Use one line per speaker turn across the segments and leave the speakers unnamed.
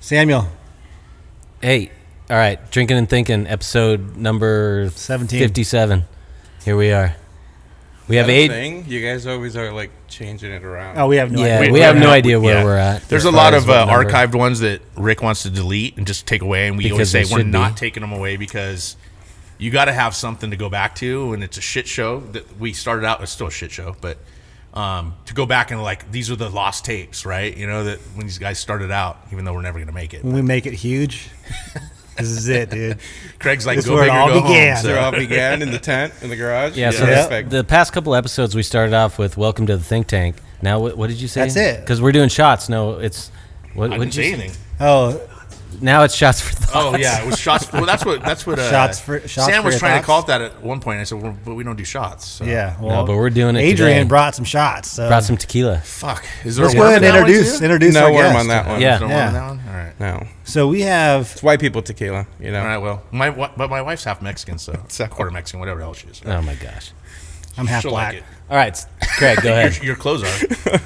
Samuel,
Hey, all right, drinking and thinking, episode number
17.
fifty-seven. Here we are. We have
that a
eight.
thing? You guys always are like changing it around.
oh, we have no
Yeah,
idea.
we,
we
have
have
no
no-
idea where
yeah.
we're at.
Uh, There's
as
a
far
lot
as
of uh,
what number.
archived ones that Rick wants to delete and just take away, and we
Because they
always say we're
should
not
be.
taking them away because you got to have something to go back to, and it's a shit show that we started out. It's still a shit show, but um, to go back and like these are the lost tapes, right? You know that when these guys started out, even though we're never gonna make it.
When we make it huge, this is it, dude.
Craig's like,
This is
go
where it
big or
all
go
began.
home.
So it
So. uh,
all began in the tent in the garage.
Yeah, so
Yeah.
The, the past couple episodes we started off with "Welcome to the Think Tank." Now, what, what did you say?
That's it.
Because we're doing shots. No, it's what
I
what
didn't
did you
say
say?
anything.
Oh,
Now it's shots for thoughts.
Oh yeah, it was shots. well, that's what that's what uh,
Shots for- shots
Sam
for
was
your thoughts?
trying to call it that at one point. I said, well, but we don't do shots. So.
yeah.
No, but we're doing it.
Adrian
today.
brought some shots. So
brought some tequila.
Fuck. Is there
Let's
a
go
worm
ahead
in
and
that one,
introduce
too?
introduce
no
our
worm
guest.
on that one.
Yeah.
Don't
Yeah.
want that one? All right.
no.
So we have
It's white people tequila. You know.
All right. Well, my wa- but my wife's half Mexican, so quarter Mexican, whatever else she is.
Oh my gosh!
I'm half
She'll
black.
like it.
All right, s- Craig, go ahead.
Your, your clothes are. Uh,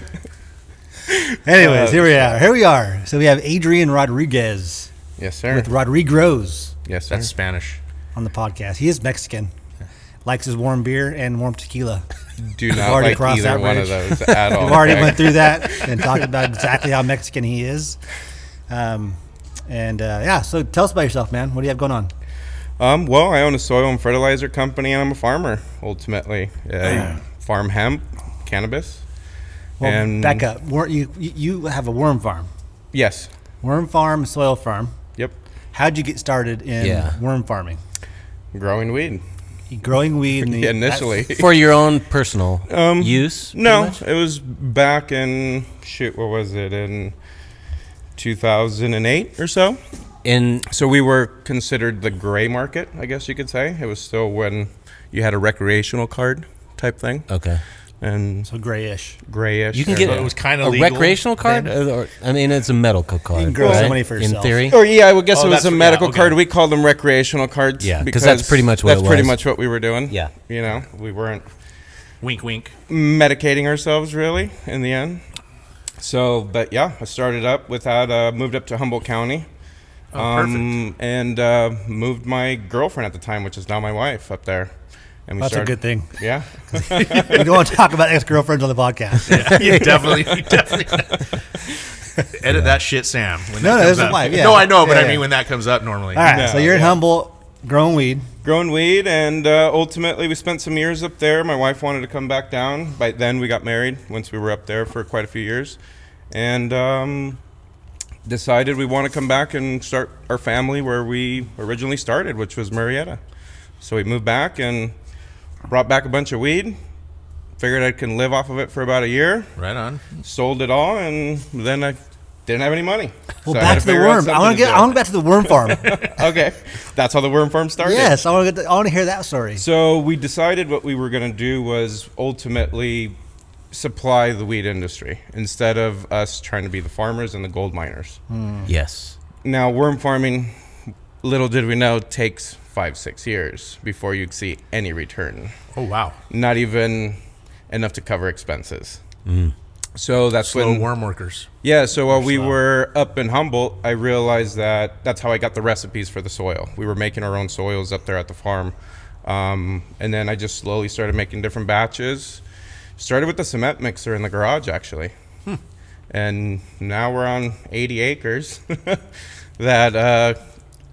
Anyways, here we are. Here we are. So we have Adrian Rodriguez
Yes, sir.
with Rodriguez
yes, sir.
That's Spanish.
on the podcast. He is Mexican. Likes his warm beer and warm tequila.
Do not
already
like
crossed
either
that
one
bridge.
of those at all.
Oh,
We've already
okay?
went through that and talked about exactly how Mexican he is. Um, and uh, yeah, so tell us about yourself, man. What do you have going on?
Um, well, I own a soil and fertilizer company, and I'm a farmer. Ultimately, I farm hemp, cannabis.
Well,
and
back up. Wor- You you you have a worm farm,
Yes.
worm farm, soil farm.
Yep.
How'd you get started in
Yeah.
worm farming?
Growing weed.
Growing weed in the,
Yeah, initially.
For your own personal
Um,
use? pretty
No,
much?
it was back in shoot. What was it in 2008 or so?
In
So we were considered the gray market, I guess you could say. It was still when you had a recreational card type thing,
okay,
and
so grayish.
grayish.
Uh, you can
or-
get
But it was kinda
a
legal
recreational card. Or, or- I mean, it's a medical card.
can grow
right?
so many for
In
yourself.
theory,
Or yeah, I would guess
Oh,
it was
that's
a
what- yeah,
medical
okay.
card. We called them recreational cards.
Yeah, 'cause that's pretty much what
that's
it
pretty
was.
much what we were doing.
Yeah.
you know, we weren't
Wink, wink.
medicating ourselves really in the end. So, but yeah, I started up without uh, moved up to Humboldt County.
Oh,
Um, and uh, moved my girlfriend at the time, which is now my wife, up there. And we
That's a
started-
good thing.
Yeah,
we don't want to talk about ex girlfriends on the podcast.
perfect. you definitely, you definitely. Edit that shit, Sam. When
No,
that
no,
comes
this is
up.
live, yeah.
No, I know, but
Yeah,
I
yeah.
mean when that comes up normally.
All right,
No,
so you're in
yeah.
Humboldt, growing weed.
growing weed, and uh, ultimately we spent some years up there. My wife wanted to come back down. By then we got married. Once we were up there for quite a few years, and um, decided we want to come back and start our family where we originally started, which was Marietta. So we moved back and brought back a bunch of weed. Figured I can live off of it for about a year.
Right on.
sold it all, and then I didn't have any money.
Well,
So had
back to the
figure out
worm. I
something
want to get. I want to
do.
go back to the worm farm.
okay, that's how the worm farm started.
yes, I want to get. The, I want to hear that story.
So we decided what we were going to do was ultimately supply the wheat industry instead of us trying to be the farmers and the gold miners.
Hmm.
yes.
Now, worm farming, little did we know, takes five six years before you see any return.
Oh wow.
Not even enough to cover expenses. So that's
Slow
when
worm workers.
Yeah, so while we were up in Humboldt, I realized that that's how I got the recipes for the soil. We were making our own soils up there at the farm. Um, and then I just slowly started making different batches. Started with the cement mixer in the garage, actually.
Hmm.
And now we're on 80 acres that, uh,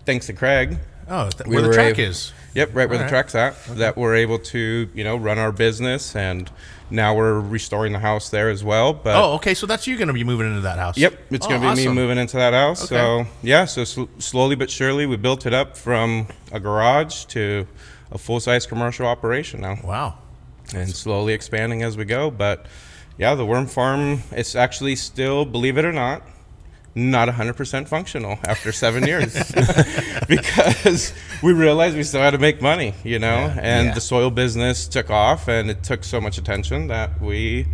thanks to Craig,
Oh, th-
We
where the
were
track
a-
is.
Yep, right where the
Alright.
track's at. That we're able to, you know, run our business, and now we're restoring the house there as well. But
Oh, okay. So that's you going to be moving into that house.
Yep, it's
Oh,
going to be me
awesome.
moving into that house.
Okay.
So yeah, so sl- slowly but surely we built it up from a garage to a full size commercial operation now,
Wow.
and slowly expanding as we go. But yeah, the worm farm it's actually still, believe it or not, not 100% functional after seven years because we realized we still had to make money, you know, and
Yeah.
the soil business took off and it took so much attention that we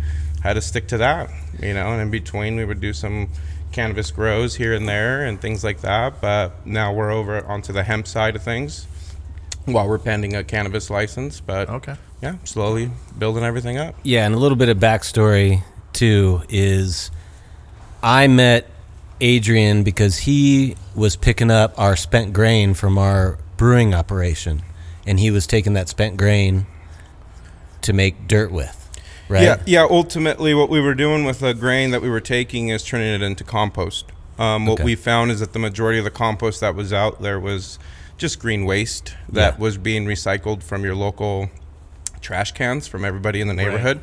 had to stick to that, you know, and in between we would do some cannabis grows here and there and things like that. But now we're over onto the hemp side of things while we're pending a cannabis license. But
Okay.
yeah, slowly building everything up.
Yeah, and a little bit of backstory too is I met Adrian because he was picking up our spent grain from our brewing operation, and he was taking that spent grain to make dirt with, right?
Yeah, yeah. Ultimately, what we were doing with the grain that we were taking is turning it into compost. Um, what
Okay.
we found is that the majority of the compost that was out there was just green waste that was being recycled from your local trash cans from everybody in the neighborhood.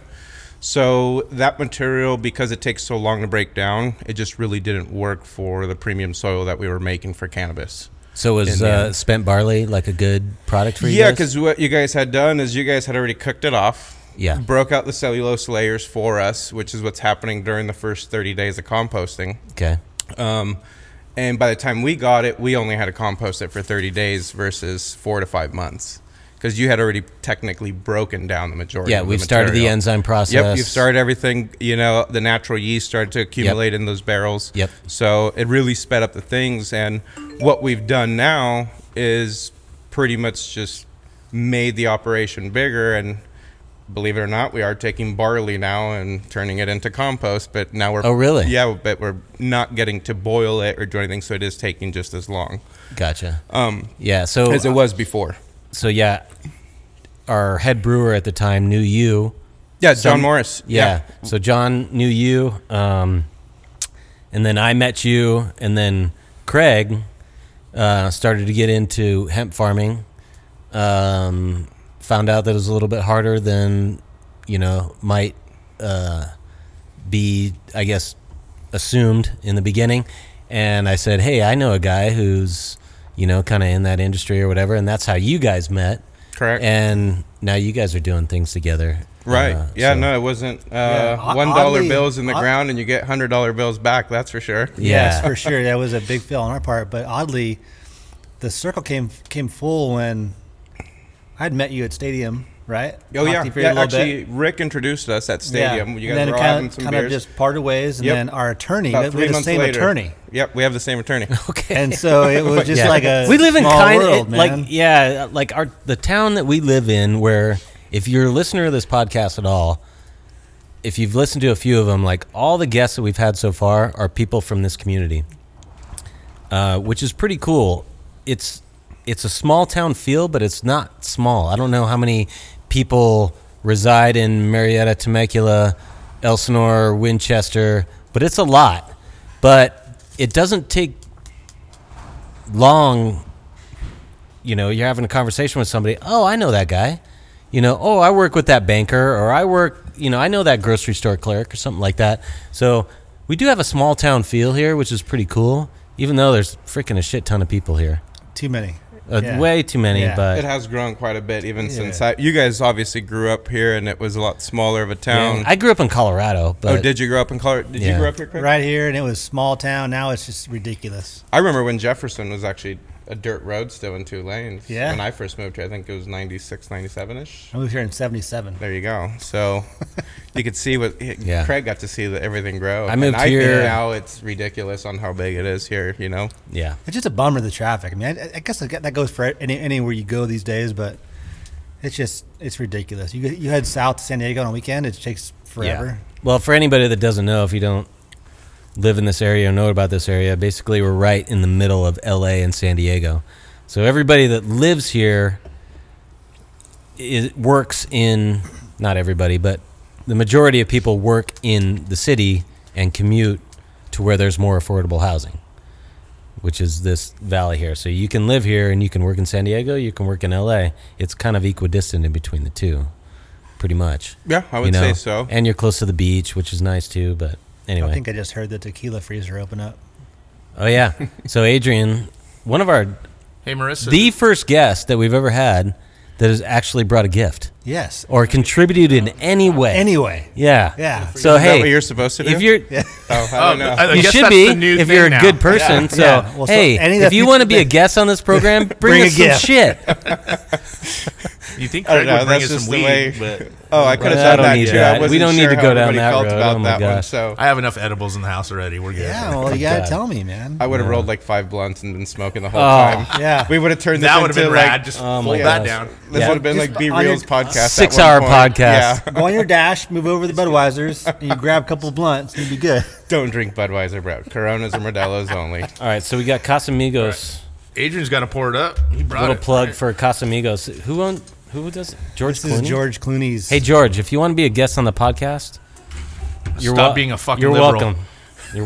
So that material, because it takes so long to break down, it just really didn't work for the premium soil that we were making for cannabis.
So was
the
uh, spent barley like a good product for you?
Yeah,
guys?
because what you guys had done is you guys had already cooked it off.
Yeah.
Broke out the cellulose layers for us, which is what's happening during the first 30 days of composting.
okay,
Um, and by the time we got it, we only had to compost it for 30 days versus four to five months because you had already technically broken down the majority.
yeah,
of
we've
the
started the
material.
enzyme process.
Yep, you've started everything. You know, the natural yeast started to accumulate in those barrels.
Yep.
So it really sped up the things. And what we've done now is pretty much just made the operation bigger. And believe it or not, we are taking barley now and turning it into compost. But now we're
Oh, really?
yeah, but we're not getting to boil it or do anything, so it is taking just as long
Gotcha. Um, yeah. So
as it was before.
so yeah, our head brewer at the time knew you.
Yeah, John
Some-
Morris.
Yeah. So John knew you, um, and then I met you, and then Craig uh, started to get into hemp farming. Um, found out that it was a little bit harder than you know might uh, be, I guess, assumed in the beginning. And I said, "Hey, I know a guy who's you know kind of in that industry or whatever," and that's how you guys met.
Correct.
And now you guys are doing things together.
Right.
Uh,
yeah.
so-
No, it wasn't. Uh,
o-
One dollar
oddly-
bills in the
odd-
ground, and you get hundred dollar bills back. That's for sure.
Yes,
Yeah.
for sure. That was a big fail on our part. But oddly, the circle came came full when I'd met you at Stadium, right?
Oh
Talked
yeah.
to you for a
yeah
little bit.
actually, Rick introduced us at stadium. You guys
and then
were all
kind
having
of,
some
kind
beers.
of just parted ways, and
Yep.
then our attorney,
About
we had
three
the
months
same
later.
attorney,
Yep, we have the same attorney.
Okay.
and so it was just
Yeah.
like a
we live in
small
kind
world,
of like
man.
yeah, like our the town that we live in. Where if you're a listener of this podcast at all, if you've listened to a few of them, like all the guests that we've had so far are people from this community, uh, which is pretty cool. It's it's a small town feel, but it's not small. I don't know how many people reside in Marietta, Temecula, Elsinore, Winchester, but it's a lot. But it doesn't take long you know you're having a conversation with somebody oh i know that guy you know oh i work with that banker or i work you know i know that grocery store clerk or something like that so we do have a small town feel here which is pretty cool even though there's freaking a shit ton of people here
too many,
uh,
Yeah.
way too many
Yeah.
but
It has grown quite a bit even since I. You guys obviously grew up here, and it was a lot smaller of a town.
i grew up in colorado but
oh, did you grow up in Colorado? Did
Yeah.
you grow up here? Craig?
right here, and it was small town. Now it's just ridiculous.
I remember when Jefferson was actually a dirt road still in two lanes.
Yeah.
When I first moved here, I think it was 96, 97 ish.
I moved here in '77.
There you go. So you could see what
Yeah.
Craig got to see the, everything grow.
I moved
and I
here-
Think now it's ridiculous on how big it is here. You know,
yeah
It's just a bummer the traffic. I mean, I, I guess that that goes for any, anywhere you go these days, but it's just it's ridiculous. You you head south to San Diego on a weekend, it takes forever.
Yeah. Well, for anybody that doesn't know, if you don't live in this area or know about this area, basically we're right in the middle of LA and San Diego. So everybody that lives here is, works in, not everybody, but the majority of people work in the city and commute to where there's more affordable housing, which is this valley here. So you can live here and you can work in San Diego, you can work in LA. It's kind of equidistant in between the two, pretty much.
Yeah, I
You
would say
know?
so.
And you're close to the beach, which is nice too. But anyway,
I think I just heard the tequila freezer open up.
oh yeah. so Adrian, one of our
Hey, Marissa.
the first guest that we've ever had that has actually brought a gift
Yes.
or contributed in any way.
Anyway,
yeah,
Yeah.
So
is that
hey,
what you're supposed to do?
if you're
oh, I
Oh,
don't know.
I- I
you
guess
should
that's
be
the new
if
thing
you're a
now.
good person. So
Yeah. Well, so
hey,
any of the
if you want to
future
be a
things-
guest on this program, bring,
Bring a
us some
gift.
shit.
You think
I don't
Craig
know.
would bring
That's
us
just
some
the
weed,
way.
but
Oh, I could have
I
done
don't
that
need
too.
that.
I
We
wasn't
don't need
sure
to
how
go down
everybody
that
felt
road.
About
Oh my
that One,
gosh.
so
I have enough edibles in the house already. We're good.
Yeah, well, you gotta
Oh God.
tell me, man.
I would have rolled like five blunts and been smoking the whole
Oh.
time.
Yeah.
we would have turned this
that would
into
have been
like
rad. Just
Oh my
fold
gosh.
that down.
this
Yeah.
would have been
Just
like B
on your-
Reels podcast. at
Six-hour
one point.
podcast.
Yeah.
Go on your dash, move over to the Budweisers, and you grab a couple of blunts, and you'd be good.
Don't drink Budweiser, bro. Coronas and Modelo's only.
All right, so we got Casamigos.
Adrian's got to pour it up. He brought
Little
it.
plug for Casamigos. Who owned? Who does it? George
This is
Clooney?
George Clooney's.
Hey George, if you want to be a guest on the podcast,
Stop
wel-
being a fucking
You're
liberal.
welcome. You're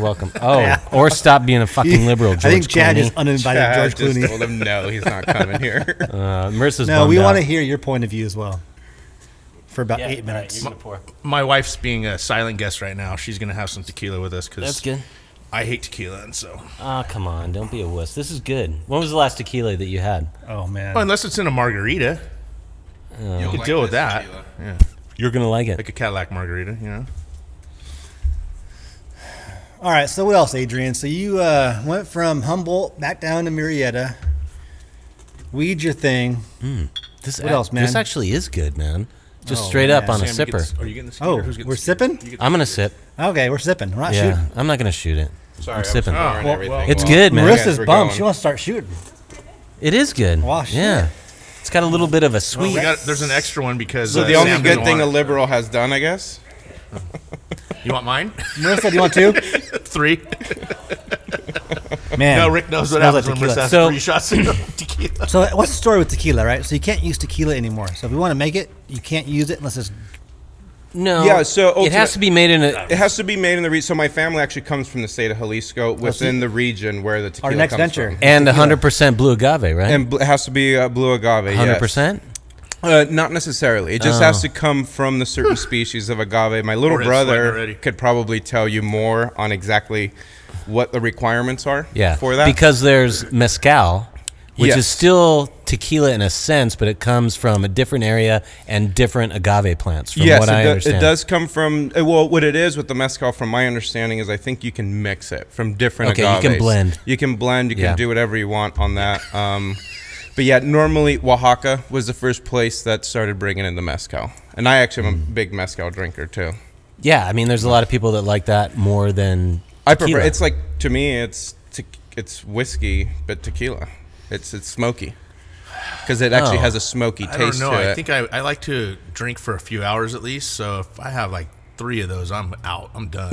welcome. Oh, or stop being a fucking liberal, George
I think Chad
Clooney.
just uninvited
Yeah, I
George
just
Clooney.
told him no, he's not coming here.
uh, Marissa's
No,
bummed
we
out.
want to hear your point of view as well. For about eight minutes.
My wife's being a silent guest right now. She's gonna have some tequila with us
That's
because
good.
I hate tequila, and so
Ah, come on, don't be a wuss. This is good. When was the last tequila that you had?
oh man.
Well, unless it's in a margarita, you can deal with that. Yeah,
You're gonna like it.
like a Cadillac margarita, you know.
All right. So what else, Adrian? So you uh, went from Humboldt back down to Murrieta. Weed your thing.
This
What else, man?
This actually is good, man. Just
Oh,
straight up
man.
on a
Sam, you get
sipper.
the- are you getting the
Oh,
skeeter? Who's getting
we're
the skeeter?
sipping.
You get the
I'm gonna
skeeter.
sip.
Okay, we're sipping. We're not
yeah,
shooting.
I'm not gonna shoot it.
Sorry,
I'm sipping.
sorry.
pouring
Oh, well,
everything
well.
It's
while-
good, man.
Marissa's
We're
bummed.
going.
She wants to start shooting.
It is good.
Well, shit.
yeah, it's got a little bit of a sweet.
We got, there's an extra one because
So
uh,
the only
Sam
good
doesn't
thing a
want
liberal has done, I guess.
it. you want mine?
Marissa, do you want two?
Three.
Man.
No, Rick knows what
smells like
happens when we're
tequila.
asked
So-
three shots of tequila.
So what's the story with tequila, right? So you can't use tequila anymore. So if you want to make it, you can't use it unless it's
no.
Yeah, so
it has
ultimate-
to be made in a.
It has to be made in the region. So my family actually comes from the state of Jalisco, within the region where the
Oh, our
tequila
next
comes
venture.
from.
And 100% blue agave, right?
And bl- it has to be uh, blue agave. 100%?
100%?
Uh, not necessarily. It just
Oh.
has to come from the certain species of agave. My little
We're in sweat
brother
already.
could probably tell you more on exactly what the requirements are
Yeah.
for that.
Because there's mezcal, which
Yes.
is still tequila in a sense, but it comes from a different area and different agave plants, from
yes,
what
it,
I
do-
understand.
it does come from. uh, Well, what it is with the mezcal, from my understanding, is I think you can mix it from different.
Okay, you can
agaves.
blend.
You can blend. You
Yeah.
can do whatever you want on that. Um, but yeah, normally Oaxaca was the first place that started bringing in the mezcal, and I actually am a
Mm.
big mezcal drinker too.
Yeah, I mean, there's a lot of people that like that more than.
I prefer.
tequila.
It's like to me, it's te- it's whiskey, but tequila. It's it's smoky because it actually
Oh.
has a smoky
I
taste
don't know.
to it.
I think I, I like to drink for a few hours at least. So if I have like three of those, I'm out. I'm done.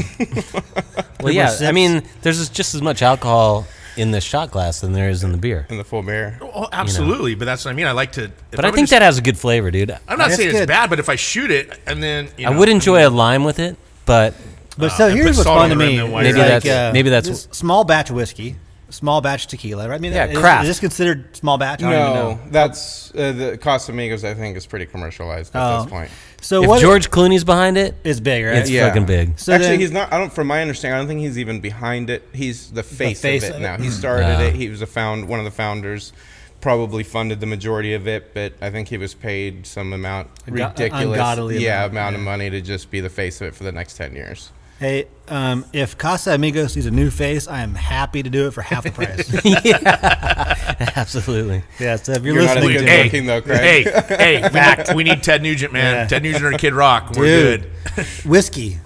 Well, yeah, I mean, there's just as much alcohol in the shot glass than there is in the beer.
in the full beer.
oh, absolutely. But that's what I mean. I like to. if
But
I'm
I think
gonna-
that has a good flavor, dude. I
I'm not
That's
saying
good.
it's bad, but if I shoot it and then you know,
would enjoy a lime with it, but
But so
Uh, and put
here's what's
salt
fun to
on the rim
me.
then
is
white
Maybe
like,
that's-
uh,
maybe that's-
this small batch whiskey, small batch tequila. Right? I mean,
Yeah,
is,
craft.
Is this considered small batch? I don't even
No,
know.
that's uh, the Casamigos. I think is pretty commercialized at
Oh.
this point.
So
if
what
George Clooney's behind it,
is big, right?
it's fucking big.
So
Actually,
then-
he's not. I don't. From my understanding, I don't think he's even behind it. He's the face,
face
of it
of it. Ah.
now. He started
Yeah.
it. He was a found one of the founders. Probably funded the majority of it, but I think he was paid some amount
go-
ridiculous,
ungodly
yeah,
amount,
amount of money to just be the face of it for the next ten years.
Hey, um, if Casa Amigos needs a new face, I am happy to do it for half the price.
absolutely.
yeah. So if you're,
You're not as
listening,
good
to
Hey,
looking though,
hey,
Craig.
hey, we need, we need Ted Nugent, man.
Yeah.
Ted Nugent or Kid Rock, we're
Dude.
good.
whiskey.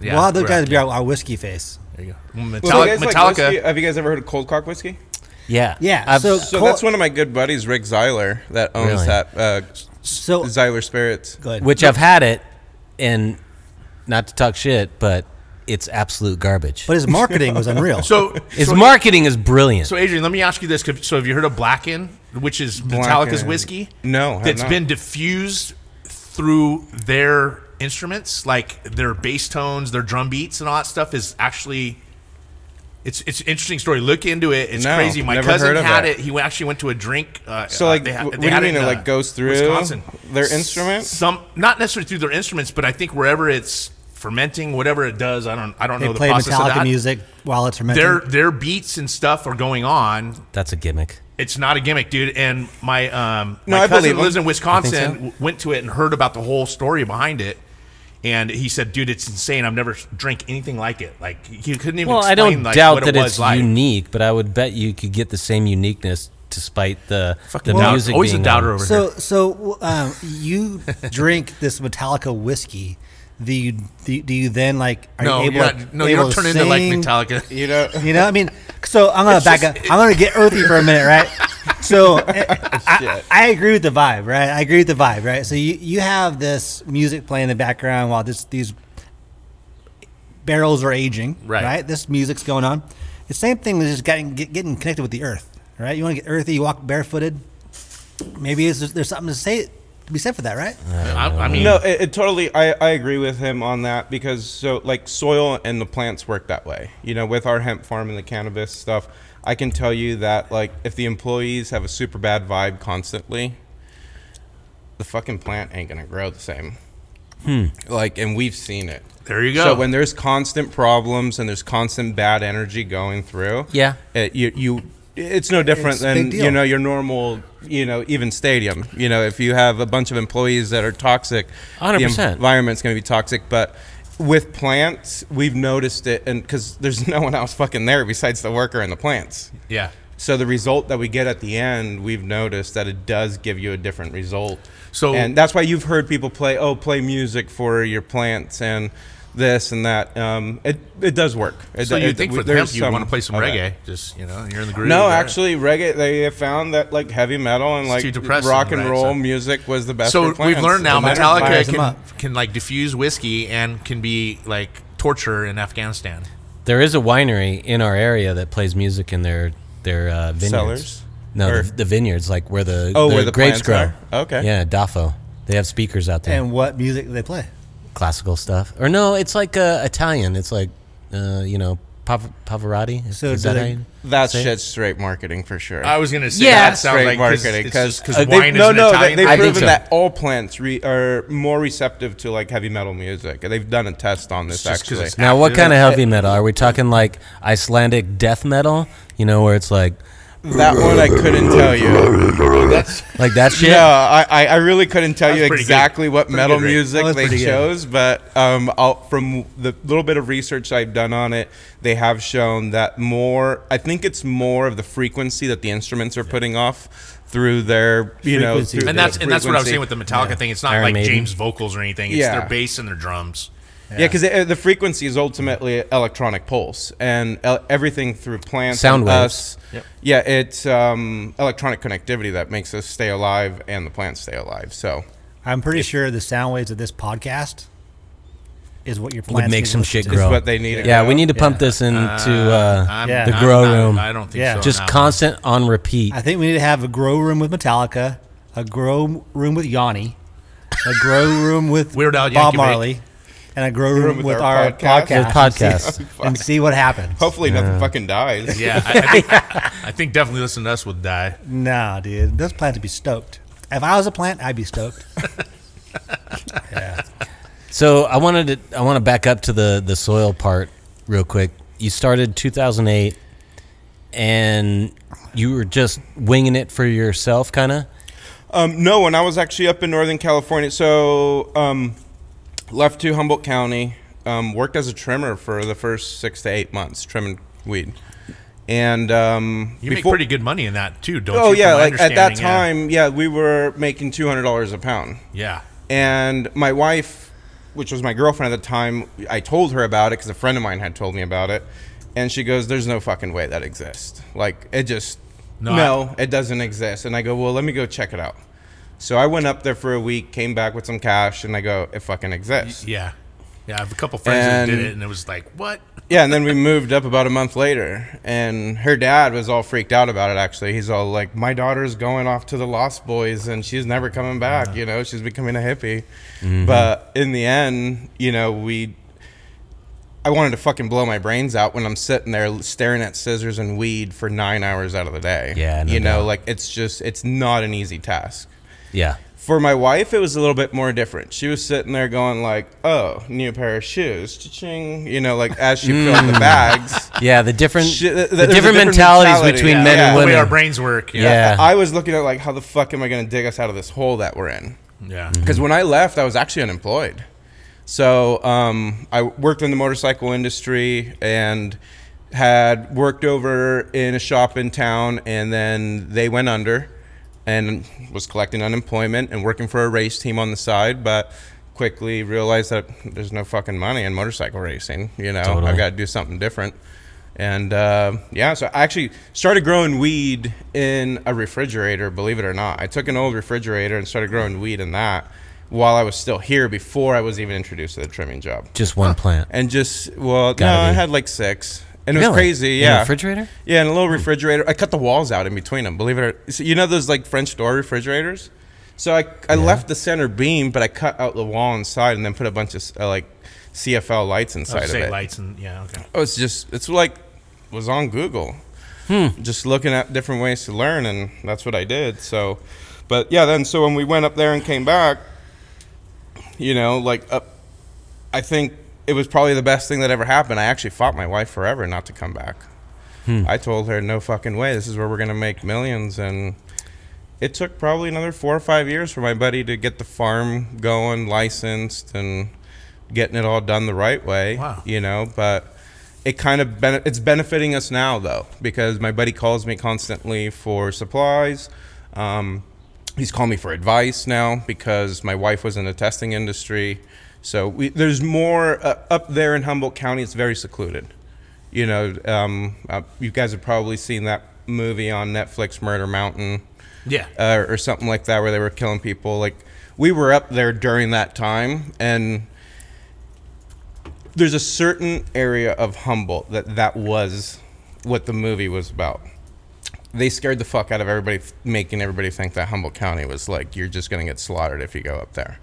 Yeah,
well, I'll look
we're
at
out
it be our, our whiskey face.
There you go. Metallic,
Well, do you guys like
Metallica.
whiskey? have you guys ever heard of cold cock whiskey?
Yeah.
Yeah,
I've-
so-
So
Uh, Cold-
that's one of my good buddies, Rick Zeiler, that owns
Really?
that uh,
So
Zeiler Spirits.
go ahead.
which I've had it, and not to talk shit, but it's absolute garbage.
but his marketing was unreal.
So
His
so-
marketing is brilliant.
So Adrian, let me ask you this: 'cause- So have you heard of Blacken, which is Metallica's
Blacken.
whiskey?
No, I have
that's
not.
been diffused through their instruments, like their bass tones, their drum beats, and all that stuff is actually. It's it's an interesting story. Look into it. It's
No,
crazy. My
never
cousin
heard of
had
it.
it. He actually went to a drink. Uh,
So,
uh,
like,
they ha-
wh-
they
what do you
had
mean? It,
in,
like,
uh,
goes through
Wisconsin.
their instrument?
Some not necessarily through their instruments, but I think wherever it's fermenting, whatever it does, I don't I don't
they
know the
play
process of
Metallica
that.
music while it's fermenting.
Their their beats and stuff are going on
That's a gimmick.
it's not a gimmick, dude. And my um,
No,
my
I believe
cousin
him.
lives in Wisconsin.
so?
w- Went to it and heard about the whole story behind it, and he said, "Dude, it's insane. I've never s- drank anything like it. Like you couldn't even."
Well, I
explain,
don't
like,
doubt
what
that
it was
it's
like.
unique, but I would bet you could get the same uniqueness despite the the
doubt-
music.
always a
being
doubter
on.
over
So,
here.
so um, you drink this Metallica whiskey. Do you, do you, do you then like? Are
no,
you
you're
able
not, no, you
able
don't
to
turn into like
sing?
Metallica.
You know,
You know, what I mean, so I'm gonna back up. I'm gonna get earthy for a minute, right? So eh, I, I, I agree with the vibe, right? I agree with the vibe, right? So you you have this music playing in the background while this these barrels are aging,
Right.
This music's going on. The same thing is just getting get, getting connected with the earth, right? You want to get earthy, you walk barefooted. Maybe it's, there's something to say to be said for that, right?
I, I mean,
no, it, it totally. I, I agree with him on that because so like soil and the plants work that way. You know, with our hemp farm and the cannabis stuff, I can tell you that like if the employees have a super bad vibe constantly, the fucking plant ain't gonna grow the same. Like, and we've seen it.
Hmm. There you go.
So when there's constant problems and there's constant bad energy going through,
Yeah.
it, you you. It's no different
It's a
than
big
you
deal.
know your normal you know even stadium. You know if you have a bunch of employees that are toxic,
100%.
the environment's going to be toxic. But with plants, we've noticed it, and because there's no one else fucking there besides the worker and the plants.
yeah.
So the result that we get at the end, we've noticed that it does give you a different result.
So-
and that's why you've heard people play, oh, play music for your plants and this and that. Um, it it does work. It,
So
do-
you
it-
think for the
there's
hemp, you want
some
to play some
of that.
reggae? Just you know, you're in the groove.
No,
there.
actually, reggae. They have found that like heavy metal and
too
like
depressing,
rock and
right,
roll
so-
music was the best.
So
for
we've
plants.
learned now
The better
Metallica
fires them
can
up.
can like diffuse whiskey and can be like torture in Afghanistan.
There is a winery in our area that plays music in their their uh, vineyards.
Cellars?
No,
Or-
the, the vineyards, like where the
Oh, where the
grapes grow.
plants are? Okay.
Yeah, Dafo. They have speakers out there.
And what music do they play?
classical stuff, or no? It's like uh, Italian. It's like uh, you know Pav- Pavarotti. Is,
So
is
do
that
they-
how you-
That shit's straight marketing for sure.
I was gonna say
Yeah.
that
That's
sounds like because because
uh, they-
wine
no,
is an
no,
Italian.
They,
I
have
think
proven
so.
that all plants re, are more receptive to like heavy metal music. They've done a test on this
just 'cause
actually.
it's
Now, what
active.
kind of heavy metal are we talking? Like Icelandic death metal? You know, where it's like
That one I couldn't tell you.
like that shit.
Yeah, I, I, I really couldn't tell you
That's pretty good.
exactly what
Pretty
metal
good, Rick.
That
music
was
they
pretty good.
chose, but um, I'll, from the little bit of research I've done on it, they have shown that more. I think it's more of the frequency that the instruments are putting off through their you know
Frequency.
through
and
their
that's and that's what I was saying
frequency.
with the Metallica thing. It's not
Iron
like
Maiden.
James vocals or anything. It's
Yeah.
their bass and their drums.
Yeah, because the frequency is ultimately electronic pulse, and el- everything through plants,
Sound
and
waves.
us- Yeah, it's um, electronic connectivity that makes us stay alive and the plants stay alive. So
I'm pretty sure the sound waves of this podcast is what your plants
make
need to
some
listen
shit
to.
grow.
it's what they need. to
Yeah,
grow.
we need to pump this into uh,
I'm-
Yeah.
the
I'm
grow
not-
room.
I don't think
Yeah.
so.
Just
no.
constant on repeat.
I think we need to have a grow room with Metallica, a grow room with Yanni, a grow room with
Weird Al
Bob
Yankovic.
Marley, and a grow room, with, our, podcast,
With
podcast.
and, see, and see what happens.
Hopefully, nothing fucking dies.
Yeah, I, I, think, I think definitely listen to us would die.
Nah, dude, those plants would be stoked. If I was a plant, I'd be stoked.
So I wanted to I want to back up to the the soil part real quick. You started 2008, and you were just winging it for yourself, kind of.
Um, no, and I was actually up in Northern California. So um, left to Humboldt County, um, worked as a trimmer for the first six to eight months, trimming weed. And um,
You make pretty good money in that too, don't you?
Oh
from
yeah,
my
like at that
understanding? Yeah.
time, yeah, we were making two hundred dollars a pound.
Yeah.
And my wife, which was my girlfriend at the time, I told her about it because a friend of mine had told me about it. And she goes, There's no fucking way that exists. Like, it just,
No, I-
no, it doesn't exist. And I go, Well, let me go check it out. So I went up there for a week, came back with some cash, and I go, It fucking exists.
Yeah. Yeah, I have a couple friends that did
And-
it, and it was like, what?
Yeah, and then we moved up about a month later, and her dad was all freaked out about it. Actually, he's all like, "My daughter's going off to the Lost Boys, and she's never coming back. You know, she's becoming a hippie."
Mm-hmm.
But in the end, you know, we. I wanted to fucking blow my brains out when I'm sitting there staring at scissors and weed for nine hours out of the day.
Yeah, no
you know,
doubt.
like it's just it's not an easy task.
Yeah.
For my wife, it was a little bit more different. She was sitting there going like, "Oh, new pair of shoes, ching," you know, like as she filled the bags.
Yeah, the different
Shit, th-
the
there's a
different
different
mentalities
mentality,
between
yeah.
men
Yeah.
and
The way
women.
our brains work.
Yeah.
I was looking at like, how the fuck am I going to dig us out of this hole that we're in?
Yeah.
Because when I left, I was actually unemployed. So um, I worked in the motorcycle industry and had worked over in a shop in town and then they went under and was collecting unemployment and working for a race team on the side, but quickly realized that there's no fucking money in motorcycle racing. You know,
Totally.
I've got to do something different. And uh, yeah, so I actually started growing weed in a refrigerator, believe it or not. I took an old refrigerator and started growing weed in that while I was still here before I was even introduced to the trimming job.
Just one plant.
And just, well,
Gotta
no, I
be.
had like six. And it was
Really?
crazy,
In a
yeah.
refrigerator? Hmm.
Yeah, in a little refrigerator. I cut the walls out in between them. Believe it or so you know those like French door refrigerators. So I, I left the center beam, but I cut out the wall inside and then put a bunch of uh, like CFL
Oh,
lights
I
inside
would
of
say
it.
lights and yeah, okay.
Oh, it's just it's like was on Google, just looking at different ways to learn, and that's what I did. So, but yeah, then so when we went up there and came back, you know, like up, I think it was probably the best thing that ever happened. I actually fought my wife forever not to come back. I told her no fucking way. This is where we're gonna make millions, and it took probably another four or five years for my buddy to get the farm going, licensed, and getting it all done the right way.
Wow.
You know, but it kind of ben- it's benefiting us now though because my buddy calls me constantly for supplies. Um, he's called me for advice now because my wife was in the testing industry. So we, there's more uh, up there in Humboldt County. It's very secluded. You know, um, uh, you guys have probably seen that movie on Netflix, Murder Mountain
Yeah.
uh, or something like that, where they were killing people. Like we were up there during that time, and there's a certain area of Humboldt that that was what the movie was about. They scared the fuck out of everybody, f- making everybody think that Humboldt County was like you're just gonna get slaughtered if you go up there.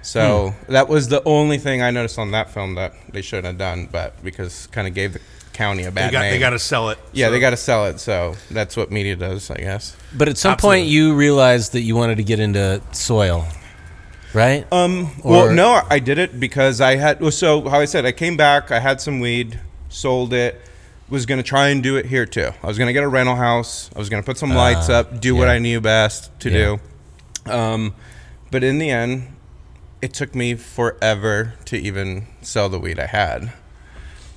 So
Hmm.
that was the only thing I noticed on that film that they shouldn't have done, but because kind of gave the county a bad
they got
name.
they got to sell it.
yeah,
so-
they got to sell it, so that's what media does, I guess.
But at some point,
Absolutely.
you realized that you wanted to get into soil, right? Um.
well, no, I did it because I had. well, So, how I said, I came back, I had some weed, sold it, was going to try and do it here too. I was going to get a rental house, I was going to put some lights up, do what
Ah, yeah.
I knew best to
Yeah.
do. Um, but in the end, it took me forever to even sell the weed I had.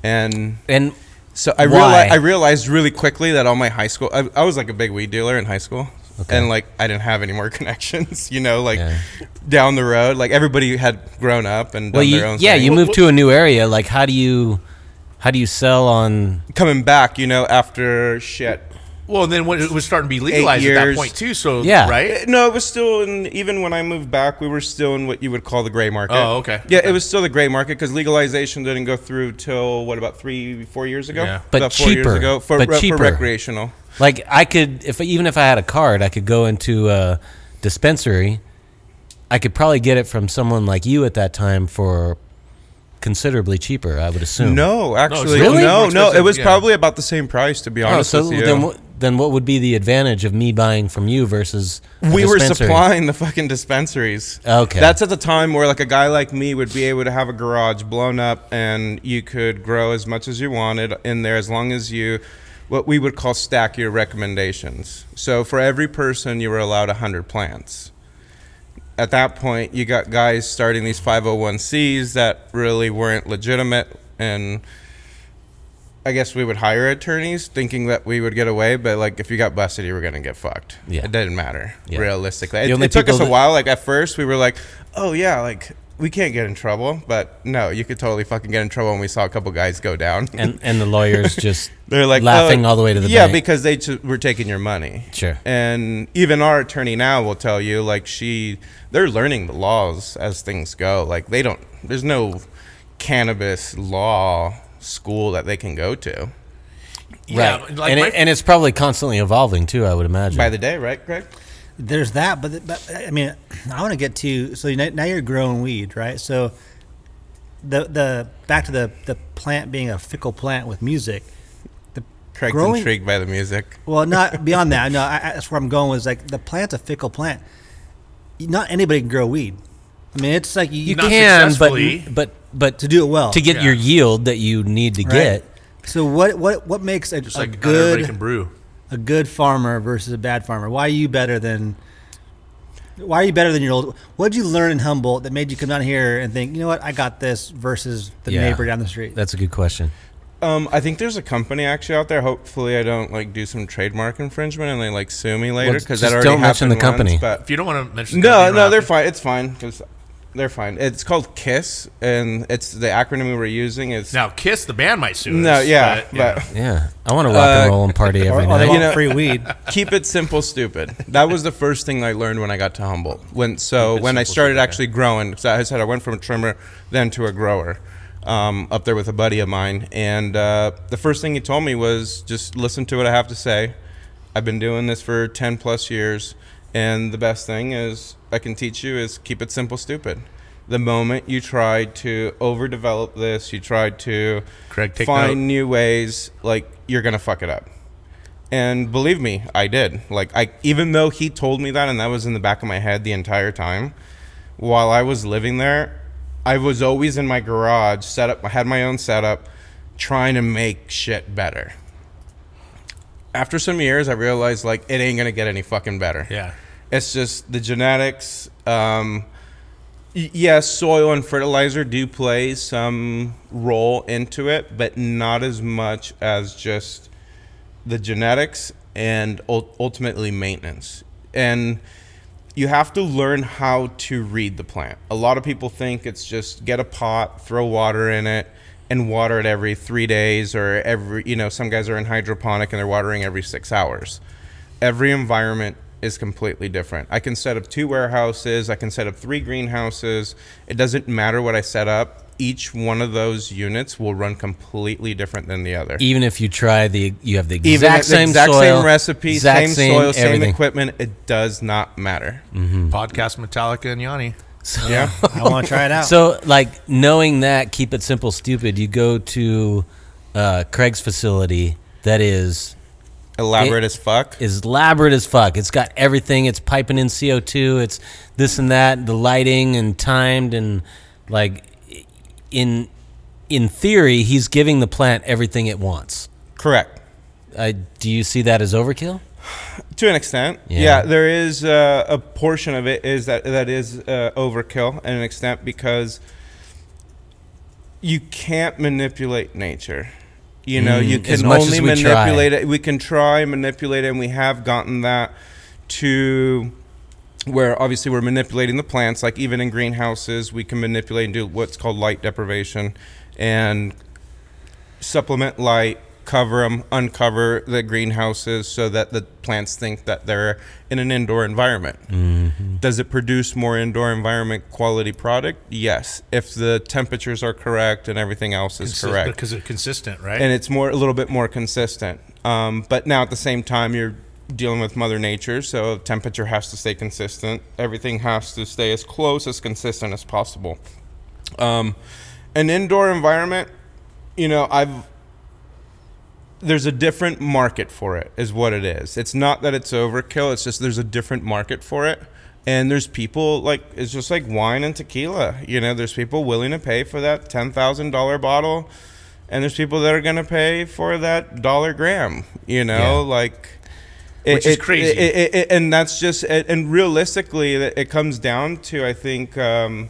And
And
so I
Why?
realized I realized really quickly that all my high school I, I was like a big weed dealer in high school, and like I didn't have any more connections. You know, like
Yeah.
down the road, like everybody had grown up and done
well,
their
you,
own.
yeah,
thing.
you move to a new area. Like, how do you, how do you sell on?
coming back. You know, after shit.
Well, and then when it was starting to be legalized at that
years.
point too. So
Yeah.
right.
Eh, No, it was still in. Even when I moved back, we were still in what you would call the gray market.
Oh, okay.
Yeah, it was still the gray market because legalization didn't go through till what about three, four years ago?
Yeah.
But
about four years
cheaper.
ago for,
But
re-
cheaper.
for recreational.
Like, I could if even if I had a card, I could go into a dispensary. I could probably get it from someone like you at that time for considerably cheaper. I would assume.
No, actually,
really
no,
more
no. It
expensive,
was
yeah.
probably about the same price to be
Oh,
honest
so
with you.
then, what, then what would be the advantage of me buying from you versus a
we were
dispensary?
supplying the fucking dispensaries.
Okay.
That's at the time where like a guy like me would be able to have a garage blown up and you could grow as much as you wanted in there as long as you what we would call stack your recommendations. So for every person you were allowed 100 plants. At that point, you got guys starting these 501c's that really weren't legitimate and I guess we would hire attorneys thinking that we would get away, but like if you got busted, you were gonna get fucked.
Yeah.
It didn't matter
Yeah.
realistically.
The
It,
only
it took us
people
a
that-
while. Like at first, we were like, "Oh yeah, like we can't get in trouble," but no, you could totally fucking get in trouble. And we saw a couple guys go down.
and and the lawyers just
They're like
laughing
"Oh,
all the way to the
yeah
bank.
because they t- were taking your money.
Sure.
And even our attorney now will tell you like she they're learning the laws as things go. Like they don't there's no cannabis law school that they can go to
Yeah.
right.
Like
and,
my-
it, and it's probably constantly evolving too. I would imagine.
by the day, right, Greg?
There's that, but, but I mean, I want to get to so now, now you're growing weed, right? So the the back to the the plant being a fickle plant with music. The
Craig's
growing,
intrigued by the music.
Well, not beyond that. No, I, I- that's where I'm going. Was like the plant's a fickle plant. Not anybody can grow weed. I mean, it's like you,
you
Not
can,
successfully.
but but but
to do it well
to get
Yeah.
your yield that you need to
right?
get.
So what what what makes a,
Just
a
like not everybody can
good
brew.
a good farmer versus a bad farmer? Why are you better than why are you better than your old? What did you learn in Humboldt that made you come down here and think, you know what, I got this versus the
Yeah.
neighbor down the street?
That's a good question.
Um, I think there's a company actually out there. Hopefully, I don't like do some trademark infringement and they like sue me later
Well,
because
just
that already
don't mention
happened
the company.
Once, but
If you don't want to mention, the
No,
company,
no,
you don't
they're
have
fine. It's fine because they're fine. It's called Kiss, and it's the acronym we were using is
to. Now, Kiss the band might sue.
no,
us,
yeah,
but,
but,
you know.
Yeah, I want to rock and
Uh,
roll and party every
Or they
night.
want
know-
free weed.
keep it simple, stupid. That was the first thing I learned when I got to Humboldt. When so
Keep it
when I
simple,
started
stupid,
actually growing, so I said I went from a trimmer then to a grower. Um, up there with a buddy of mine, and uh, the first thing he told me was just listen to what I have to say. I've been doing this for ten plus years, and the best thing is I can teach you is keep it simple, stupid. The moment you try to overdevelop this, you try to
Craig, take
find
note.
new ways, like you're gonna fuck it up. And believe me, I did. Like I even though he told me that and that was in the back of my head the entire time while I was living there, I was always in my garage, set up I had my own setup trying to make shit better. After some years, I realized like it ain't going to get any fucking better.
yeah.
It's just the genetics. Um, y- yes, soil and fertilizer do play some role into it, but not as much as just the genetics and ul- ultimately maintenance. And you have to learn how to read the plant. A lot of people think it's just get a pot, throw water in it, and water it every three days or every, you know, some guys are in hydroponic and they're watering every six hours. Every environment is completely different. I can set up two warehouses, I can set up three greenhouses. It doesn't matter what I set up, each one of those units will run completely different than the other
Even if you try the, you have the exact
even the
same
exact
soil,
same recipe,
exact
same, soil, same
everything. Mm-hmm.
equipment. It does not matter.
Hmm.
Podcast Metallica and Yanni.
Yeah,
I want to try it out.
So, like knowing that, keep it simple, stupid. You go to uh, Craig's facility that is
elaborate as fuck.
is elaborate as fuck. It's got everything. It's piping in CO two. It's this and that. The lighting and timed and like in in theory, he's giving the plant everything it wants.
Correct
Uh, do you see that as overkill?
to an extent.
Yeah.
Yeah, there is uh, a portion of it is that that is uh, overkill in an extent because you can't manipulate nature. You know, you can
Mm, as much
only
as we try.
manipulate it. We can try and manipulate it, and we have gotten that to where obviously we're manipulating the plants like even in greenhouses we can manipulate and do what's called light deprivation and supplement light cover them uncover the greenhouses so that the plants think that they're in an indoor environment does it produce more indoor environment quality product yes if the temperatures are correct and everything else is correct
Because they're consistent, right?
and it's more a little bit more consistent. Um, but now at the same time, you're dealing with Mother Nature, so temperature has to stay consistent. Everything has to stay as close as consistent as possible. Um, an indoor environment, you know, I've there's a different market for it is what it is it's not that it's overkill it's just there's a different market for it and there's people like it's just like wine and tequila you know there's people willing to pay for that $10000 bottle and there's people that are going to pay for that dollar gram you know
Yeah.
like
Which is crazy.
it- it- it- and that's just it, and realistically it it comes down to i think um,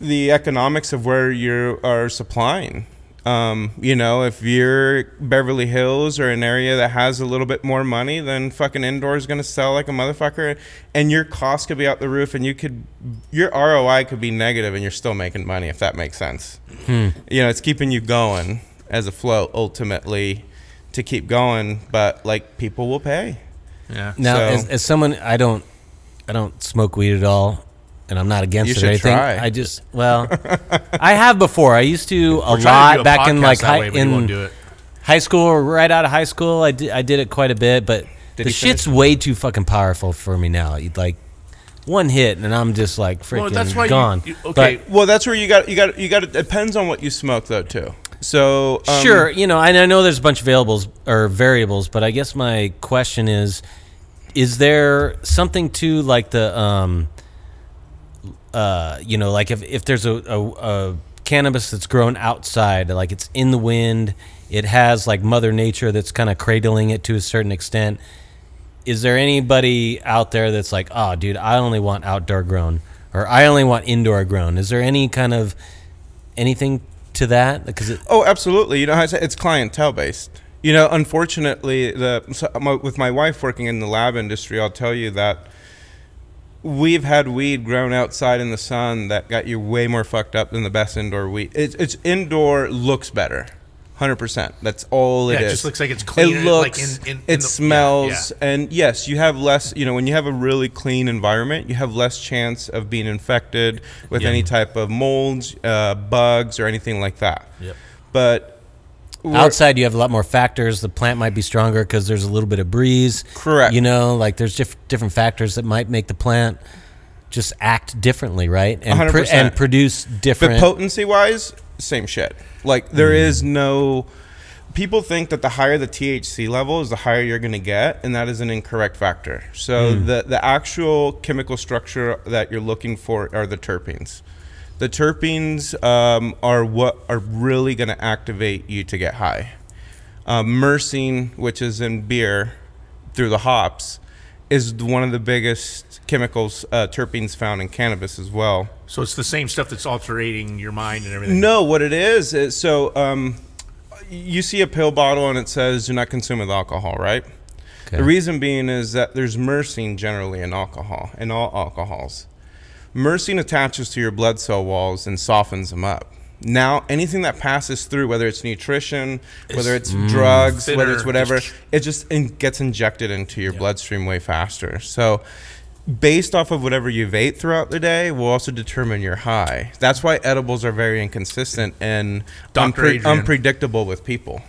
the economics of where you are supplying. Um, you know, if you're Beverly Hills or an area that has a little bit more money, then fucking indoor is going to sell like a motherfucker, and your cost could be out the roof, and you could your ROI could be negative, and you're still making money if that makes sense. You know, it's keeping you going as a float ultimately to keep going, but like people will pay.
yeah.
Now,
So-
as, as someone, I don't, I don't smoke weed at all, and I'm not against
You
it or
should
anything.
try.
I just, well, I have before. I used to a
We're trying to do
lot
a
back in
podcast
like
that
high,
way, but you won't do
in
it.
high school or right out of high school. I did, I did it quite a bit, but the
he
shit's way too fucking powerful for me now. You'd like one hit, and I'm just like freaking
Well, that's why you-
gone.
you- okay,
Well, that's where you got you got you got. It depends on what you smoke though too. So
But
um,
sure, you know, and I know there's a bunch of variables or variables, but I guess my question is, is there something to like the um, uh, you know, like if, if there's a, a, a cannabis that's grown outside, like it's in the wind, it has like Mother Nature that's kind of cradling it to a certain extent. Is there anybody out there that's like, oh, dude, I only want outdoor grown or I only want indoor grown? Is there any kind of anything to that? Because it,
Oh, absolutely. You know, I say it's clientele based. You know, unfortunately, the so, my, with my wife working in the lab industry, I'll tell you that we've had weed grown outside in the sun that got you way more fucked up than the best indoor weed. It's, it's indoor looks better, hundred percent. That's all
Yeah,
it
it
is.
just looks like it's cleaner,
It
like,
looks.
in- in- in
it
the- yeah,
smells.
yeah.
And yes, you have less. You know, when you have a really clean environment, you have less chance of being infected with
Yeah.
any type of molds, uh, bugs, or anything like that
Yep.
but we're-
outside you have a lot more factors. The plant might be stronger because there's a little bit of breeze.
Correct.
You know, like there's diff- different factors that might make the plant just act differently, right? And, pr-
100%.
and produce
but
different.
potency wise, same shit. Like there is no. People think that the higher the THC level is, the higher you're going to get, and that is an incorrect factor. So the the actual chemical structure that you're looking for are the terpenes. The terpenes um, are what are really going to activate you to get high. Uh, myrcene, which is in beer through the hops, is one of the biggest chemicals, uh, terpenes found in cannabis as well.
So it's the same stuff that's altering your mind and everything.
No, what it is is so um, you see a pill bottle and it says do not consume with alcohol, right?
Okay.
The reason being is that there's myrcene generally in alcohol, in all alcohols. Myrcene attaches to your blood cell walls and softens them up. Now, anything that passes through, whether it's nutrition, whether it's drugs, whether it's
thinner,
whatever,
just-
it just in, gets injected into your bloodstream way faster. So, based off of whatever you've ate throughout the day, will also determine your high. That's why edibles are very inconsistent and
Dr.
unpre-
Adrian.
unpredictable with people.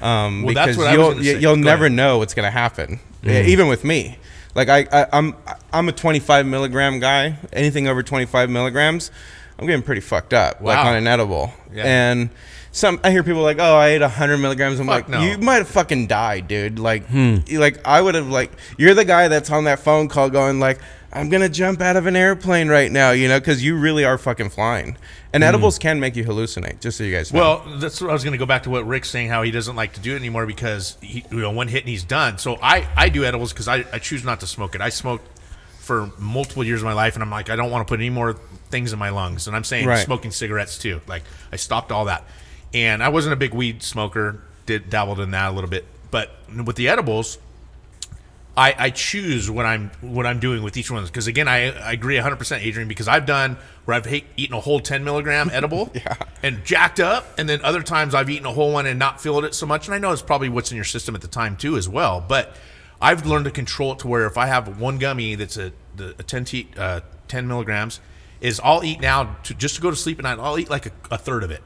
Um,
Well,
because
that's what I was
you'll
gonna
you-
say.
you'll
Go
never
ahead. Mm-hmm.
know what's gonna happen. Yeah, Even with me, like I, I I'm I'm a 25 milligram guy. Anything over 25 milligrams, I'm getting pretty fucked up. Like
Wow.
on an edible,
Yeah.
and some I hear people like, oh, I ate 100 milligrams. I'm
Fuck
like,
no.
you might have fucking died, dude. Like, you- like I would have like, you're the guy that's on that phone call going like, I'm gonna jump out of an airplane right now, you know, because you really are fucking flying. And edibles can make you hallucinate, just so you guys know.
Well, that's what I was going to go back to what Rick's saying, how he doesn't like to do it anymore because he, you know one hit and he's done. So I, I do edibles because I, I choose not to smoke it. I smoked for multiple years of my life, and I'm like I don't want to put any more things in my lungs. And I'm saying
Right.
smoking cigarettes too. Like I stopped all that, and I wasn't a big weed smoker. Did dabbled in that a little bit, but with the edibles, I, I choose what I'm what I'm doing with each one because again I, I agree 100 percent Adrian because I've done where I've hate, eaten a whole 10 milligram edible and jacked up and then other times I've eaten a whole one and not filled it so much and I know it's probably what's in your system at the time too as well but I've learned to control it to where if I have one gummy that's a, the, a 10 t, uh, 10 milligrams is I'll eat now to just to go to sleep at night I'll eat like a, a third of it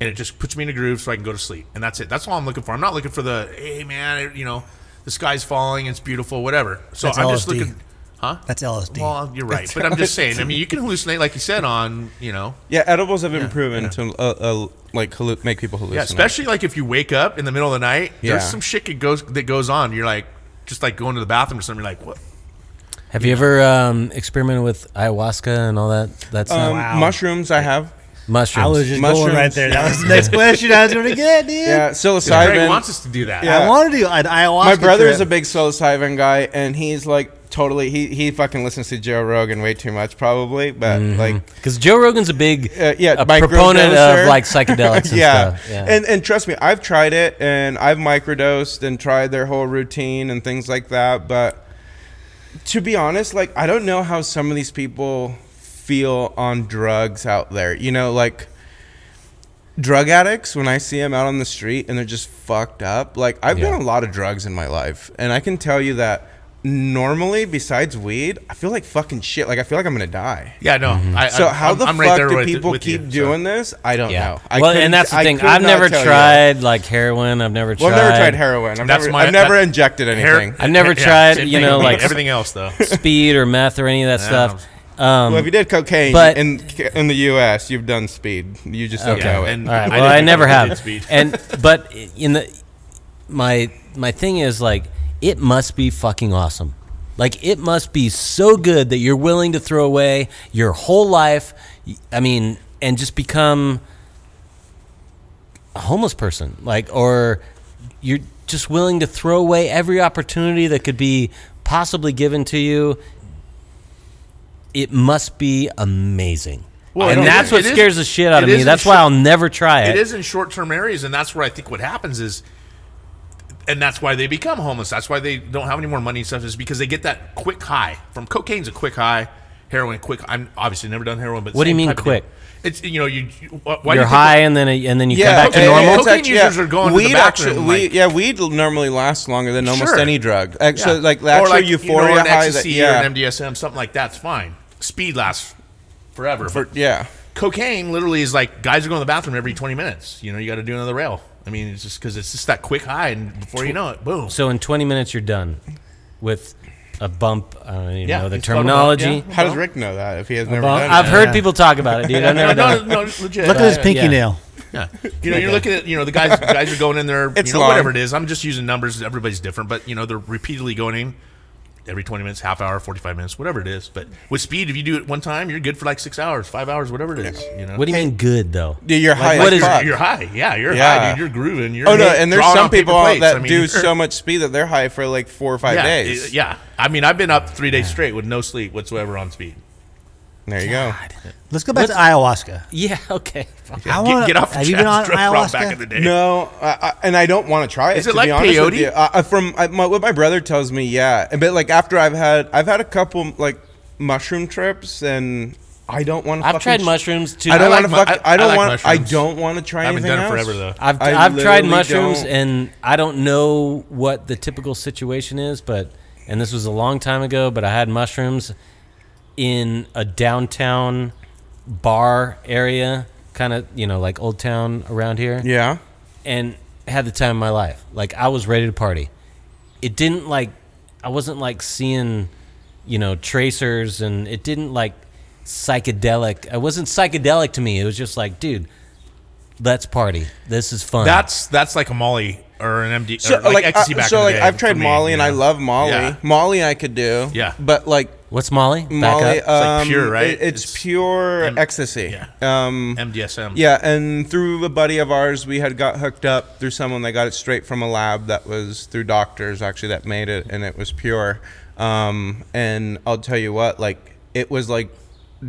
and it just puts me in a groove so I can go to sleep. And that's it. That's all I'm looking for. I'm not looking for the hey man, you know, the sky's falling, it's beautiful, whatever. So
That's
I'm just
LSD.
looking, huh?
That's LSD.
Well, you're right, but I'm just saying. I mean, you can hallucinate, like you said, on you know,
yeah, edibles have been proven to uh, uh, like hallu- make people hallucinate.
yeah, especially like if you wake up in the middle of the night.
Yeah.
There's some shit that goes that goes on. You're like, just like going to the bathroom or something. You're like, what?
have you ever um, experimented with ayahuasca and all that? That's
Um,
not
Wow.
Mushrooms, I have.
mushrooms.
I was just going
Mushrooms.
right there. That was the next question I was going to get, dude.
Yeah,
Greg
psilocybin.
wants us to do that.
Yeah.
I want to do an ayahuasca.
My brother is a
trip.
big psilocybin guy, and he's like totally. He he fucking listens to Joe Rogan way too much, probably. But like,
because Joe Rogan's a big
Uh, yeah,
a
microdoser.
proponent of like psychedelics. And
yeah.
stuff. yeah,
And and trust me, I've tried it, and I've microdosed and tried their whole routine and things like that. But to be honest, like I don't know how some of these people feel on drugs out there. You know, like drug addicts when I see them out on the street and they're just fucked up. Like I've
Yeah.
done a lot of drugs in my life, and I can tell you that normally, besides weed, I feel like fucking shit. Like I feel like I'm gonna die.
Yeah, no.
Mm-hmm.
I,
So
I'm-
how
I'm,
the
I'm
fuck
right there
do
with-
people
with you,
keep
so.
doing this? I don't
yeah.
know. I
well,
couldn't-
and that's the
I
thing.
could
I've
not
never
tell you.
tried like heroin. I've never
Well,
tried.
I've never tried heroin. I've
That's
never,
my-
I've never
that-
injected
Hair-
anything.
I've never
Yeah,
tried,
same
you
thing
know,
with me.
like-
everything else though.
speed or meth or any of that
Yeah.
stuff. Um,
well, if you did cocaine
but-
in in the U.S., you've done speed. You just don't
Okay.
know it.
and-
All right.
I
Well,
didn't
I,
think
never
I did
have.
speed.
And but in the my my thing is like it must be fucking awesome. Like it must be so good that you're willing to throw away your whole life. I mean, and just become a homeless person, like, or you're just willing to throw away every opportunity that could be possibly given to you. It must be amazing
Well, it
and that's
is-
what
it is-
scares the shit out
it
of me.
is a
That's why
shit-
I'll never try it.
It is in short term areas, and that's where I think what happens is, and that's why they become homeless. That's why they don't have any more money and stuff. Is because they get that quick high from cocaine's a quick high, heroin quick. I'm obviously never done heroin, but
What do you
same
mean
type of thing.
quick?
It's you know you you- why do
You're
you think-
high and then and then you
Yeah,
come back to
okay,
normal.
normal?
it's
Cocaine
actu-
users are going to the
weed
bathroom,
actu- weed-
like-
yeah, weed l- normally lasts longer than almost
Sure.
any drug. Actually,
Yeah.
like actual
or like,
euphoria
you know, an
high. That,
ecstasy
yeah,
or an MDSM, something like that's fine. Speed lasts forever.
for,
but
yeah.
cocaine literally is like guys are going to the bathroom every 20 minutes. You know, you got to do another rail. I mean, it's just because it's just that quick high, and before you know it, boom.
So in 20 minutes you're done with a bump. I don't even
Yeah,
know the
it's called a bump,
terminology.
yeah.
How does Rick know that if he has never
Well,
done
I've
it?
heard people talk about it, dude. I've
no,
never
no,
done it.
no, it's legit.
Look at his
Uh,
pinky
yeah.
nail.
Yeah. You know, you're looking at, you know, the guys guys are going in there,
It's
you know,
long.
whatever it is. I'm just using numbers. Everybody's different, but, you know, they're repeatedly going in every 20 minutes, half hour, 45 minutes, whatever it is. But with speed, if you do it one time, you're good for like six hours, five hours, whatever it is. You know,
What do you mean good though?
Yeah, You're high.
what
as
is-
fuck.
You're high. Yeah, you're high,
Yeah.
dude. You're grooving. You're
Oh no,
hitting-
and there's
drawing
some
on paper
people out
plates.
that
I mean,
do
you're-
so much speed that they're high for like four or five
yeah,
days.
it- Yeah. I mean, I've been up three days straight with no sleep whatsoever on speed.
There you go.
Let's go back to ayahuasca.
Yeah, okay.
I
Get-
wanna-
get, off the
have you been on
chest, drop rock back in the
ayahuasca?
day.
No, I, I, and I don't want to try it.
Is it
to
like
be honest with
peyote?
you. I, I- from I, my, what my brother tells me, yeah. But like after I've had, I've had a couple like mushroom trips, and I don't want to.
I've tried mushrooms too.
I don't
I like
want
mu-
to fuck.
I-
I,
I
don't
like
want. I
mushrooms.
don't want to try
I haven't
anything
done it
else.
forever, though.
I've,
I
I've tried
literally
mushrooms
don't-
and I don't know what the typical situation is, but and this was a long time ago, but I had mushrooms in a downtown bar area, kind of you know like old town around here,
Yeah.
and had the time of my life. Like I was ready to party. It didn't like I wasn't like seeing you know tracers, and it didn't like psychedelic. It wasn't psychedelic to me. It was just like, dude. Let's party. This is fun.
That's that's like a Molly or an MD or like,
uh,
ecstasy back
so
in the
like
day
I've tried
for me,
Molly
you
and I
know?
love Molly.
Yeah.
Molly I could do.
Yeah.
But like
What's Molly? Back
Molly,
up.
like
um,
pure, right?
it- it's,
It's-
pure
and-
ecstasy.
yeah.
Um,
MDSM.
Yeah, and through a buddy of ours, we had got hooked up through someone that got it straight from a lab that was through doctors actually that made it, and it was pure. Um, and I'll tell you what, like it was like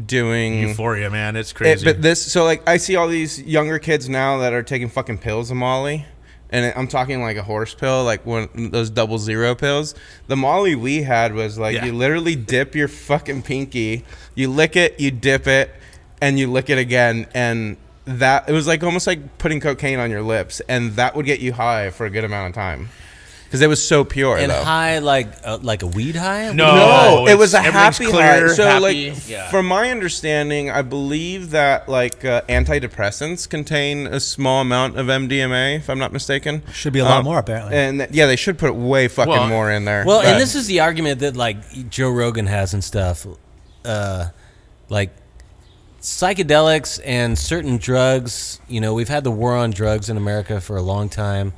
doing.
Euphoria, man, it's
It,
crazy.
but this, so like I see all these younger kids now that are taking fucking pills of Molly, and it- I'm talking like a horse pill, like one those double zero pills. The Molly we had was like
Yeah.
you literally dip your fucking pinky, you lick it, you dip it, and you lick it again, and that it was like almost like putting cocaine on your lips, and that would get you high for a good amount of time because it was so pure.
and
though.
high like uh, like a weed high?
No.
No,
Oh,
it was a
it's- everything's
happy
clear,
high. So,
happy,
like, from my understanding, I believe that like uh, antidepressants contain a small amount of MDMA, if I'm not mistaken. Um,
Should be a lot more, apparently.
And th- yeah, they should put way fucking
Well,
more in there.
Well,
but-
and this is the argument that like Joe Rogan has and stuff, uh, like psychedelics and certain drugs. You know, we've had the war on drugs in America for a long time,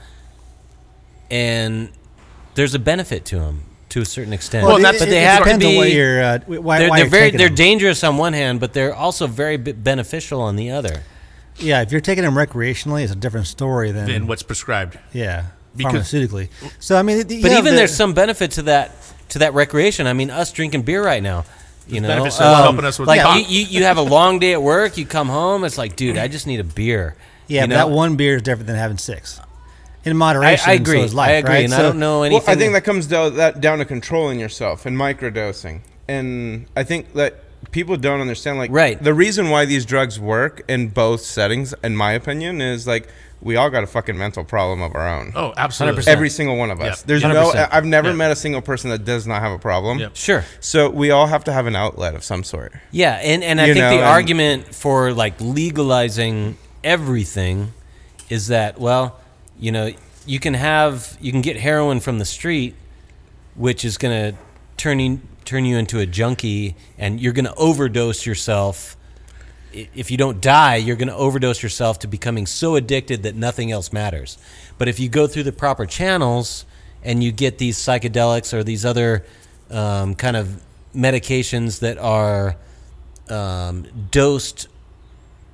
and there's a benefit to them to a certain extent.
Well,
it-
that's-
it-
but they
it
have to
depends on what
be.
you're, uh, why,
they're
why
they're
you're
very
taking
they're
them.
dangerous on one hand, but they're also very b- beneficial on the other.
Yeah, if you're taking them recreationally, it's a different story than
than what's prescribed.
yeah,
Because-
pharmaceutically. So I mean,
But even there's some benefit to that to that recreation. I mean, us drinking beer right now, you know, um,
benefits to helping us with
like
the
you,
cock.
you, you have a long day at work, you come home, it's like, dude, I just need a beer.
yeah,
you
but
know?
that one beer is different than having six in
I,
moderation.
I agree.
So is life,
I agree,
right?
and I
So-
don't know anything.
Well, I think that comes down, that down to controlling yourself and microdosing. And I think that people don't understand, like,
Right.
the reason why these drugs work in both settings, in my opinion, is like we all got a fucking mental problem of our own.
Oh, absolutely.
100%.
Every single one of us.
Yeah.
There's no.
100%.
I've never
Yeah.
met a single person that does not have a problem.
Yep.
sure.
So we all have to have an outlet of some sort.
Yeah, and, and I
You
think
know,
the
and-
argument for like legalizing everything is that well, you know, you can have you can get heroin from the street, which is going to turn you turn you into a junkie, and you're going to overdose yourself. I- If you don't die, you're going to overdose yourself to becoming so addicted that nothing else matters. But if you go through the proper channels and you get these psychedelics or these other um, kind of medications that are um, dosed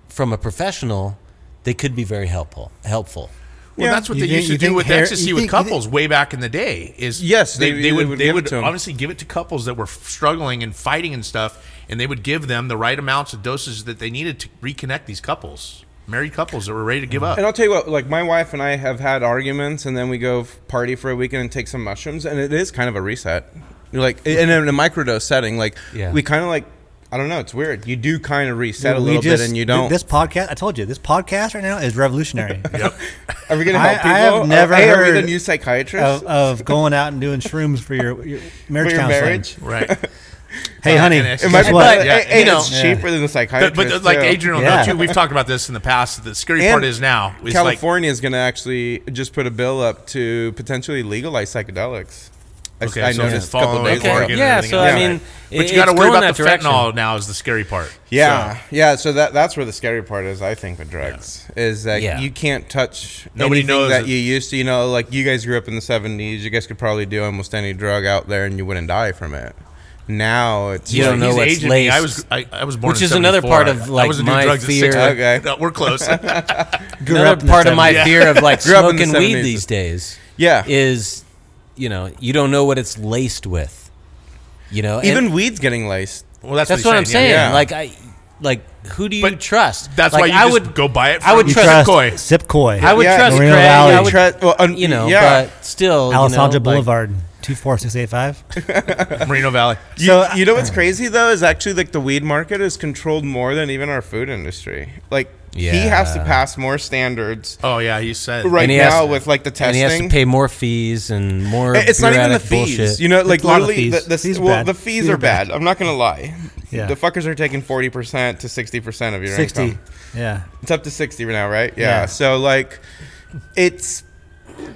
from a professional, they could be very helpful. Helpful.
Well,
Yeah.
that's what
You
they
think-
used to
you
do
think
with
hair-
ecstasy
you
with
think- you
couples way back in the day. Is
Yes,
they,
they-
they,
they
would
would
they
give it
would
to 'em.
honestly give it to couples that were f- struggling and fighting and stuff, and they would give them the right amounts of doses that they needed to reconnect these couples, married couples that were ready to give up.
Mm. And I'll tell you what, like my wife and I have had arguments, and then we go f- party for a weekend and take some mushrooms, and it is kind of a reset. You're like, and in a microdose setting, like
Yeah.
we kind of like, I don't know, it's weird. You do kind of reset a
We
little
just-
bit, and you don't.
This podcast, I told you, this podcast right now is revolutionary.
are we gonna
I-
help people?
I have
Uh,
never
hey, are we
heard
the new psychiatrist
of, of going out and doing shrooms for your, your
for
marriage
your
counseling.
marriage?
Right.
Hey, honey,
And it's-
guess
It might
That's
be,
what?
but,
Yeah,
hey,
you know.
it's cheaper than the
But,
psychiatrist.
but like
too.
Adrian will
Yeah.
know too, we've talked about this in the past. The scary
And
part is now is like
California is going to actually just put a bill up to potentially legalize psychedelics. I,
Okay,
I
so
noticed
it's
a couple
followed
days
by Oregon
ago.
and
Yeah,
everything
so
else.
I mean,
but
it-
you got to
it's
worry
going
about the
that direction.
fentanyl now is the scary part.
Yeah,
So
yeah. So that that's where the scary part is, I think, with drugs is that
Yeah.
you can't touch
Nobody
anything
knows
that
it.
you used to. You know, like you guys grew up in the '70s. You guys could probably do almost any drug out there, and you wouldn't die from it. Now it's
You don't
like-
know
he's
what's
aging me. I was
laced.
I, I was born,
Which
in
is another
74.
part of,
I- I
like,
was doing
my
drugs at
fear-
60.
Okay.
No, we're close.
Grew up
Another
in the
part of my
70s.
fear of like
Grew up in the
smoking weed
70s.
these days
Yeah.
is, you know, you don't know what it's laced with. You know, and-
even weed's getting laced.
well, that's,
That's
what,
what,
he's
I'm saying.
Yeah.
yeah.
Like I, like who do you
But
trust?
That's
Like,
why you
I
just
would
go buy it.
I would
from
You
trust
trust
Koi.
Sip Koi.
I would
Yeah,
trust Craig.
Moreno
I
Valley.
would,
Tra- well, un-
you know,
yeah.
but still, you know,
Alessandra
like-
Boulevard, 24685.
Merino Valley.
You,
So-
you know what's crazy though is actually like the weed market is controlled more than even our food industry. Like he has to
Yeah.
pass more standards
Oh yeah, you said
right
And he has
now
to-
with like the testing.
and he has to pay more fees and more.
It- It's not even the
bureaucratic
fees.
bullshit.
You know, like
It's a lot of
literally,
fees.
the, the,
Fees are
well,
bad.
the fees,
Fees
are
are bad.
bad. I'm not gonna lie.
Yeah.
The fuckers are taking forty percent to sixty percent of your
60.
income.
Yeah.
It's up to sixty now, right? Yeah.
Yeah.
So like, it's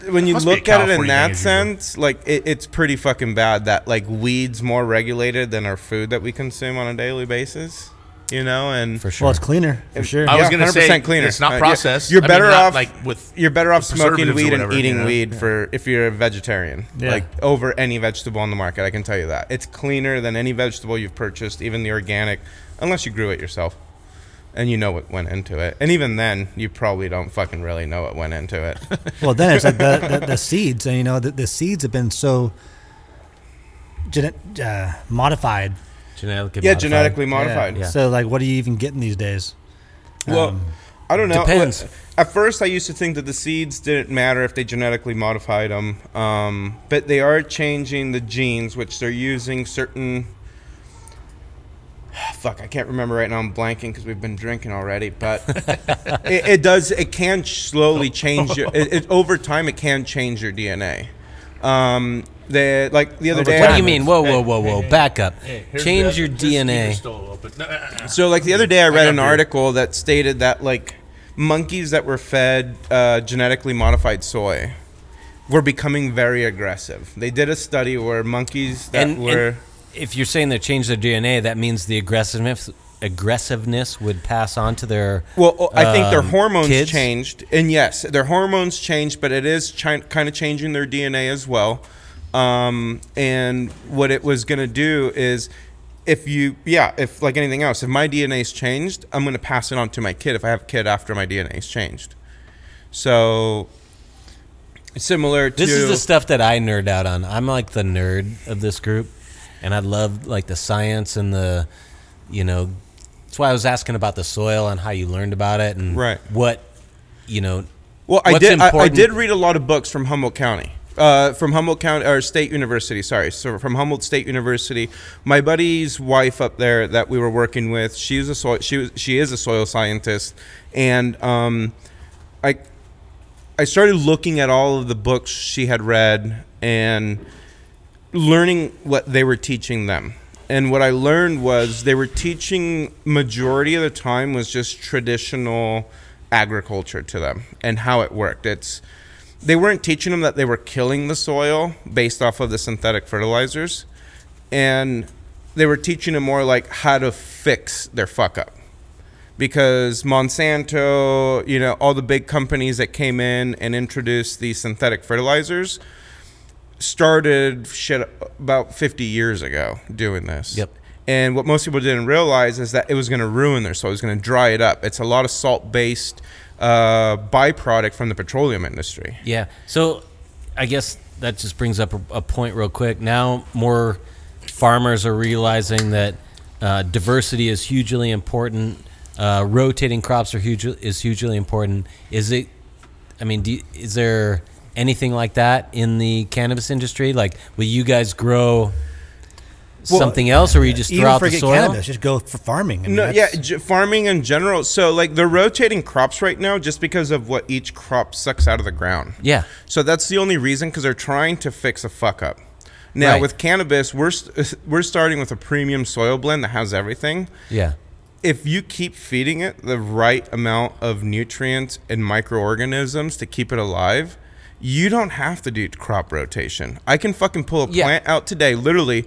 when you
Must be a
look at it in
California thing
that
as usual.
sense, like it, it's pretty fucking bad that like weeds more regulated than our food that we consume on a daily basis. You know, and
for sure.
Well, it's cleaner, for sure.
I was
yeah,
gonna say,
100% cleaner.
it's not
Uh, yeah.
processed.
You're
I mean,
better
not
off
like with
you're better off
preservatives
smoking
or
weed
whatever,
and eating
you know?
weed for if you're a vegetarian,
Yeah.
like over any vegetable on the market. I can tell you that it's cleaner than any vegetable you've purchased, even the organic, unless you grew it yourself and you know what went into it. And even then, you probably don't fucking really know what went into it.
Well, then it's like the, the, the seeds, and you know, the, the seeds have been so genet uh, modified.
genetically
yeah,
modified.
genetically modified.
Yeah. Um,
So, like, what are you even getting these days?
Well, I don't know.
depends.
At first, I used to think that the seeds didn't matter if they genetically modified them, um, but they are changing the genes, which they're using certain. Fuck, I can't remember right now. I'm blanking because we've been drinking already, but it, it does. It can slowly change your. It, it, over time, it can change your DNA. Um, the like the other day.
What do you mean? Whoa, whoa, whoa, whoa! Back up. Change your DNA.
uh,
So, like the other day, I read
got
an
beer.
article that stated that like monkeys that were fed uh, genetically modified soy were becoming very aggressive. They did a study where monkeys that
And, and
were
if you're saying they changed their DNA, that means the aggressiveness aggressiveness would pass on to their.
well, oh, I think their
um,
hormones
kids?
changed, and yes, their hormones changed, but it is chi- kind of changing their DNA as well. Um, and what it was going to do is, if you, yeah, if like anything else, if my DNA's changed, I'm going to pass it on to my kid. If I have a kid after my DNA's changed, so similar to
This is the stuff that I nerd out on. I'm like the nerd of this group, and I love like the science and the, you know, that's why I was asking about the soil and how you learned about it and
Right.
what, you know,
Well, I
what's
did. I, I
important-
did read a lot of books from Humboldt County, uh, from Humboldt County or State University. Sorry, so from Humboldt State University. My buddy's wife up there that we were working with. She's a soil. She was. She is a soil scientist, and um, I, I started looking at all of the books she had read and learning what they were teaching them. And what I learned was they were teaching majority of the time was just traditional agriculture to them and how it worked. It's they weren't teaching them that they were killing the soil based off of the synthetic fertilizers and they were teaching them more like how to fix their fuck up because Monsanto, you know, all the big companies that came in and introduced these synthetic fertilizers started shit about 50 years ago doing this.
Yep.
And what most people didn't realize is that it was going to ruin their soil. It was going to dry it up. It's a lot of salt-based uh, byproduct from the petroleum industry.
Yeah. So I guess that just brings up a, a point real quick. Now more farmers are realizing that Uh, diversity is hugely important. Uh, rotating crops are huge is hugely important. Is it? I mean, do you- is there anything like that in the cannabis industry? Like, will you guys grow
Well,
something else, or you just throw
Even
out the
forget
soil?
cannabis, just go for farming. I mean,
No, yeah,
that's-
j- farming in general. So like they're rotating crops right now just because of what each crop sucks out of the ground.
Yeah.
So that's the only reason because they're trying to fix a fuck up. Now
Right.
with cannabis, we're st- we're starting with a premium soil blend that has everything.
Yeah.
If you keep feeding it the right amount of nutrients and microorganisms to keep it alive, you don't have to do crop rotation. I can fucking pull a
Yeah.
plant out today, literally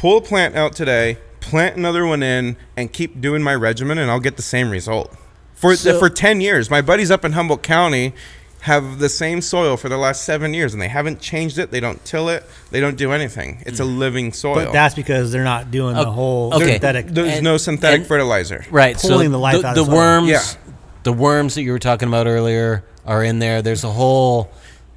pull a plant out today, plant another one in, and keep doing my regimen, and I'll get the same result. For
So-
for ten years, my buddies up in Humboldt County have the same soil for the last seven years, and they haven't changed it. They don't till it. They don't do anything. It's a
Mm.
living soil.
but that's because they're not doing the
Oh,
whole
okay.
synthetic.
There's
and-
no synthetic
and-
fertilizer.
Right.
pulling
so
the life
the,
out of
the
soil.
worms,
Yeah.
the worms that you were talking about earlier are in there. There's a whole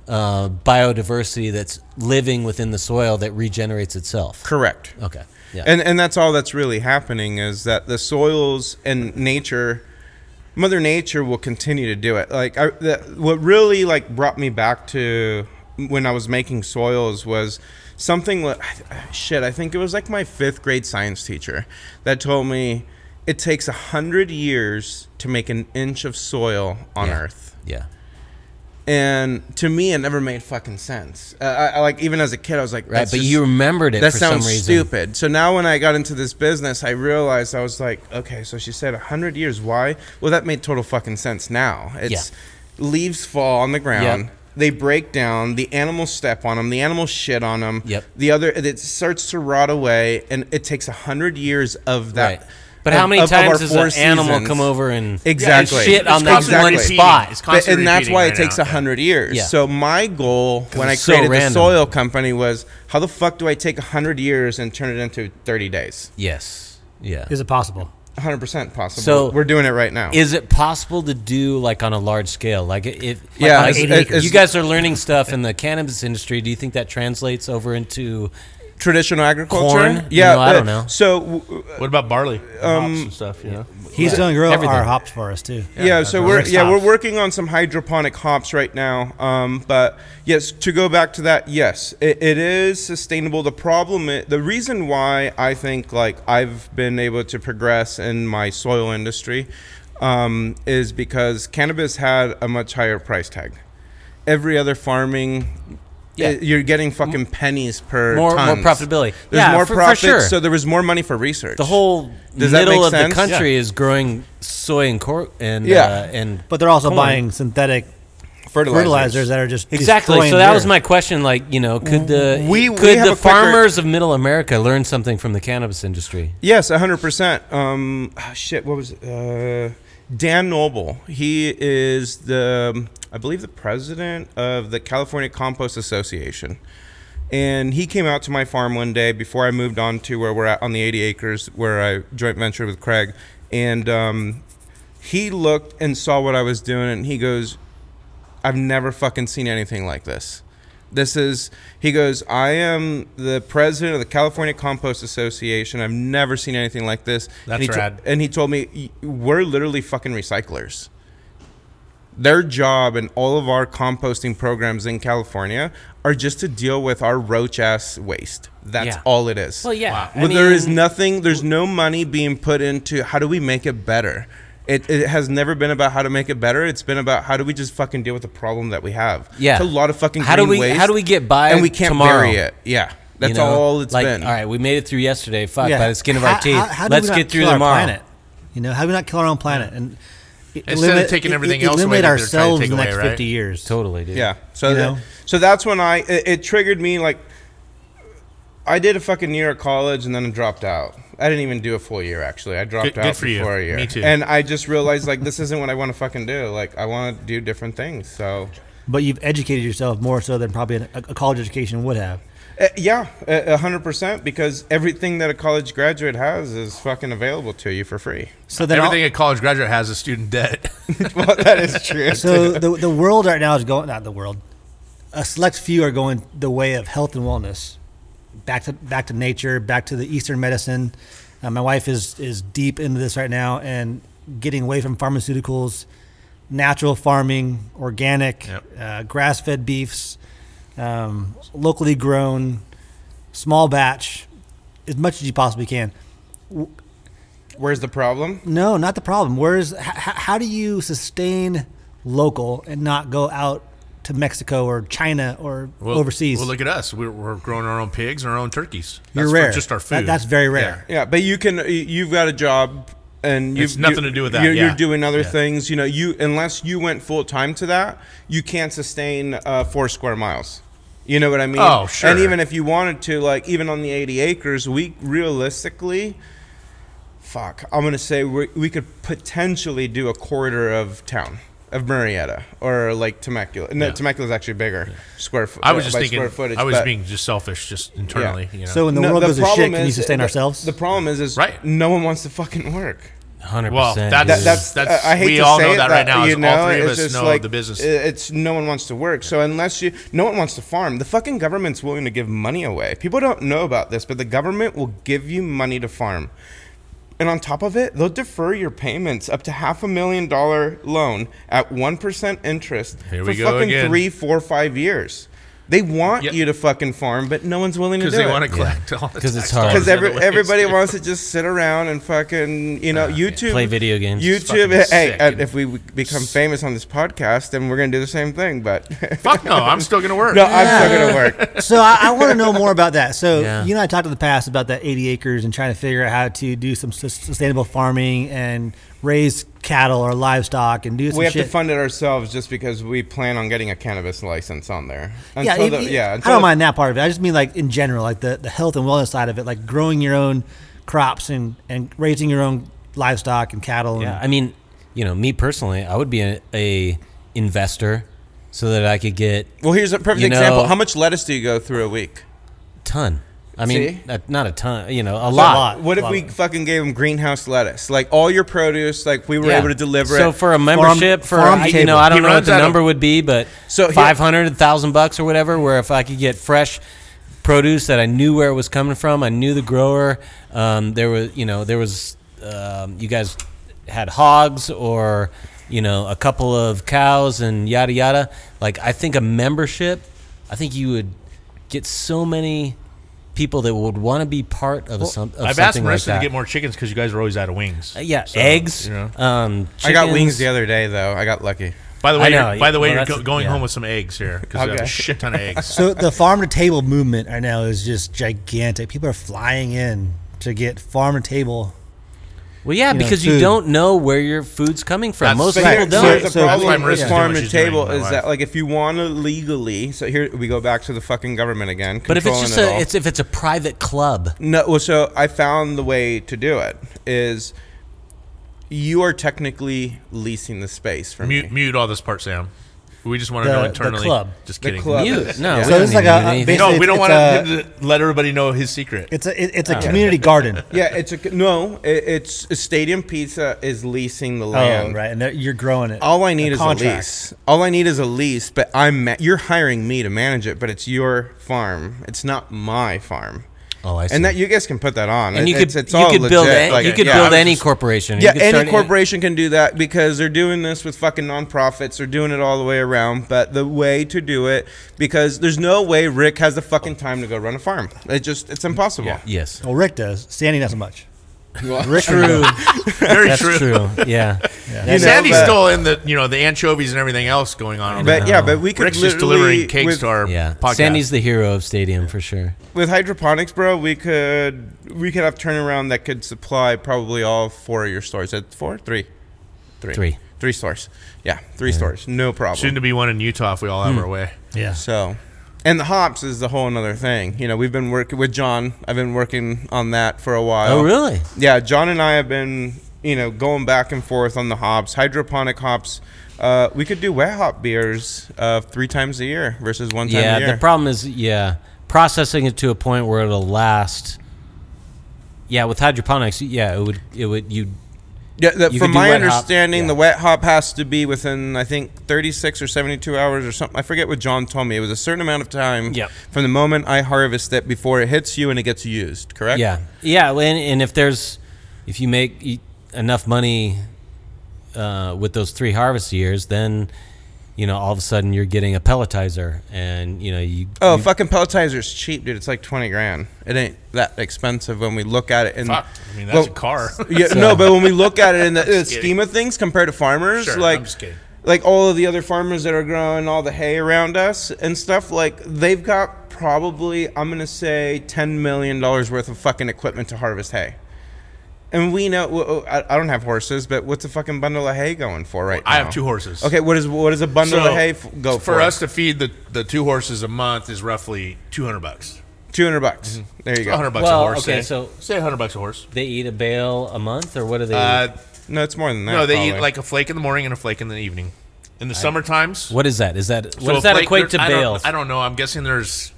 uh, biodiversity that's living within the soil that regenerates itself.
Correct.
Okay. Oh, Yeah.
And and that's all that's really happening is that the soils and nature, Mother Nature will continue to do it. Like I, the, what really like brought me back to when I was making soils was something. li- Shit, I think it was like my fifth grade science teacher that told me it takes a hundred years to make an inch of soil on
Yeah.
Earth.
yeah.
And to me, it never made fucking sense. Uh, I, I like even as a kid, I was like,
Right.
that's
But
just-
you remembered it
that
for
sounds
some reason.
stupid. So now when I got into this business, I realized I was like, okay, so she said 100 years. Why? Well, that made total fucking sense now. It's leaves fall on the ground.
Yep.
They break down. The animals step on them. The animals shit on them.
Yep.
The other, it starts to rot away, and it takes a hundred years of that.
Right. But
of-
how many
of- of our
times does
four
an animal
seasons.
come over and
Exactly.
and shit on
It's
that
constantly
one
repeating.
spot?
It's
But,
constantly
and that's
repeating
why it
right
takes
now.
a hundred years.
Yeah.
So my goal when I
it's so
created the
random.
soil company was how the fuck do I take a hundred years and turn it into thirty days?
Yes. Yeah.
Is it possible?
hundred percent possible.
So-
we're doing it right now.
Is it possible to do like on a large scale? Like if
Yeah,
like,
it's-
if
it's-
you guys are learning stuff in the cannabis industry, do you think that translates over into
Traditional agriculture.
Corn?
Yeah,
No, I
uh,
don't know.
So w-
What about barley, and
Um,
hops and stuff? You know,
He's going to grow
Everything.
our hops for us too.
yeah, so we're
Mixed
yeah
hops.
we're working on some hydroponic hops right now um, but yes to go back to that yes it, it is sustainable the problem i the reason why i think like i've been able to progress in my soil industry um, is because cannabis had a much higher price tag every other farming
Yeah.
it- you're getting fucking pennies per
more more
tons.
profitability?
there's
yeah,
more
for,
profit
for sure.
so there was more money for research
the whole
Does that
middle
make
of
sense?
the country is growing soy and cor- and
Yeah.
uh, and
But they're also buying synthetic fertilizers, that are just
exactly.
destroying
So that was
dirt.
my question. Like you know, could the
We- we
could
have a
the
quicker-
farmers of Middle America learn something from the cannabis industry?
Yes, 100%. Um, ah, shit, what was it? Uh, Dan Noble. He is the, I believe, the president of the California Compost Association. And he came out to my farm one day before I moved on to where we're at on the 80 acres where I joint ventured with Craig. And um, he looked and saw what I was doing and he goes, I've never fucking seen anything like this. This is, he goes, I am the president of the California Compost Association. I've never seen anything like this. and
That's
he to-
rad.
and he told me, "Y- we're literally fucking recyclers. Their job and all of our composting programs in California are just to deal with our roach ass waste. That's
Yeah.
all it is.
Well, yeah.
Wow.
I
Well, there is
mean-
nothing. There's no money being put into how do we make it better. It, it has never been about how to make it better. It's been about how do we just fucking deal with the problem that we have.
Yeah.
it's a lot of fucking.
How do we-
green waste,
how do we get by
And we can't
tomorrow?
bury it. Yeah, that's
You know?
all it's
like,
been.
All right, we made it through yesterday. Fuck,
Yeah.
by the skin of our
How-
teeth.
how- how do
Let's
we not
get through
kill our
tomorrow.
planet? You know, how do we not kill our own planet and i-
Instead of taking
i-
everything
i-
else away
eliminate
that they're trying to
ourselves in
take
the
away,
next
right?
fifty years?
Totally, dude.
Yeah. So
You
that,
know?
so that's when I it, it triggered me like I did a fucking year at college and then I dropped out. I didn't even do a full year actually. I dropped
Good- good
out
for you.
before a year.
Me too.
And I just realized like this isn't what I want to fucking do. Like I want to do different things. So
But you've educated yourself more so than probably an- a, a college education would have.
uh, yeah, a a hundred percent. Because everything that a college graduate has is fucking available to you for free.
So then,
everything
all,
a college graduate has is student debt.
well, that is true.
so the the world right now is going not the world. A select few are going the way of health and wellness, back to back to nature, back to the Eastern medicine. Uh, my wife is is deep into this right now and getting away from pharmaceuticals, natural farming, organic,
Yep.
uh, grass fed beefs, um, locally grown, small batch, as much as you possibly can.
Where's the problem?
No, not the problem. Where's h- h- how do you sustain local and not go out to Mexico or China or
Well,
overseas?
Well, look at us. We're, we're growing our own pigs and our own turkeys.
You're
That's for
rare.
Just our food.
That- that's very rare.
Yeah, but you can. y- You've got a job, and you've
It's nothing
you-
to do with that,
You're,
yeah.
you're doing other
Yeah.
things. You know, you unless you went full time to that, you can't sustain uh, four square miles. You know what I mean?
Oh, sure.
And even if you wanted to, like even on the 80 acres, we realistically, fuck, I'm gonna say we, we could potentially do a quarter of town. Of Marietta or like Temecula. No,
Yeah.
Temecula's actually bigger square foot.
I was just
by
thinking.
square footage,
I was
but-
being just selfish, just internally. You know?
So when the
No,
world goes to shit,
problem
can you
is-
sustain
the-
ourselves?
The problem is, is
Right.
no one wants to fucking work.
Hundred
Well,
percent.
that's-
That,
dude.
that's,
That's-
I I hate
we
to
all
say
know
it,
that right now,
You
is all
know,
three of
it's
us
just
know
like,
the business.
i- It's no one wants to work. So unless you, no one wants to farm. The fucking government's willing to give money away. People don't know about this, but the government will give you money to farm. And on top of it, they'll defer your payments up to half a million dollar loan at one percent interest
Here
for
we go
fucking
again.
three, four, five years. They want
Yep.
you to fucking farm, but no one's willing to do
because they
it
want to collect all the
'Cause it's
tax
hard.
dollars
because
the
every,
other ways,
everybody
dude.
wants to just sit around and fucking you know YouTube
Play video games. It's
YouTube.
fucking
Hey,
sick,
uh,
dude.
if we become famous on this podcast, then we're gonna do the same thing. But
Fuck no, I'm still gonna work.
no, I'm still gonna work.
so I, I want to know more about that. So
Yeah.
you and I talked in the past about that 80 acres and trying to figure out how to do some sus- sustainable farming and raise cattle or livestock and do some
We have
shit.
to fund it ourselves just because we plan on getting a cannabis license on there.
yeah,
Until
if
the-
you-
yeah.
I
until
don't
the-
mind that part of it. I just mean like in general, like the, the health and wellness side of it, like growing your own crops and, and raising your own livestock and cattle.
Yeah,
And,
I mean, you know, me personally, I would be a, a investor so that I could get
Well, here's a perfect
You know-
example. How much lettuce do you go through a week?
ton. I mean,
See?
uh, not a ton. You know, a lot.
lot.
What if
Lot.
we fucking gave them greenhouse lettuce? Like all your produce, like we were
Yeah.
able to deliver
So
it.
for a membership, for
farm
I- you
table.
know, I don't
He
know what
runs
the
out of-
number would be, but
So
so
here-
five hundred, thousand bucks or whatever. Where if I could get fresh produce that I knew where it was coming from, I knew the grower. Um, there was, you know, there was. Um, you guys had hogs or you know a couple of cows and yada yada. Like I think a membership, I think you would get so many people that would want to be part of, a some, of
I've asked
something like
Marissa
that.
to get more chickens because you guys are always out of wings.
Uh, yeah,
So,
eggs.
you know.
um,
I got
chickens.
wings the other day though. I got lucky.
By the
I
way,
know,
you're, by the way,
well,
you're
that's-
go- going
yeah.
home with some eggs here because I have
Okay.
a shit ton of eggs.
so the farm to table movement right now is just gigantic. People are flying in to get farm to table.
Well, yeah,
you know,
because you
food.
don't know where your food's coming from.
That's-
Most
but
But
people
here-
Right.
don't.
here's the
So-
That's why
problem
Marissa's
with
doing
farm
what
and
she's doing,
table
my
is
wife.
that like if you want to legally, so here we go back to the fucking government again.
but if it's
controlling
just
it
a,
all.
it's if it's a private club,
no, well, so I found the way to do it is you are technically leasing the space from
mute,
me.
mute all this part, Sam. We just want to
The-
know
the
internally.
club.
Just
The
kidding.
club.
you
Yes.
no.
Yeah.
we
So
don't
it's like
need
a-
to do
a
anything.
basic-
No, we
It's-
don't
it's
want
a-
him to let everybody know his secret.
It's a it, it's a
Oh,
community garden.
Yeah, it's a no. It, it's Stadium Pizza is leasing the land.
Oh, right, and that- you're growing it.
All I need is
contract.
a lease. All I need is a lease, but I'm ma- you're hiring me to manage it, but it's your farm. It's not my farm.
Oh, I see.
And that you guys can put that on.
and you
It-
could
it's, it's
you
all
could build
legit.
any,
Like,
you could
yeah.
build
I was
any
just-
corporation.
Yeah,
you could
any
start
corporation can do that because they're doing this with fucking nonprofits. They're doing it all the way around. But the way to do it, because there's no way Rick has the fucking time to go run a farm. It just, it's impossible.
Yes,
Well, Rick does. Sandy not so much.
Well,
Rick
true.
Very
That's
true.
true. Yeah.
You know,
Sandy's
but-
still in the you know the anchovies and everything else going on. over there.
But yeah, but we could
Rick's just
literally-
delivering cakes
with,
to our
Yeah.
podcast.
Sandy's the hero of Stadium for sure.
with hydroponics, bro. We could we could have turnaround that could supply probably all four of your stores. At four, three, three,
Three.
three stores. Yeah, three stores. No problem.
soon to be one in Utah if we all have
Hmm.
our way.
Yeah.
So, and the hops is the whole another thing. You know, we've been working with John. I've been working on that for a while.
Oh, really?
Yeah, John and I have been, you know, going back and forth on the hops, hydroponic hops. Uh, we could do wet hop beers uh, three times a year versus one time a year.
Yeah. The problem is, yeah, processing it to a point where it'll last. Yeah, with hydroponics, yeah, it would it would you
Yeah, the,
You
from
could do
my
wet hop.
understanding,
Yeah.
the wet hop has to be within, I think, 36 or 72 hours or something. I forget what John told me. It was a certain amount of time
Yep.
from the moment I harvest it before it hits you and it gets used, correct?
Yeah, yeah, well, and, and if there's if you make e- enough money uh, with those three harvest years, then you know all of a sudden you're getting a pelletizer, and you know you
Oh, fucking pelletizer's cheap, dude. It's like 20 grand. It ain't that expensive when we look at it. In,
Fuck. I mean, that's
well,
a car.
Yeah, no, but when we look at it in the, the
kidding.
scheme of things compared to farmers,
Sure,
like
I'm just kidding.
like all of the other farmers that are growing all the hay around us and stuff, like they've got probably I'm gonna say 10 million dollars worth of fucking equipment to harvest hay. And we know w- w- I I don't have horses, but what's a fucking bundle of hay going for right now?
I have two horses.
Okay, what is what does a bundle of hay f- go for?
for us to feed the, the two horses a month is roughly 200 bucks.
200 bucks. There you go.
100 bucks
Well,
Mm-hmm. a horse.
okay,
say.
so-
say 100 bucks a horse.
they eat a bale a month, or what do they?
Uh,
eat?
No, it's more than that.
no, they eat
probably.
like a flake in the morning and a flake in the evening. In the summer times,
What is that? Is that what
So
does
a
that
flake-
equate to
there- I don't-
bales?
I don't know. I'm guessing there's.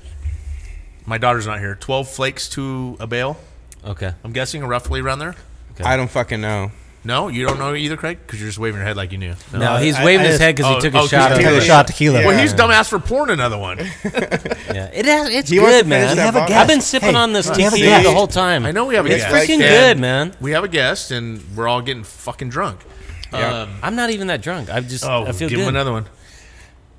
My daughter's not here. Twelve flakes to a bale.
Okay.
I'm guessing roughly around there.
I don't fucking know.
No, you don't know either, Craig, because you're just waving your head like you knew. No.
No, he's
I-
waving
I
his
just-
head because
oh,
he took
oh,
a
'cause
shot.
he
at
took
Take
a
a
it.
Yeah.
shot tequila.
Well, he's dumbass for pouring another one.
Yeah, it has, it's
He wants
good,
to finish
man.
that
Have a
bottle.
I've been
guess.
sipping
Hey,
on this
do you have a
tequila the
guess?
whole time.
I know we have a
it's
guest.
freaking
Like
good,
that.
man.
We have a guest, and we're all getting fucking drunk. Um,
I'm not even that drunk. I've just
oh,
I feel
give
good.
him another one.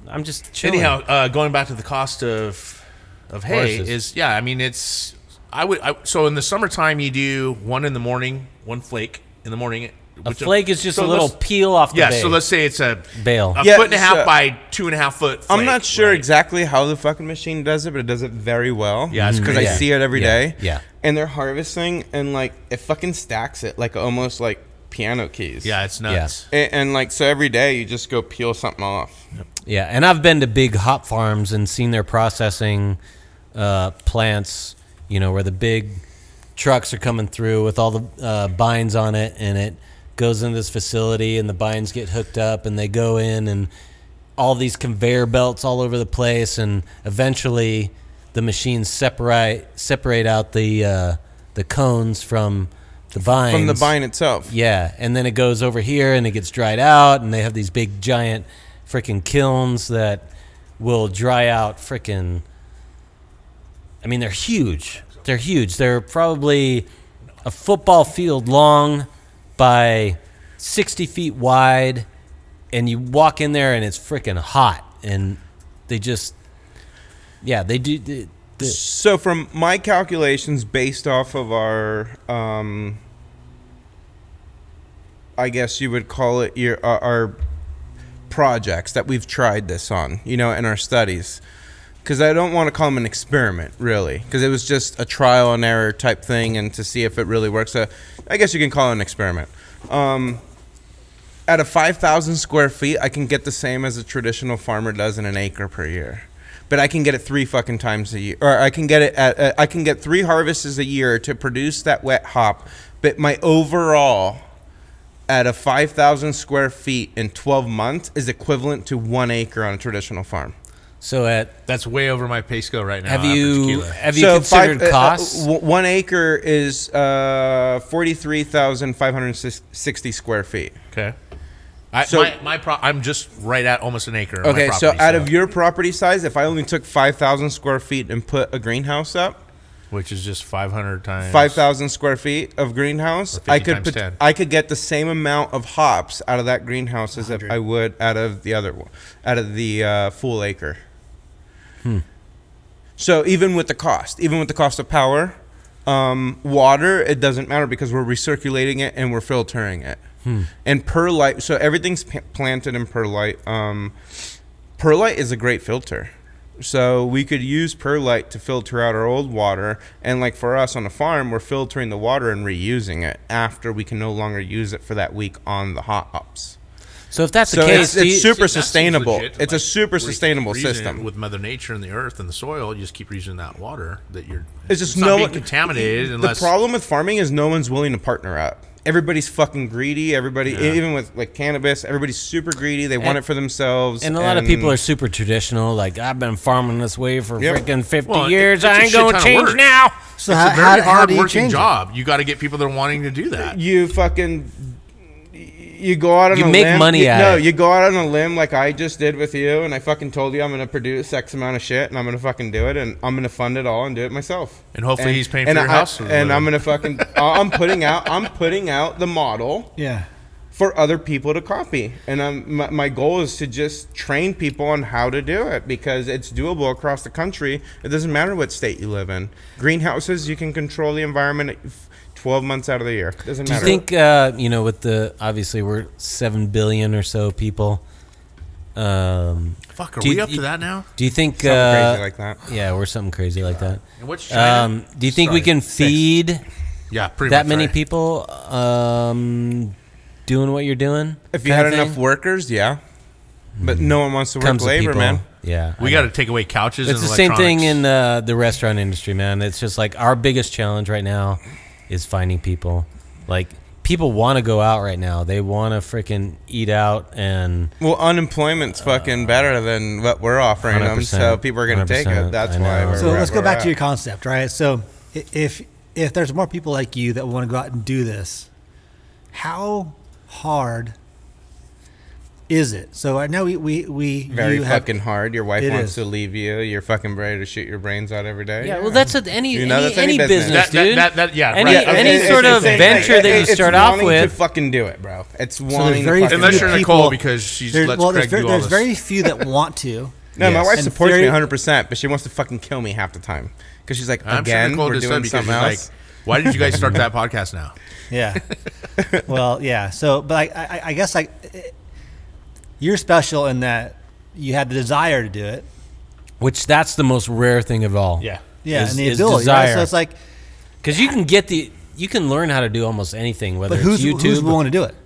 I'm just chilling.
Anyhow, uh, going back to the cost of of hay
Horses.
is yeah. I mean, it's I would I, so in the summertime you do one in the morning, one flake in the morning.
a
which-
flake is just a
so
little
let's-
peel off the
Yeah,
bay.
so let's say it's a
Bale.
a
Yeah,
foot and a half
so-
by two and a half foot.
I'm
flake,
not sure
right?
exactly how the fucking machine does it, but it does it very well.
Yeah, it's
because I
crazy.
see it every
Yeah,
day.
yeah.
and they're harvesting and like it fucking stacks it like almost like piano keys.
Yeah, it's nuts.
A- and, like so every day you just go peel something off.
Yeah, and I've been to big hop farms and seen their processing uh, plants. You know where the big trucks are coming through with all the uh, binds on it, and it goes into this facility, and the binds get hooked up, and they go in, and all these conveyor belts all over the place, and eventually the machines separate separate out the uh, the cones from the vines
From the vine itself.
yeah, and then it goes over here and it gets dried out, and they have these big giant freaking kilns that will dry out freaking. I mean, they're huge. They're huge. They're probably a football field long by 60 feet wide, and you walk in there and it's freaking hot, and they just, yeah, they do. They, they-
So from my calculations, based off of our, um, I guess you would call it your uh, our projects that we've tried this on, you know, in our studies, because I don't want to call them an experiment really, because it was just a trial and error type thing, and to see if it really works. So I guess you can call it an experiment. Um, at a 5,000 square feet, I can get the same as a traditional farmer does in an acre per year. But I can get it three fucking times a year, or I can get it. At, uh, I can get three harvests a year to produce that wet hop. But my overall, at a 5,000 square feet in 12 months, is equivalent to one acre on a traditional farm.
so at
That's way over my pay scale right now.
have
after
you
tequila.
have you
five-
considered
uh, uh,
costs?
w- one acre is uh, 43,560 square feet.
Okay. I,
So-
my, my pro- I'm just right at almost an acre. of my
Okay, so
property,
out of your property size, if I only took 5,000 square feet and put a greenhouse up,
which is just 500 times
5,000 square feet of greenhouse, I
50
could
times
put,
10.
I could get the same amount of hops out of that greenhouse as if I would out of the other one, out of the uh, full acre.
Hmm.
So even with the cost, even with the cost of power, um, water, it doesn't matter because we're recirculating it and we're filtering it.
Hmm.
And perlite, so everything's p- planted in perlite. Um, perlite is a great filter. So we could use perlite to filter out our old water, and like for us on the farm, we're filtering the water and reusing it after we can no longer use it for that week on the hops.
so if that's
So
the case,
it's,
do
it's
you-
super
That seems
sustainable.
legit,
It's a
like,
super
re-
sustainable
reason
system.
with Mother Nature and the Earth and the soil. You just keep using that water that you're.
It's just
not
no
being
one-
contaminated unless
The problem with farming is no one's willing to partner up. Everybody's fucking greedy. Everybody, even with like cannabis, everybody's super greedy. They want
And-
it for themselves.
And a lot of people are super traditional. Like I've been farming this way for
Yep.
freaking fifty
Well, it-
years.
it's a
I ain't
shit
gonna
ton of
change
work.
now.
So
It's
how,
a very
how, how
hard
do you
working
change it?
job. You got to get people that are wanting to do that.
You fucking you go out on
You
a
make
limb.
money
you,
at
no,
it.
you go out on a limb like I just did with you, and I fucking told you I'm gonna produce X amount of shit, and I'm gonna fucking do it, and I'm gonna fund it all and do it myself.
And hopefully he's paying for
and
your
I-
house or
And I'm
whatever.
gonna fucking I'm putting out I'm putting out the model
Yeah.
for other people to copy. And um, my, my goal is to just train people on how to do it because it's doable across the country. It doesn't matter what state you live in. Greenhouses, you can control the environment f- 12 months out of the year. Doesn't
Do you
matter.
think uh, you know? With the obviously we're seven billion or so people. Um,
Fuck, are
Do
we
you-
up to that now?
do you think?
Something
uh,
crazy like that.
Yeah, we're something crazy like that.
And what's China?
Um, do you think we
Sorry.
can feed
Yeah, pretty
that
much
many
right.
people um, doing what you're doing?
If you
kind
had
of
enough
thing? Hmm.
workers, yeah. But no one wants to work
comes to
labor,
people,
man.
Yeah,
We
I
got
know.
to take away couches.
It's
and
the same thing
electronics.
in uh, the restaurant industry, man. It's just like our biggest challenge right now is finding people. Like people want to go out right now. They want to freaking eat out and
Well, unemployment's
Uh,
fucking better than what we're offering them,
100%,
so people are going to take it.
100%,
That's
I
why.
know.
We're
Or
So let's go
we're
back
at.
to your concept, right? So i- if if there's more people like you that want to go out and do this, how hard is it? So right now we we, we
very
you have-
fucking hard. Your wife
It
wants
is.
to leave you. You're fucking ready to shoot your brains out every day.
Yeah, well, that's a, any
You know,
any,
that's
any,
any
business,
business.
That- that-
dude.
that- that- yeah,
any,
right.
any
It's-
sort
it's
of
insane.
venture
Like,
that you
it's
start off
wanting
with.
to fucking do it, bro. It's
so there's
wanting
very
to fucking
few
Unless
do
you're
it.
people,
Nicole, because she's
there's-
lets
well, there's,
Craig do
ver-
all
there's
this.
very few that want to.
No, my
Yes.
wife
And
supports me
very-
100, percent but she wants to fucking kill me half the time because she's like,
I'm
again,
sure Nicole
we're
just said
doing
because
something
she's
else.
like, why did you guys start that podcast now?
Yeah. well, yeah. So, but I, I, I guess like it- you're special in that you had the desire to do it.
Which that's the most rare thing of all.
Yeah,
is,
and the
is
ability. right?
desire.
So it's like,
because you can get the you can learn how to do almost anything, whether
but who's
it's YouTube.
who's willing to do it?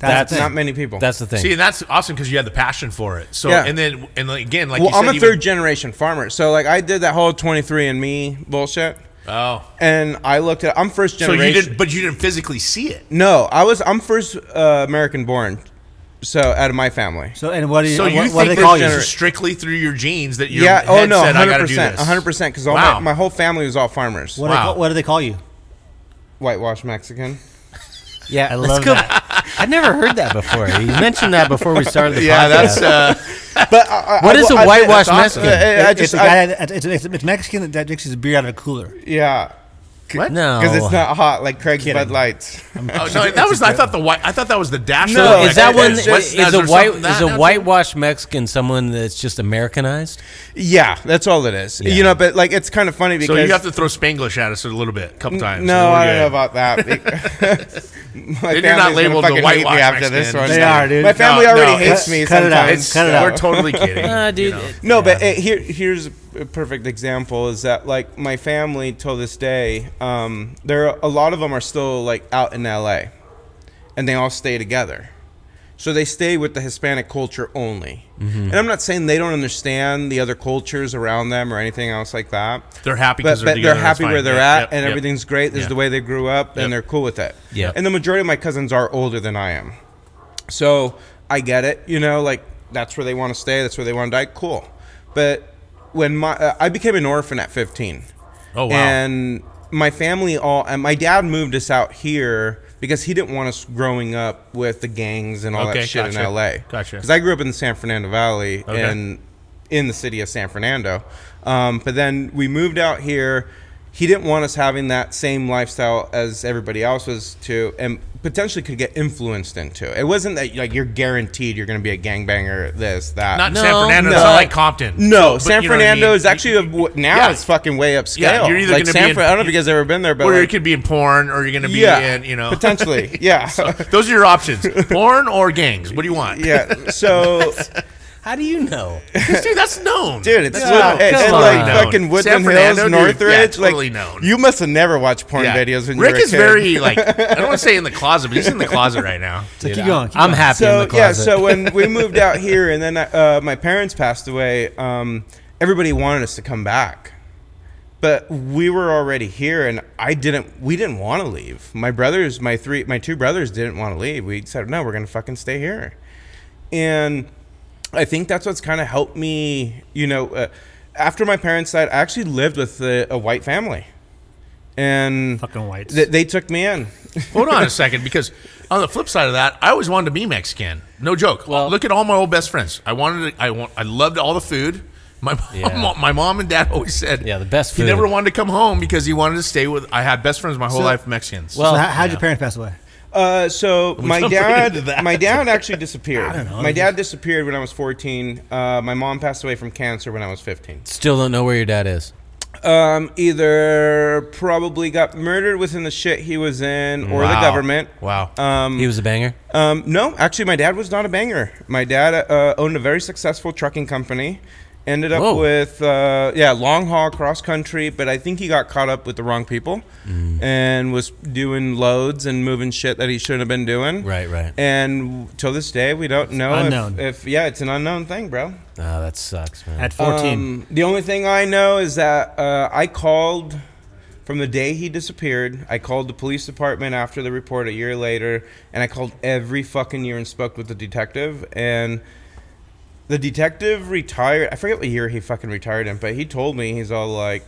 That's
the thing.
Not many people.
that's the thing.
See, and that's awesome because you had the passion for it. So,
Yeah.
and then, and like, again, like,
well,
you said,
I'm a
even-
third generation farmer, so like I did that whole 23 and Me bullshit,
Oh,
and I looked at. I'm first
so
generation.
you didn't, but you didn't physically see it.
No, I was. I'm first uh, American born, so out of my family.
So and what do you,
So you
what, what do
think
they call
this
you?
is strictly through your genes that your
Yeah.
head
Oh no.
said, I
100.
gotta do
percent
this.
100. percent Because all
Wow.
my, my whole family was all farmers.
What, do they
Wow.
call- what do they call you?
Whitewash Mexican.
yeah, I
love
that. I never heard that before. You mentioned that before we started the
Yeah,
podcast.
that's uh,
But I, I,
What is
I,
a
I-
whitewashed
that's
Mexican?
awesome. I, I
It-
just,
it's, a
I-
guy that, it's, it's, it's Mexican that, that drinks his beer out of a cooler.
yeah.
what?
no.
Because it's not hot like Craig's
Oh. Kidding.
Bud Lights.
Oh, no, that was. I thought the white. I thought that was the dash.
No,
line.
So is that
it's
one?
just-
What's-
Is a
there
white
something that
is a
now, too?
whitewashed Mexican someone that's just Americanized?
yeah, that's all it is.
Yeah.
You know, but like it's kind of funny
So
because
you have to throw Spanglish at us a little bit, a couple times.
No,
and
I
we're
don't know
good.
about that. My family's
Then you're not
gonna
labeled the
fucking hate me
whitewashed
after this
Mexican.
one.
They are, dude.
My family
No,
already
no,
hates
cut-
me.
cut it out.
sometimes.
It's,
Cut it out.
We're totally kidding.
Uh,
you
dude.
know.
it-
No, but
yeah.
uh here, here's a perfect example is that like my family till this day, um, there are, a lot of them are still like out in LA, and they all stay together. So they stay with the Hispanic culture only.
Mm-hmm.
And I'm not saying they don't understand the other cultures around them or anything else like that.
They're happy
but,
'cause
but
they're together, that's
happy
fine.
where they're
Yep,
at,
yep,
and
yep.
everything's great. This is
Yeah.
the way they grew up,
Yep.
and they're cool with it.
Yeah.
And the majority of my cousins are older than I am. So I get it, you know, like that's where they want to stay, that's where they want to die. Cool, but when my uh, I became an orphan at 15,
Oh wow.
and my family all and my dad moved us out here because he didn't want us growing up with the gangs and all
Okay,
that shit
gotcha,
in LA.
gotcha.
Because I grew up in the San Fernando Valley
Okay.
and in the city of San Fernando, um, but then we moved out here. He didn't want us having that same lifestyle as everybody else was to, and potentially could get influenced into. It wasn't that like you're guaranteed you're going to be a gangbanger, this that.
not in
No,
San Fernando. It's
no.
not like Compton.
No,
But
San
you know what I
Fernando
mean?
is actually a, w- now
Yeah.
it's fucking way upscale. Yeah,
you're either
like
gonna
San
be in-
Fran- I don't know if you guys have ever been there, but
Or you
like-
could be in porn, or you're going to be
yeah,
in, you know,
potentially, yeah,
those are your options: porn or gangs. What do you want?
yeah. So,
How do you know?
'Cause, dude, that's known,
dude, it's
That's
lit-
known.
it-
come
it's
on.
like
Known.
fucking
San
Woodland
Fernando,
Hills,
dude,
Northridge.
yeah, totally
like,
known.
you must have never watched porn
Yeah.
videos when you
Rick
were a
is
kid.
very like I don't want to say in the closet, but he's in the closet right now.
So
Dude,
keep going. Keep
I'm
going.
happy in
so
the
yeah
closet.
so when we moved out here and then uh, my parents passed away um, everybody wanted us to come back but we were already here and i didn't we didn't want to leave my brothers my three my two brothers didn't want to leave we said no we're gonna fucking stay here and I think that's what's kind of helped me. You know, uh, after my parents died, I actually lived with a, a white family. and
Fucking whites.
th- they took me in.
Hold on a second, because on the flip side of that, I always wanted to be Mexican. No joke.
Well-
look at all my old best friends. I wanted. To, I want. I loved all the food. My mom,
Yeah.
my mom and dad always said,
Yeah, the best
He never
food.
wanted to come home because he wanted to stay with. I had best friends my whole life, Mexicans.
So
Well,
how, how'd your parents pass away?
Uh, so my
don't get into
dad,
that.
my dad actually disappeared. My dad disappeared when I was 14. Uh, my mom passed away from cancer when I was 15.
Still don't know where your dad is.
Um, either probably got murdered within the shit he was in, or the
Wow.
government.
Wow.
Um,
He was a banger.
Um, no, actually, my dad was not a banger. My dad uh, owned a very successful trucking company. Ended up
Whoa.
with uh, yeah long haul cross country, but I think he got caught up with the wrong people
Mm.
and was doing loads and moving shit that he shouldn't have been doing.
Right, right.
And till this day, we don't know if-
unknown.
If, yeah, it's an unknown thing, bro.
Oh, that sucks, man.
At 14.
Um, the only thing I know is that uh, I called from the day he disappeared. I called the police department after the report a year later, and I called every fucking year and spoke with the detective. And the detective retired. I forget what year he fucking retired in, but he told me he's all like,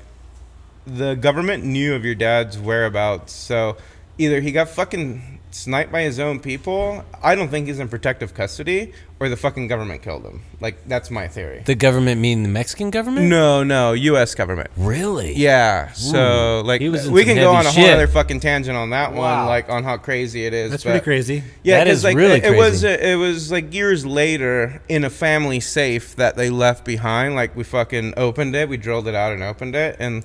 the government knew of your dad's whereabouts, so either he got fucking sniped by his own people. I don't think he's in protective custody, or the fucking government killed him. Like that's my theory.
the government meaning the Mexican government?
No, no, U.S. government.
Really?
Yeah, so like
He was in
we
some
can go
heavy
on a whole
shit.
other fucking tangent on that one,
Wow.
like on how crazy it is.
That's
but-
pretty crazy.
Yeah,
That
'cause,
is
like,
really
it, it was
crazy.
it was like years later in a family safe that they left behind. Like we fucking opened it, we drilled it out and opened it, and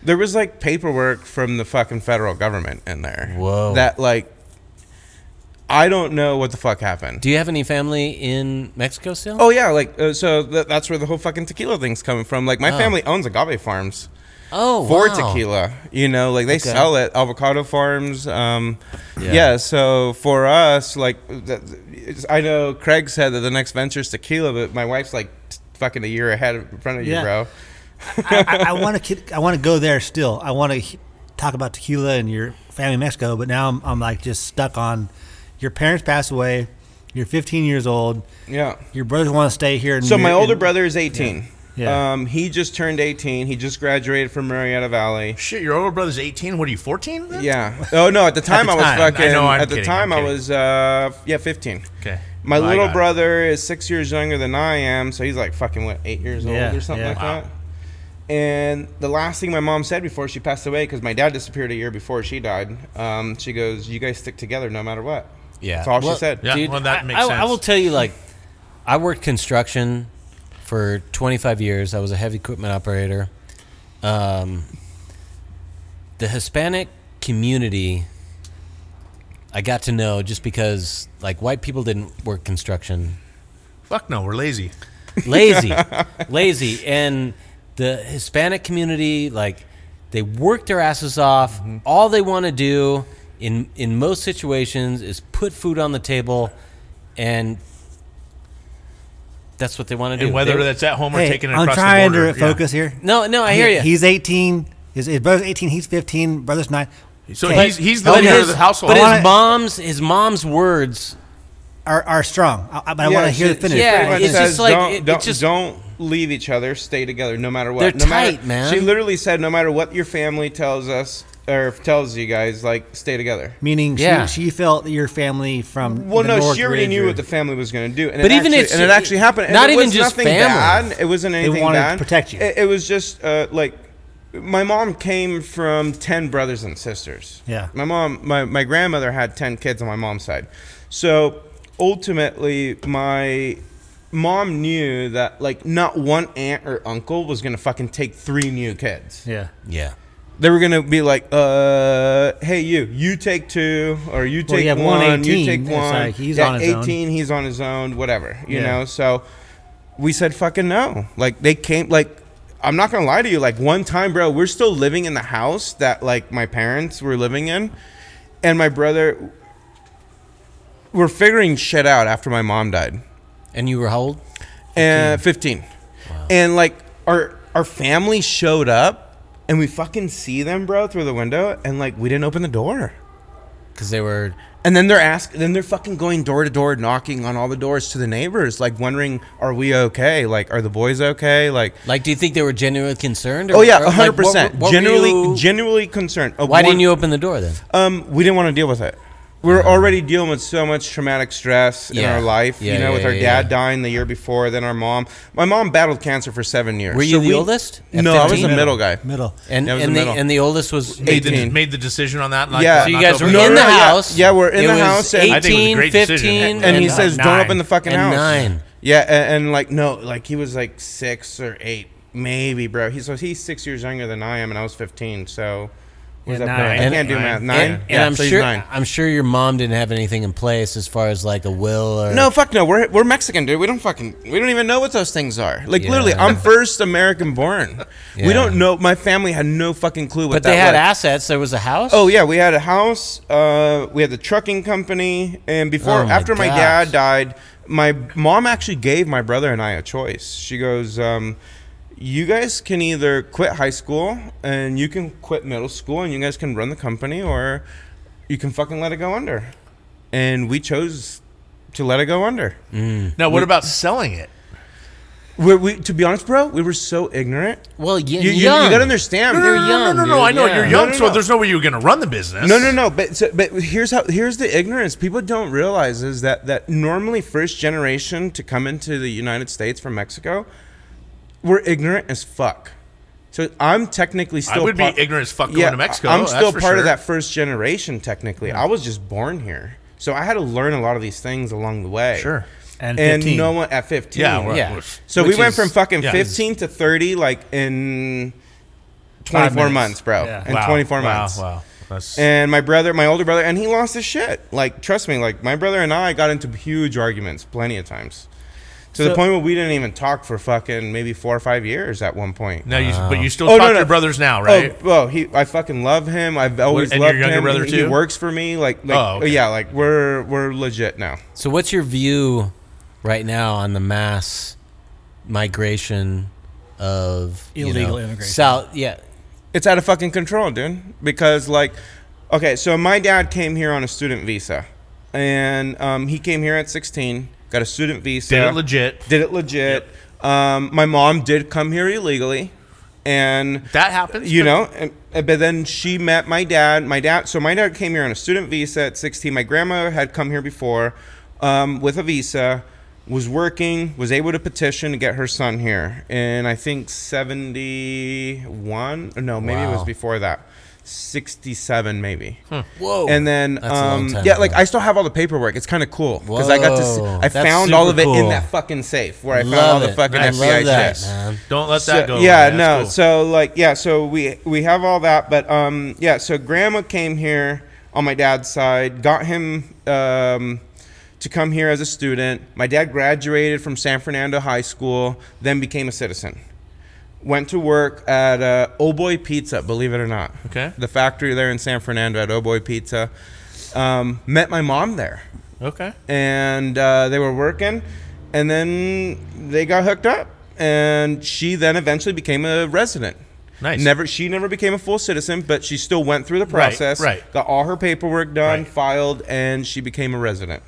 there was like paperwork from the fucking federal government in there.
Whoa.
That like I don't know what the fuck happened.
Do you have any family in Mexico still?
Oh yeah, like uh, so th- that's where the whole fucking tequila thing's coming from. Like my
Oh.
family owns agave farms.
oh
for
wow.
tequila. You know, like they
Okay.
sell it, avocado farms. Um,
Yeah.
yeah. So for us, like, th- it's- I know Craig said that the next venture is tequila, but my wife's like t- fucking a year ahead in front of you,
Yeah.
bro.
I, I want to. I want to go there still. I want to talk about tequila and your family in Mexico, but now I'm, I'm like just stuck on. Your parents passed away. You're 15 years old.
Yeah.
Your brothers want to stay here. and
So my
you're-
older
and-
brother is 18.
Yeah.
Um, he just turned 18. He just graduated from Marietta Valley.
Shit, your older brother's 18. What are you, 14? then?
Yeah. Oh no, at the time
the
I was
time. I
fucking
know, I'm
at the
kidding,
time
I'm
I
kidding.
was uh yeah, 15.
Okay.
My
No, I
little
got it.
brother is six years younger than I am, so he's like fucking what eight years old
Yeah,
or something
yeah.
like
Wow.
that. And the last thing my mom said before she passed away, because my dad disappeared a year before she died, um, she goes, "You guys stick together no matter what."
Yeah.
that's all
Well,
she said.
Yeah. well, that
I-
makes
I, I
sense.
will tell you, like, I worked construction for 25 years. I was a heavy equipment operator. Um, the Hispanic community, I got to know just because, like, white people didn't work construction
Fuck no, we're lazy.
lazy, lazy, and the Hispanic community like they work their asses off. All they want to do in in most situations is put food on the table, and that's what they want to do.
And whether
They-
that's at home or
Hey,
taking it
I'm
across
trying
the border.
to
yeah.
focus here.
no, no, I hear you.
He's 18. His, his brother's 18. He's 15. Brother's nine.
So
Okay.
he's, he's the
But
leader
his-
of the household.
but
I wanna-
his mom's his mom's words.
Are, are strong. I, I- but I
Yeah,
want to hear
she-
the finish.
she
Yeah,
pretty much
it's
says,
just like,
don't,
it- it
don't,
just-
don't leave each other, stay together no matter what.
They're
no matter,
tight, man.
She literally said, "No matter what your family tells us or tells you guys, like stay together."
Meaning,
Yeah.
she, she felt your family from.
Well,
the
no,
North
she already
Ridge
knew
or-
what the family was going to do, and
But
it
even
actually,
it's-
and it actually happened. And
not
it
even
was
just
nothing
family.
bad. It wasn't anything
wanted to
bad.
protect you.
It, it was just uh, like my mom came from ten brothers and sisters.
Yeah.
my mom, my my grandmother had ten kids on my mom's side, so ultimately my. Mom knew that like not one aunt or uncle was gonna fucking take three new kids
Yeah.
Yeah,
they were gonna be like, uh, "Hey, you, you take two, or you
Well,
take
you have
one,
one
you
18,
take
it's
one."
like he's on his own.
eighteen, he's on his own, whatever, you
Yeah.
know. So we said, "Fucking no!" Like they came, like I'm not gonna lie to you. Like one time, bro, we're still living in the house that like my parents were living in, and my brother. We're figuring shit out after my mom died
and you were how old?
and 15 Uh, and like our our family showed up and we fucking see them bro through the window and like we didn't open the door
because they were
And then they're ask, then they're fucking going door to door, knocking on all the doors to the neighbors, like wondering, "Are we okay? Like, are the boys okay? Like,
like. Do you think they were genuinely concerned? Or,
oh yeah,
or, like,
hundred
what-
percent.
what were
Generally,
you-
generally concerned. Uh,
why
one-
didn't you open the door then?
Um, we didn't want to deal with it. We were already dealing with so much traumatic stress in
Uh-huh. Yeah.
our life.
Yeah,
you know,
yeah,
with our
yeah,
dad
yeah.
dying the year before, then our mom. My mom battled cancer for seven years.
Were you
So
the
we-
oldest? At
No, I was
15?
the middle guy.
Middle.
And
Yeah, I was
and
the
the,
middle.
and the oldest was.
made the,
18.
made the decision on that. Not,
Yeah.
So you
not
guys
to
were
open
No,
it?
in
no,
the
yeah.
house.
Yeah, we're in
It
the
was
house and-
I think it was a
18,
great decision.
15,
And
And, he
uh,
says, "Don't
nine.
open the fucking
And
house."
nine.
Yeah, and, and like no, like he was like six or eight, maybe, bro. He's so he's six years younger than I am, and I was fifteen. So was
Yeah, nine.
that nine. I
And-
can't do
nine.
math. Nine.
And, and
yeah,
I'm
so he's
sure
nine.
I'm sure your mom didn't have anything in place as far as like a will or
No, fuck no. We're we're Mexican, dude. We don't fucking we don't even know what those things are. Like
Yeah.
literally, I'm first American born.
Yeah.
We don't know. My family had no fucking clue what
But
that
they had
was.
assets. There was a house.
Oh yeah, we had a house. Uh, we had the trucking company, and before
Oh, my
after my
gosh.
dad died, my mom actually gave my brother and I a choice. She goes, um, "You guys can either quit high school and you can quit middle school and you guys can run the company, or you can fucking let it go under." And we chose to let it go under.
Now, what about selling it?
We're, we, to be honest, bro, we were so ignorant.
Well, you,
You, you, you
young.
gotta understand.
You're
dude.
young.
No, no,
dude.
no. I know
Yeah.
you're
No,
young,
no,
so
no.
there's no way you're going to run the business.
No, no, no. But so, but here's how here's the ignorance people don't realize is that that normally first generation to come into the United States from Mexico, we're ignorant as fuck. So I'm technically still.
would be
part-
ignorant as fuck going to Mexico,
I'm
that's
still
for
part
sure.
of that first generation. Technically, I was just born here, so I had to learn a lot of these things along the way.
Sure.
And 15.
no one at 15.
Yeah, we're-
Yeah.
we're-
So
Which
we went
is-
from fucking
yeah.
15 to 30 like in
Five
24
minutes.
months, bro.
Yeah.
In 24
wow,
months.
Wow, That's,
And my brother, my older brother, and he lost his shit. Like, trust me, like my brother and I got into huge arguments plenty of times. To the
So-
point where we didn't even talk for fucking maybe four or five years at one point.
now you, but you still
Oh,
talk
no,
to
no.
your brothers now, right?
Oh, well, he I fucking love him. I've always
and your
loved
younger
him.
brother,
he,
too?
he works for me. Like, like
Oh, okay.
yeah, like we're we're legit now.
So, what's your view right now on the mass migration of you
Illegal
know,
immigration.
South, yeah,
It's out of fucking control, dude. Because like, okay, so my dad came here on a student visa, and um, he came here at 16, got a student visa.
Did it legit?
did it legit. Um, my mom did come here illegally, and
That happens.
you know, and, and- but then she met my dad. My dad, so my dad came here on a student visa at 16. My grandma had come here before um, with a visa, was working, was able to petition to get her son here. And I think 71, or no, maybe it
Wow.
was before that. 67 maybe
Whoa.
and then
That's a long
um
time
yeah like
ago.
i still have all the paperwork it's kind of cool because i got to see,
Whoa,
i
that's
found all of
super
it in
cool.
that fucking safe where i found all
love
the
it.
fucking
I
fbi
love that,
shit
man.
Don't let
so,
that go.
Yeah,
man.
no.
That's cool.
So like yeah, so we we have all that, but um yeah, so grandma came here on my dad's side, got him um to come here as a student. My dad graduated from San Fernando High School, then became a citizen. Went to work at uh, Oh Boy Pizza, believe it or not.
Okay.
The factory there in San Fernando at Oh Boy Pizza. Um, met my mom there
okay.
and uh, they were working, and then they got hooked up, and she then eventually became a resident.
Nice.
Never, she never became a full citizen, but she still went through the process.
right.
Got all her paperwork done,
Right.
filed, and she became a resident.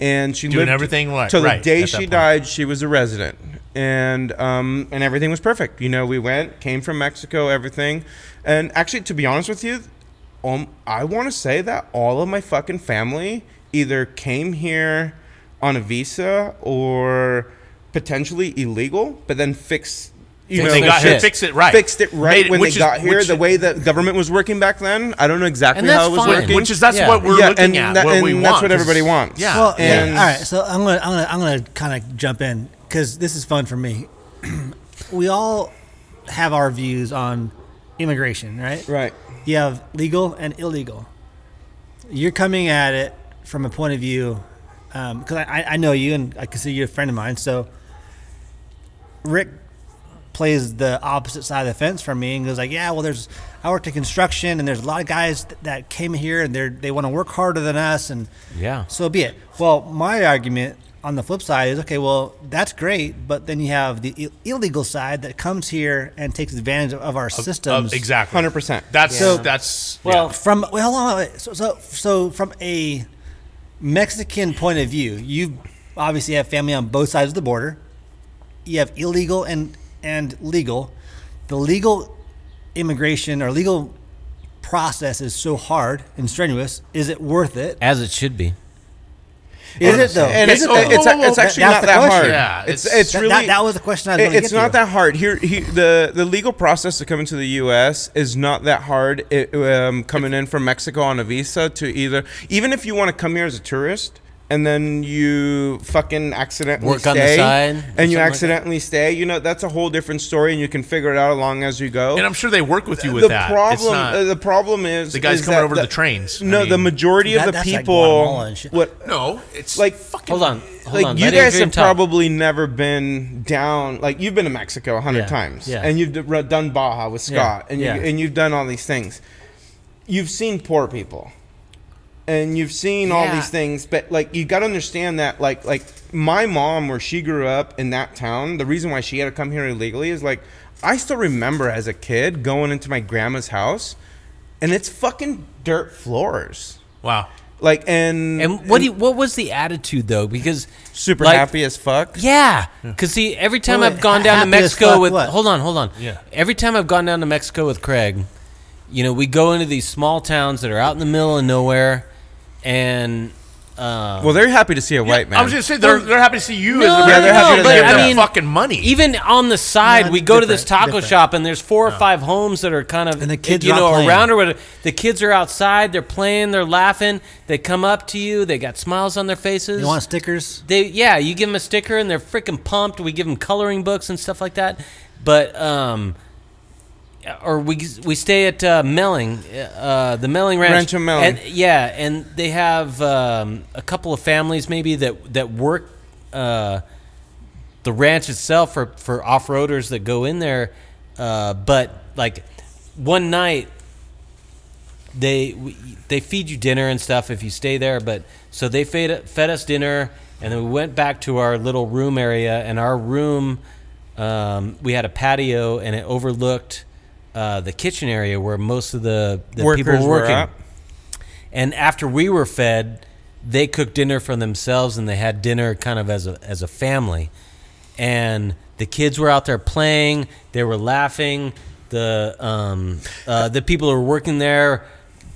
And she
Doing
lived
everything right-
till the
right
day
at that
she
point.
died. She was a resident, and um, and everything was perfect. You know, we went, came from Mexico, everything, and actually, to be honest with you, um, I want to say that all of my fucking family either came here on a visa or potentially illegal, but then fixed. You
Fixed
know,
they
so
got
shit.
here, fixed it right.
fixed it right
Made it-
when they
which is-
got here.
which-
The way the government was working back then, I don't know exactly
And that's
how it was
fine.
working.
which is that's
Yeah.
what we're
Yeah,
looking
and
at.
that-
what we
and
want.
that's what
'cause-
everybody wants.
Yeah.
Well, yeah,
and-
all right. So I'm gonna I'm gonna I'm gonna kind of jump in because this is fun for me. we all have our views on immigration, right?
right.
You have legal and illegal. You're coming at it from a point of view because I, I know you and I consider you a friend of mine. So Rick plays the opposite side of the fence from me and goes like, "Yeah, well, there's I worked in construction and there's a lot of guys th- that came here and they are they want to work harder than us and
Yeah.
so be it." Well, my argument on the flip side is okay. Well, that's great, but then you have the Ill- illegal side that comes here and takes advantage of, of our systems.
Uh, exactly.
100%.
That's
So-
that's
Well,
yeah.
from well, hold on, wait. so, so so from a Mexican point of view, you obviously have family on both sides of the border. You have illegal and and legal. The legal immigration or legal process is so hard and strenuous. Is it worth it?
as it should be.
Is it though?
And
Is
it's,
it
it's,
though?
it's,
whoa, whoa, whoa,
actually
that-
not
that's the
that
question.
hard.
Yeah,
it's,
it's-
it's
That-
really
that, that was the question I was going
It-
to
it's not that hard. Here, he, the the legal process to come into the U.S. is not that hard. It, um, coming in from Mexico on a visa to either, even if you want to come here as a tourist. And then you fucking accidentally
Work
stay,
on the side or
and you
something like that?
accidentally stay. You know that's a whole different story, and you can figure it out along as you go.
and I'm sure they work with you with
the
that. It's
problem,
not-
uh, the problem is
The guys
is
coming
that
over to the trains. I
No, the
mean-
majority
That-
of the
that's like
people,
Guatemala and shit.
what
no, it's
like
fucking
Hold on, hold
like
on.
you
Let
guys
Adrian
have
talk.
probably never been down. Like you've been to Mexico a hundred
Yeah,
times,
yeah.
and you've d- re- done Baja with Scott, and you,
yeah.
and you've done all these things. You've seen poor people, and you've seen all
Yeah.
these things. But like you got to understand that, like like my mom, where she grew up in that town, the reason why she had to come here illegally is like I still remember as a kid going into my grandma's house, and it's fucking dirt floors.
wow.
Like and
And what do you, what was the attitude though? Because
super
like,
happy as fuck.
Yeah, because see, every time
Well,
I've gone down to
happy as
Mexico
fuck
with
what?
hold on, hold on.
Yeah.
Every time I've gone down to Mexico with Craig, you know, we go into these small towns that are out in the middle of nowhere, and uh,
Well, they're happy to see a white man.
I was gonna say they're, they're happy to see you. as
No,
an
Yeah, they're
American.
happy to
Give
know.
them
I
mean,
fucking money.
even on the side,
No,
we go to this
different,
taco
different.
shop, and there's four or five homes that are kind of
And the kids
you
are out
know
playing.
around or whatever. The kids are outside, they're playing, they're laughing, they come up to you, they got smiles on their faces.
You want stickers?
They yeah, you give them a sticker and they're freaking pumped. We give them coloring books and stuff like that. But um, or we we stay at uh, Melling, uh, the Melling Ranch.
Rancho Melling.
And, yeah, and they have um, a couple of families maybe that that work uh, the ranch itself for for off roaders that go in there. Uh, but like one night they we, they feed you dinner and stuff if you stay there. But so they fed fed us dinner, and then we went back to our little room area. And our room, um, we had a patio, and it overlooked uh, the kitchen area where most of the, the people
Workers
were
were
working.
at.
And after we were fed, they cooked dinner for themselves, and they had dinner kind of as a as a family. And the kids were out there playing; they were laughing. The um, uh, the people who were working there,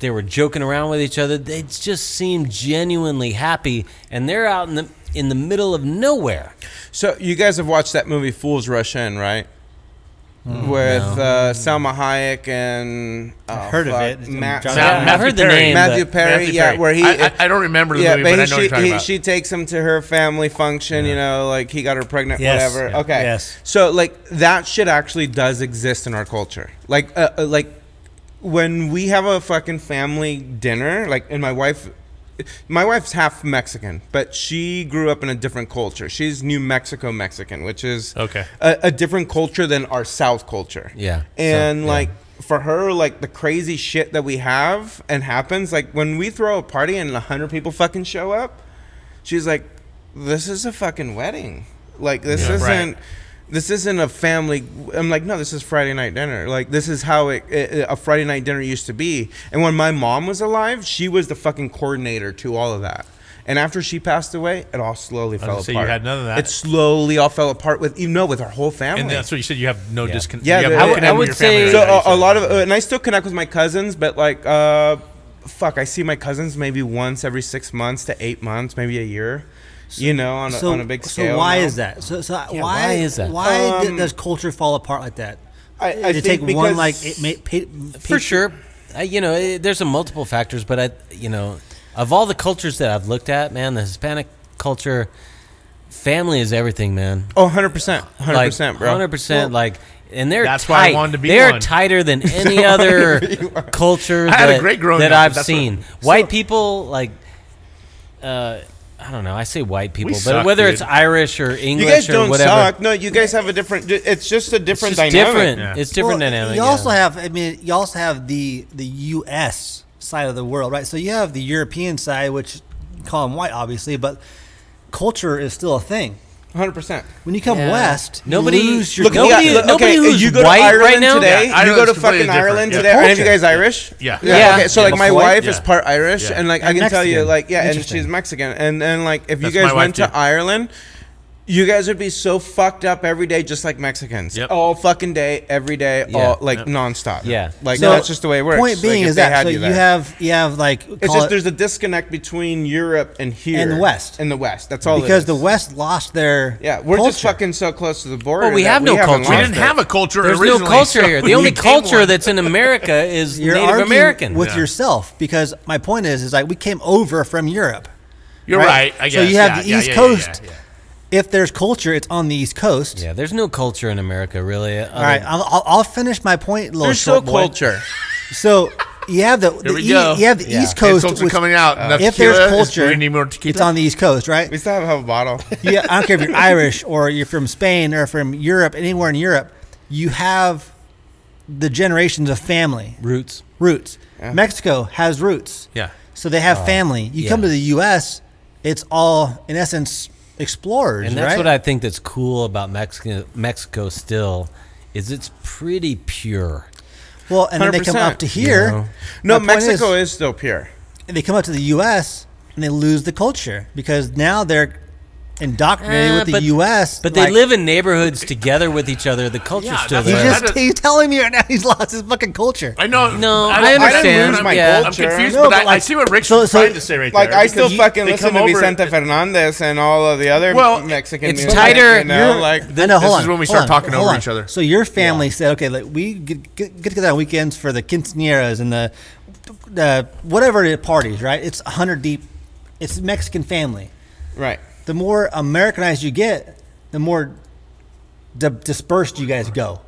they were joking around with each other. They just seemed genuinely happy, and they're out in the in the middle of nowhere.
So you guys have watched that movie Fools Rush In, right?
Hmm,
With uh, Selma Hayek and oh,
I've heard of
fuck,
it. It's
Matt,
John-
Yeah, I heard the
Perry.
name.
Matthew
but-
Perry,
Matthew
yeah,
Perry.
where he.
I, I, I don't remember the
yeah,
movie, but, I
but
know
he,
what you're talking
she, he,
about.
she takes him to her family function, you know, like he got her pregnant,
Yes.
whatever.
Yeah.
Okay,
Yes.
So like that shit actually does exist in our culture. Like, uh, uh, like when we have a fucking family dinner, like, and my wife, my wife's half Mexican, but she grew up in a different culture. She's New Mexico Mexican, which is
Okay.
a, a different culture than our South culture.
Yeah.
and
So, yeah.
like for her, like the crazy shit that we have and happens, like when we throw a party and a hundred people fucking show up, she's like, "This is a fucking wedding. Like this
Yeah. Right.
isn't." This isn't a family. I'm like, no, this is Friday night dinner. Like, this is how it, it, a Friday night dinner used to be. And when my mom was alive, she was the fucking coordinator to all of that. And after she passed away, it all slowly
was
fell
gonna say,
apart.
you had none of that.
It slowly all fell apart with you know with our whole family.
and that's what you said. You have no disconnect.
Yeah,
you have
the- I
no
would-
connection
I would
with your family
say-
so
right now, you
a, a
said.
lot of uh, and I still connect with my cousins, but like uh, fuck, I see my cousins maybe once every six months to eight months, maybe a year. you know, on a,
So,
on a big scale.
so why
now.
is that? So, so why,
why is that?
Why did,
Um,
does culture fall apart like that?
I- I
Did it
think
take one
because-
like it made
for sure. I, you know, eh, there's a multiple factors, but I, you know, of all the cultures that I've looked at, man, the Hispanic culture, family is everything, man.
Oh, 100 percent, hundred percent, bro.
Hundred percent, like, and they're
That's
tight.
why I wanted to be
they're
one.
tighter than any other culture
I had a
that-
great growing
that
up,
I've
that's what-
seen. white people, like, uh, I don't know. I say white people, but
suck,
whether
dude.
it's Irish or
You
English
guys
or
don't
whatever,
suck. No, you guys have a different. It's just a
it's
different
just
dynamic.
different.
Yeah.
It's different dynamic.
You
yeah.
also have, I mean, you also have the the U.S. side of the world, right? So you have the European side, which call them white, obviously, but culture is still a thing.
100%.
When you come
Yeah.
west, you
Nobody-
lose your
look,
culture.
nobody-
look,
nobody who's
you go
white
to Ireland
right now-
today,
Yeah,
you
Ireland's
go to
completely
fucking
different.
Ireland
Yeah.
today. Are any of you
Culture.
guys Irish?
Yeah.
Yeah.
Yeah.
Okay. So
Yeah,
like my
before-
wife is
yeah.
part Irish,
Yeah.
and like I
And
can tell you,
Mexican.
like yeah, and
Interesting.
she's Mexican, and and like if
That's
you guys
my wife,
went to
too.
Ireland. You guys would be so fucked up every day, just like Mexicans,
Yep.
all fucking day, every day,
Yeah.
all like nonstop.
Yeah.
like
So,
that's just the way it works.
Point
Like,
being
if
is
they
that
had
so you,
there.
have you have like call
It's just
it-
there's a disconnect between Europe and here
And the West.
and the West. That's all. it
because
is.
the West lost their
yeah, we're just
culture.
fucking so close to the border.
Well, we
that
have no
haven't
culture.
We
lost
didn't
it.
have a culture
There's
originally.
no culture
so
here.
we
The only
became
culture
one.
that's in America is
You're
Native
arguing
American.
with
Yeah.
yourself because my point is is like we came over from Europe.
You're right. I
So
guess.
you have
Yeah,
the
yeah,
East
yeah, yeah,
Coast.
yeah, yeah.
If there's culture, it's on the East Coast.
yeah, there's no culture in America really.
All right, I'll, I'll, I'll finish my point, little
There's
Oh, short
so
boy.
culture.
So you have the, the
we
E-
go.
you have the
Yeah.
East Coast.
Insults are
with-
coming out. Enough
if there's
tequila. Is- do
culture,
we need more tequila?
it's on the East Coast, right?
We still have, have a bottle.
yeah, I don't care if you're Irish or you're from Spain or from Europe, anywhere in Europe, you have the generations of family
Roots.
roots. Mexico has roots.
Yeah.
So they have family. You come
Uh,
to
yeah.
the U.S., it's all, in essence, explorers,
And that's
right?
what I think that's cool about Mexico. Mexico still is it's pretty pure.
well, and then they come up
100%,
to here.
you know.
No,
My point
Mexico is still pure.
and they come up to the U.S. and they lose the culture because now they're indoctrinated
Uh,
with the
but-
U.S.
But they
like-
live in neighborhoods together with each other. The culture's
Yeah,
still
that's-
He's
there.
I
just
don't-
he's telling me right now he's lost his fucking culture.
I know.
No, I
don't-
understand.
I didn't
lose
I'm-
my
I'm,
culture.
confused,
No,
but,
but
I, I
like-
see what Rick's
so- so-
trying to say right
Like
there.
I still
because you-
fucking
they
listen
come
to
over-
Vicente Fernandez and all of the other
Well,
Mexican.
it's
music,
tighter-
You know,
you're-
like
I know. Hold
this
on.
is when we
hold
start
on,
talking
hold
over
on.
each other.
So your family said, okay, like we get, get, get together on weekends for the quinceañeras and the uh, whatever the parties, right? It's hundred deep. It's Mexican family.
right.
The more Americanized you get, the more di- dispersed you guys go,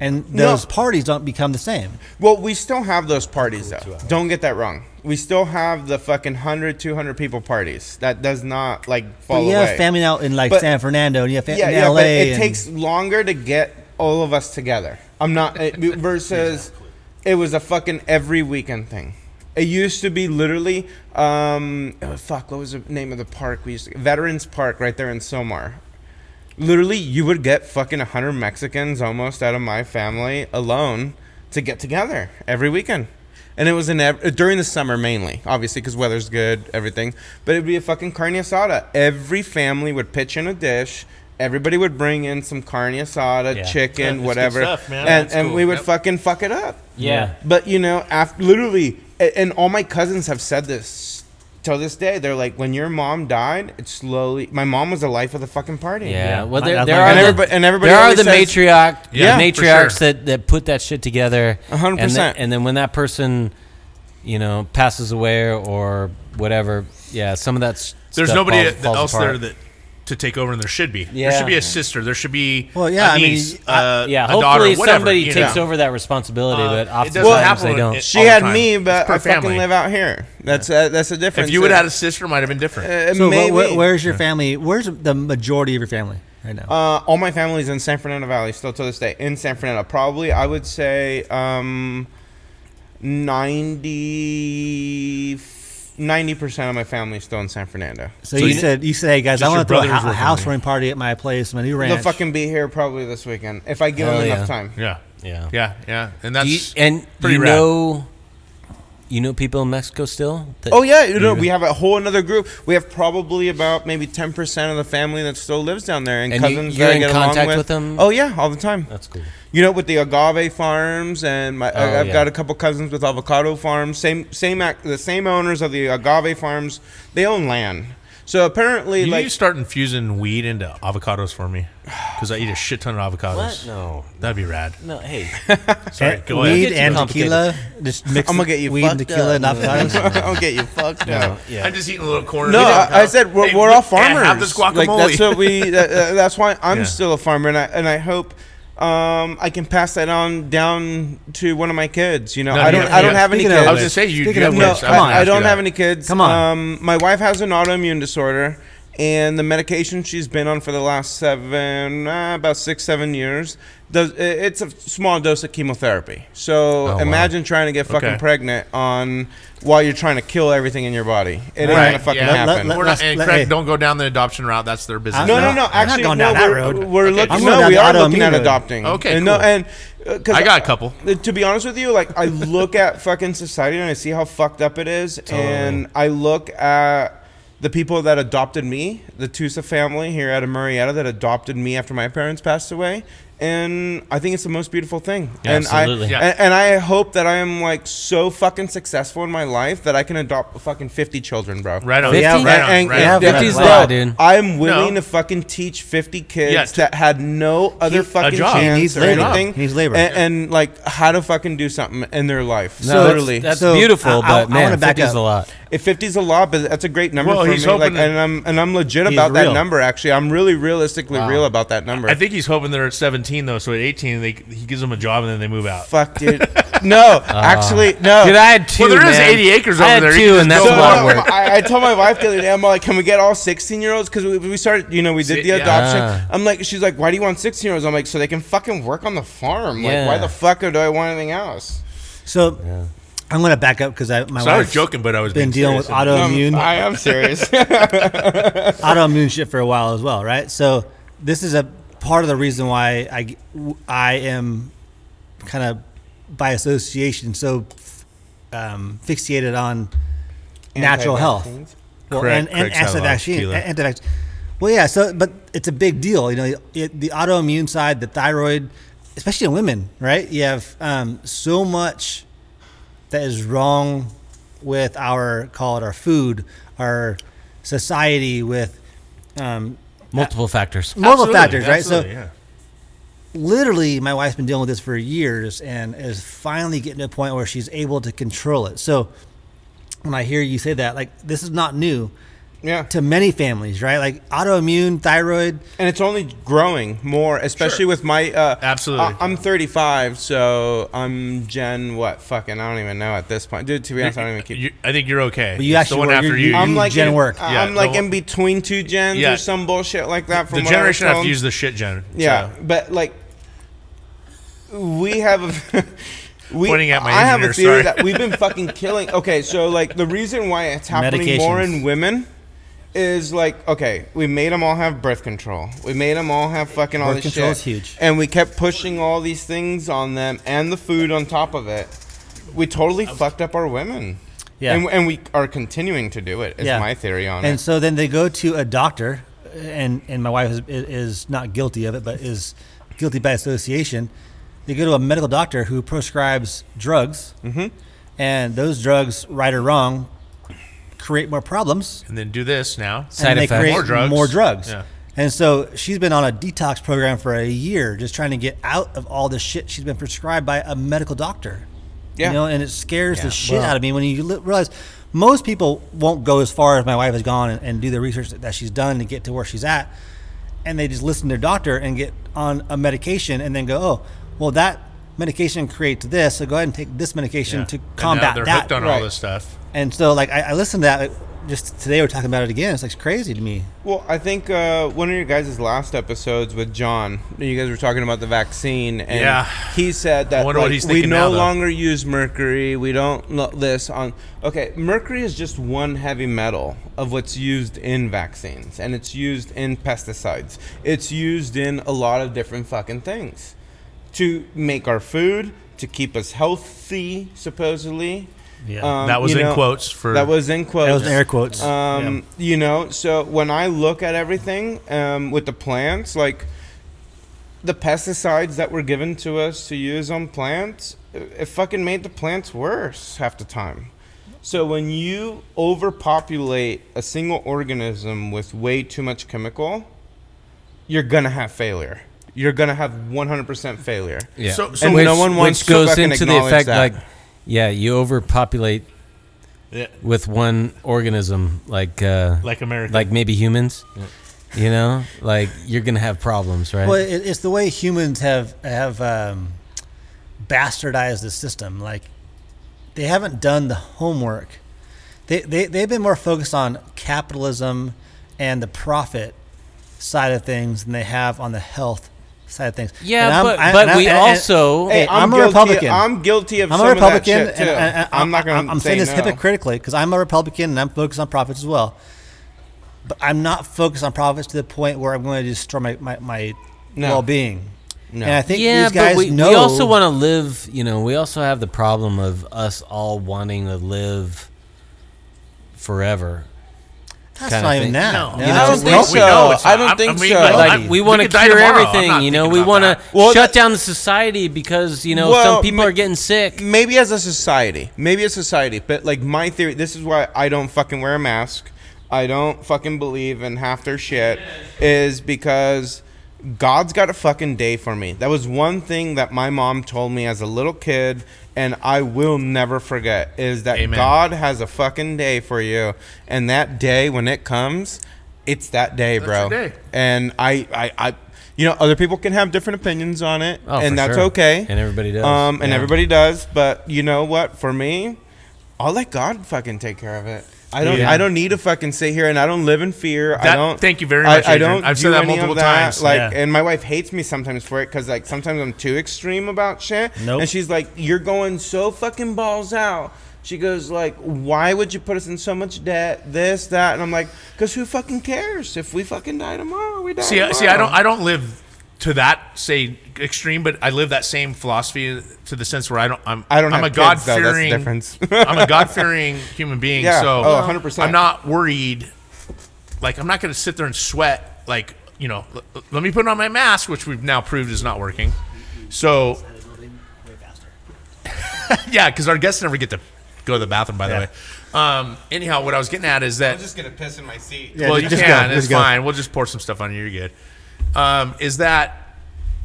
and those parties don't become the same.
Well, we still have those parties though. Don't get that wrong. We still have the fucking 100, 200 people parties. That does not like
But
fall
you have
away.
family out in like
But-
San Fernando, and you have family
yeah,
in
yeah,
LA.
but it
and-
takes longer to get all of us together. I'm not it- versus it was a fucking every weekend thing. It used to be literally, um, oh, fuck, what was the name of the park we used to? Veterans Park, right there in Somar. Literally, you would get fucking 100 Mexicans almost out of my family alone to get together every weekend. And it was in ev- during the summer mainly, obviously, because weather's good, everything. But it'd be a fucking carne asada. Every family would pitch in a dish. Everybody would bring in some carne asada,
Yeah.
Yeah,
chicken,
that's good
whatever,
stuff, man.
and
That's
and
cool.
we would
Yep.
fucking fuck it up.
Yeah.
But you know, after literally, a- and all my cousins have said this till this day. They're like, when your mom died, it slowly. My mom was the life of the fucking party.
Yeah. Well,
Like,
there,
that's
there
like-
are
And
the,
everybody- and everybody
there are
always
the
says-
matriarch,
Yeah,
the
for
matriarchs
sure.
that, that put that shit together.
A hundred
And the-
percent.
And then when that person, you know, passes away or whatever, yeah, some of that's
There's
stuff
nobody
falls, falls
else
apart.
there that to take over, and there should be. There
Yeah.
should be a sister. There should be.
Well, yeah,
a
I mean,
niece,
I-
uh,
yeah,
a daughter,
hopefully
whatever,
somebody
you
takes
know.
over that responsibility,
Uh,
but
it doesn't
oftentimes
happen
they
when
don't.
it-
She
all the
had
time.
me,
It's
but
per
I fucking
family.
live out here. That's uh, that's the difference.
If you would have had
Uh,
a sister, it might have been different.
uh,
So wh-
maybe.
wh- where's your family? Where's the majority of your family right now?
Uh, all my family's in San Fernando Valley still to this day. In San Fernando, probably I would say um, 90 percent of my family's still in San Fernando.
so,
so
you
you-
said you said, hey guys, I want
just your
to throw a,
brothers
hou- a
were
housewarming party at my place, my new
They'll
ranch.
fucking be here probably this weekend if I give
Hell
them
yeah.
enough time.
yeah,
Yeah.
yeah, yeah, and
Do you-
that's
and
pretty
you
rad.
know, you know people in Mexico still. That,
Oh yeah, you know, we have a whole another group. We have probably about maybe ten percent of the family that still lives down there, and,
And you-
cousins
you're
that I
in
get
contact
along with.
with them?
Oh yeah, all the time.
that's cool.
You know, with the agave farms, and my, I,
Oh,
I've
yeah.
got a couple cousins with avocado farms. Same, same, ac- the same owners of the agave farms. They own land, so apparently,
You need
like,
to start infusing weed into avocados for me, because I eat a shit ton of avocados.
No,
That'd be rad.
no. Hey,
Sorry, go
weed
It's
ahead.
too
and
complicated.
tequila. Just mix
I'm gonna get you
weed and
fucked
tequila and
up.
avocados.
I'll get you fucked up.
yeah.
I'm just eating a little corn.
No, I, I said we're, we're all farmers.
Have this guacamole.
Like, that's what we. That, uh, that's why I'm
Yeah.
still a farmer, and I and I hope um, I can pass that on down to one of my kids. You know,
No,
I
you
don't.
have-
I don't
yeah.
have any
Speaking of
kids.
I was gonna say you.
Speaking
you
of
have
which,
no,
kids.
I'm
I-
gonna
I,
ask you
don't
that.
have any kids.
Come on.
Um, my wife has an autoimmune disorder, and the medication she's been on for the last seven, uh, about six, seven years, does i- it's a small dose of chemotherapy. So
wow.
imagine trying to get fucking
Oh, Okay.
pregnant on while you're trying to kill everything in your body. It ain't gonna fucking
yeah.
Let- let-
happen.
let-
We're not,
let's-
and
let-
Craig,
hey.
don't go down the adoption route. That's their business.
no, no,
I'm
no.
not
Actually,
going
no,
down that
we're,
road.
We're
Okay,
looking.
I'm
going
No,
down
we
the
are
autoimmune
looking at
road.
adopting.
Okay,
and no,
cool.
and uh, 'cause
I got a couple.
Uh, to be honest with you, like I look at fucking society and I see how fucked up it is, and I look at the people that adopted me, the Tusa family here out of Murrieta that adopted me after my parents passed away, and I think it's the most beautiful thing.
Yeah,
and
absolutely.
I
Yeah.
and, and I hope that I am like so fucking successful in my life that I can adopt fucking fifty children, bro.
Right on.
Yeah,
Right on.
And,
right
and-
on.
Yeah,
and-
50's
bro,
law, dude.
I'm willing
No.
to fucking teach 50 kids
Yes.
that had no other
a
fucking
job. He
chance
needs
or
labor.
anything.
He needs labor.
And, and, like how to fucking do something in their life.
No,
so
that's-
literally,
that's,
So,
beautiful,
I- I- I
but man,
wanna back
50's
up.
a lot.
if 50 is a lot, but that's a great number
Well,
for
he's
me. Like,
hoping that-
and I'm and I'm legit
He's
about that
real.
number. Actually, I'm really realistically real about that number.
I think he's hoping they're at 17 though. So at 18, they he gives them a job and then they move out.
Fuck, dude. no,
Ah.
actually, no.
Dude, I had two.
Well, there
man.
is 80 acres
I
over
had
there. You
two,
can
and
just
that's
So,
a
go
lot of
um,
work.
I, I told my wife the other day, I'm like, can we get all 16 year olds? Because we, we started, you know, we did
Si-
the
yeah.
adoption.
Ah.
I'm like, she's like, why do you want 16 year olds? I'm like, so they can fucking work on the farm. Like,
Yeah.
why the fuck do I want anything else?
So I'm going to back up because I my
So I was
wife's
joking, but I was
been
being
dealing with
serious. And-
Um,
autoimmune
I am serious.
autoimmune shit for a while as well, right? So this is a part of the reason why I I am kind of by association so um, fixated on natural health.
Anti-vaccines?
Well,
Correct.
and, and
Craig's had a lot of
anti-vaccine,
tequila.
anti-vaccine. Well, yeah. So, but it's a big deal, you know. It, the autoimmune side, the thyroid, especially in women, right? You have um, so much that is wrong with our call it our food, our society, with um,
Multiple factors.
moral
Absolutely,
factors, right? So,
absolutely, yeah.
literally my wife's been dealing with this for years and is finally getting to a point where she's able to control it. So when I hear you say that, like this is not new
yeah.
to many families, right? Like autoimmune, thyroid.
And it's only growing more, especially with my. Uh,
Absolutely.
I, am 35, so I'm Gen what? Fucking, I don't even know at this point, dude. To be honest, I don't even keep.
You- I think you're okay.
But you
It's
actually
the one
were-
after
you're-
you.
you're-
I'm
you
like
gen
in,
work.
I-
Yeah,
I'm like
the-
in between two gens
Yeah.
or some bullshit like that. From
the
what I was
generation after
told.
you is the shit gen.
Yeah,
So,
but like we have a we
Pointing at my
I have a
engineer,
theory
sorry.
that we've been fucking killing. Okay, so like the reason why it's happening more
Medications.
in women is like okay, we made them all have birth control. We made them all have fucking all
Birth
this
control
shit.
is huge.
And we kept pushing all these things on them and the food on top of it. We totally fucked up our women.
Yeah.
And, and we are continuing to do it. Is my theory on
and
it.
so then they go to a doctor, and and my wife is, is not guilty of it, but is guilty by association. They go to a medical doctor who prescribes drugs, and those drugs, right or wrong, create more problems.
And then do this now.
Side
and they
effects.
create
More
more
drugs.
drugs.
Yeah.
And so she's been on a detox program for a year, just trying to get out of all the shit she's been prescribed by a medical doctor.
Yeah.
You know, and it scares the shit out of me when you li- realize most people won't go as far as my wife has gone and, and do the research that, that she's done to get to where she's at. And they just listen to their doctor and get on a medication and then go, oh, well, that medication creates this. So go ahead and take this medication
Yeah.
to
And now
combat
They're
that.
hooked on all
right.
this stuff.
And so, like, I, I listened to that. like, Just today, we're talking about it again. It's like crazy to me.
Well, I think uh, one of your guys' last episodes with John, you guys were talking about the vaccine, and
Yeah.
he said that
I wonder what
like,
he's
we
thinking
no
now, though.
longer use mercury. We don't lo- this on. Okay, mercury is just one heavy metal of what's used in vaccines, and it's used in pesticides. It's used in a lot of different fucking things to make our food, to keep us healthy, supposedly.
Yeah.
Um,
that was
you
in
know,
quotes for.
That was in quotes.
That was air quotes.
Um, You know, so when I look at everything um, with the plants, like the pesticides that were given to us to use on plants, it, it fucking made the plants worse half the time. So when you overpopulate a single organism with way too much chemical, you're gonna have failure. You're gonna have 100% failure.
Yeah.
So- so
no one wants
which
to
goes
fucking
into the
acknowledge
effect
that.
like, yeah, you overpopulate
Yeah,
with one organism, like uh,
like America.
like maybe humans. You know, like you're gonna have problems, right?
Well, it, it's the way humans have have um, bastardized the system. Like they haven't done the homework. They, they they've been more focused on capitalism and the profit side of things than they have on the health side of things.
Yeah,
And I'm-
but-
I-
but
and I'm-
we
and- and-
also-
hey, I'm, a
guilty-
Republican.
I'm guilty of
I'm
some
a
of that
Republican,
shit,
and,
too.
and- and
I'm not gonna
I'm, I'm
say
saying this
no.
hypocritically because I'm a Republican and I'm focused on profits as well. But I'm not focused on profits to the point where I'm going to destroy my my, my
No.
well-being. And I think
yeah,
these guys
but we,
know.
we also want to live. You know, we also have the problem of us all wanting to live forever.
That's
kinda
not even
thing.
that.
No,
No,
you know,
that's-
I don't
we-
think
we
so.
know it's
I
not.
don't
I'm-
think
mean,
so.
but
like
I'm-
we
we
want to
could die
cure
tomorrow. I'm
everything.
not
You know,
thinking
we
about
want to
that.
Well,
shut
that-
down the society because you know
Well,
some people
ma-
are getting sick.
maybe as a society, maybe as a society, but like my theory, this is why I don't fucking wear a mask. I don't fucking believe in half their shit is because God's got a fucking day for me. That was one thing that my mom told me as a little kid and I will never forget is that
Amen.
God has a fucking day for you and that day when it comes, it's that day, bro.
your day.
And I I I you know, other people can have different opinions on it,
Oh, for
and that's
sure.
okay.
And everybody does.
Um, and
Yeah.
everybody does, but you know what? For me, I'll let God fucking take care of it. I don't.
Yeah.
I don't need to fucking sit here, and I don't live in fear. I
That-
don't.
thank you very
I-
much,
I,
Adrian.
don't.
I've
do
said that
any of
multiple
that,
times,
Like,
yeah.
and my wife hates me sometimes for it because like sometimes I'm too extreme about shit.
Nope.
And she's like, "You're going so fucking balls out." She goes like, "Why would you put us in so much debt? This, that?" And I'm like, "Cause who fucking cares? If we fucking die tomorrow, we die."
See, I-
tomorrow.
see, I don't, I don't live to that say extreme, but I live that same philosophy to the sense where I don't, I'm,
I don't
I'm
have
a
kids, though, that's
God
the
fearing,
difference.
I'm a God fearing human being.
Yeah.
So,
Oh, 100%.
I'm not worried. Like, I'm not going to sit there and sweat. Like, you know, l- l- let me put on my mask, which we've now proved is not working. So, yeah, because our guests never get to go to the bathroom. By the way, um, anyhow, what I was getting at is that
I'm just gonna piss in my seat.
well,
just-
you
just go,
can. it's
just go.
fine. We'll just pour some stuff on you. You're good. Um, is that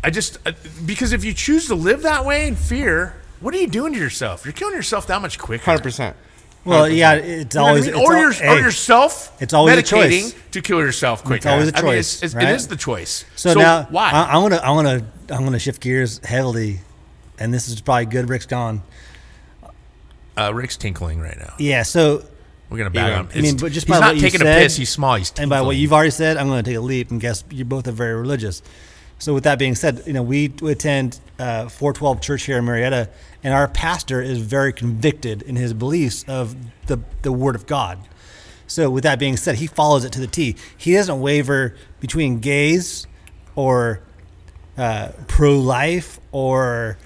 I just uh, because if you choose to live that way in fear, what are you doing to yourself? You're killing yourself that much quicker.
Hundred percent.
well, yeah, it's
You know what I
always
mean?
it's
or,
al-
your,
hey.
or yourself.
It's always a
medicating
choice.
to kill yourself quicker.
always a
I mean,
choice,
it's, it's,
right?
It is the choice.
So, now
why?
I, I'm gonna I'm gonna I'm gonna shift gears heavily, and this is probably good. Rick's gone.
uh, Rick's tinkling right now.
Yeah. So
We're gonna bag him.
I mean, but just
he's
by
not
what you
taking
said,
a piss. He's small. He's tinkling.
and by what you've already said, I'm going to take a leap and guess you both are very religious. So with that being said, you know we attend uh, 412 Church here in Marietta, and our pastor is very convicted in his beliefs of the the Word of God. So with that being said, he follows it to the T. He doesn't waver between gays or uh, pro-life or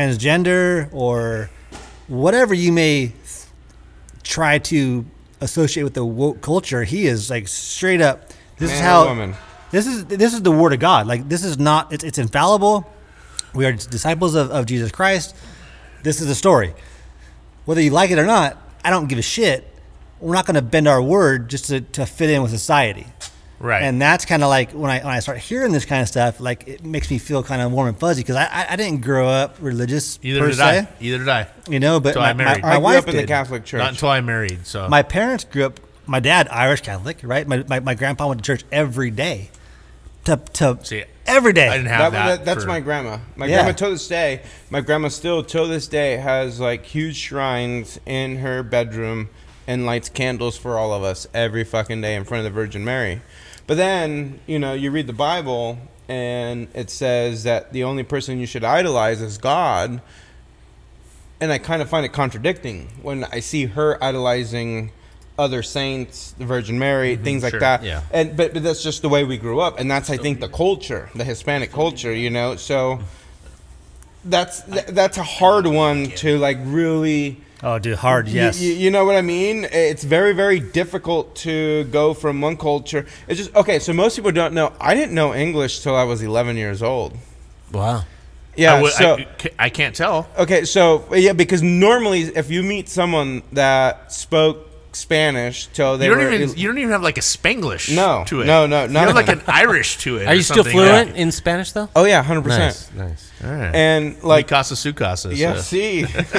transgender or whatever you may try to associate with the woke culture, he is like straight up. This is
Man or
how.
woman?
This is this is the word of God. Like this is not. It's, it's infallible. We are disciples of, of Jesus Christ. This is the story. Whether you like it or not, I don't give a shit. We're not going to bend our word just to, to fit in with society.
Right.
And that's kind of like when I, when I start hearing this kind of stuff, like it makes me feel kind of warm and fuzzy because I, I, I didn't grow up religious
either
per
did
se,
I. Either did I.
you know, but
So
my,
I
my-
married.
my
I grew
wife
up in the
did.
Catholic Church.
Not until I married. So
My parents grew up. My dad, Irish Catholic, right? My, my, my grandpa went to church every day, to to
See,
every day.
I didn't have
That-
that.
that- that's
for-
my grandma. My
Yeah.
grandma to this day, my grandma still to this day has like huge shrines in her bedroom and lights candles for all of us every fucking day in front of the Virgin Mary. But then, you know, you read the Bible and it says that the only person you should idolize is God. And I kind of find it contradicting when I see her idolizing other saints, the Virgin Mary, things like
sure,
that
yeah.
and but, but that's just the way we grew up and that's i think the culture the hispanic culture you know so that's th- that's a hard one to like really
oh, dude, hard.
y-
Yes.
y- you, know what i mean it's very very difficult to go from one culture it's just okay so most people don't know i didn't know english till i was 11 years old
Wow.
yeah
I would-
so
I, I can't tell.
Okay, so yeah, because normally if you meet someone that spoke Spanish till they
You don't
were
even you don't even have like a Spanglish
No,
to it.
no, no,
You have like
nothing.
an Irish to it.
Are
or
you still
something.
fluent in Spanish though?
oh yeah, hundred
nice,
percent.
nice. uh,
All right.
And
like
like
casa su casa.
Yeah,
so-
see,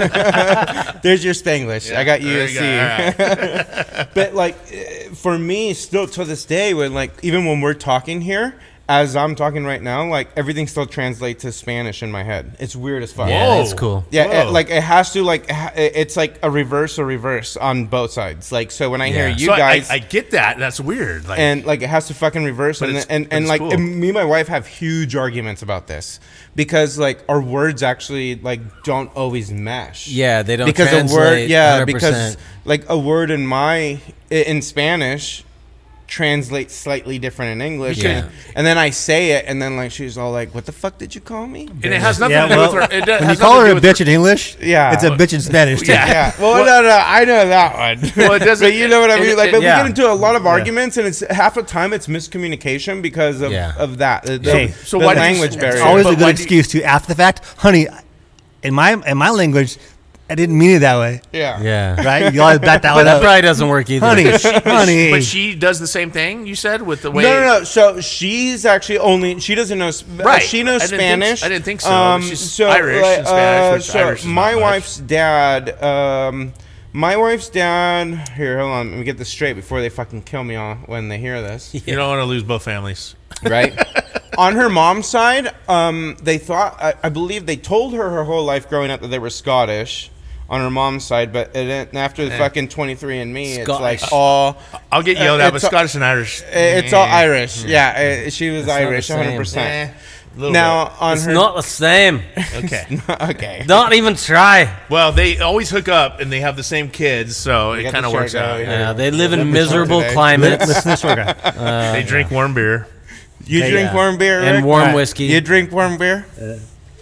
there's your Spanglish. I got you
There
a C.
you go. All right.
But like, eh, for me, still to this day, when like even when we're talking here, as I'm talking right now, like everything still translates to Spanish in my head. It's weird as fuck.
Yeah,
Whoa.
that's cool.
Yeah, it,
Whoa.
like it has to like it ha- it's like a reverse or reverse on both sides. Like so when I hear
Yeah.
you
So I-
guys
I, I get that. That's weird. Like,
and like it has to fucking reverse
But
and
it's-
and,
but
and
it's
like
cool.
and me and my wife have huge arguments about this because like our words actually like don't always mesh.
Yeah, they don't
because a word
translate
yeah
100%.
because like a word in my i- in Spanish translates slightly different in English
Yeah.
and, and then I say it and then like she's all like what the fuck did you call me?
and it has nothing
Yeah,
to do
well,
with her. It does,
When you call her a bitch in English,
Yeah.
it's a bitch in Spanish. Too.
Yeah.
Yeah. Well, no, no, I know that one.
Well, it doesn't-
but you know what I
it-
mean. Like,
it-
but
yeah.
we get into a lot of arguments, and it's half the time it's miscommunication because of,
Yeah.
of that. The, the,
Hey,
so
so
the
why do you-
language
it's
barrier.
It's always
But
a good
why do you-
excuse to after the fact, honey. In my in my language, I didn't mean it that way,
yeah.
yeah,
right? You always back that
but
one
that
up,
probably doesn't work either.
honey. honey,
But she does the same thing you said with the way.
No, no, no. So she's actually only she doesn't know. sp- uh,
Right.
She knows
I didn't think
Spanish. Um,
s- I didn't think so, but she's Irish
like, uh,
and Spanish, which Irish is
my
not much.
wife's dad. Um, my wife's dad. Here, hold on. Let me get this straight before they fucking kill me on when they hear this.
You don't want to lose both families.
right? On her mom's side, um, they thought, I, I believe they told her her whole life growing up that they were Scottish on her mom's side, but it, didn't- after the fucking 23 and me, it's like
Scottish.
all,
I'll get
Uh,
yelled at, but
it's a-
Scottish and Irish.
it's
Mm-hmm.
all Irish. Yeah, uh, she was
not the
Irish,
same.
100%.
Eh, little
Now, on
It's
her.
not the same.
bit. okay.
okay.
Don't even try.
Well, they always hook up and they have the same kids, so it
got
kind
the
of works
short guy
out.
over
Yeah, they live
Let
in
me talk
miserable
today.
climates
listen to this short guy.
They drink warm beer.
You
Yeah,
drink
yeah.
warm beer,
And
Rick?
warm
Alright.
whiskey.
You drink warm beer?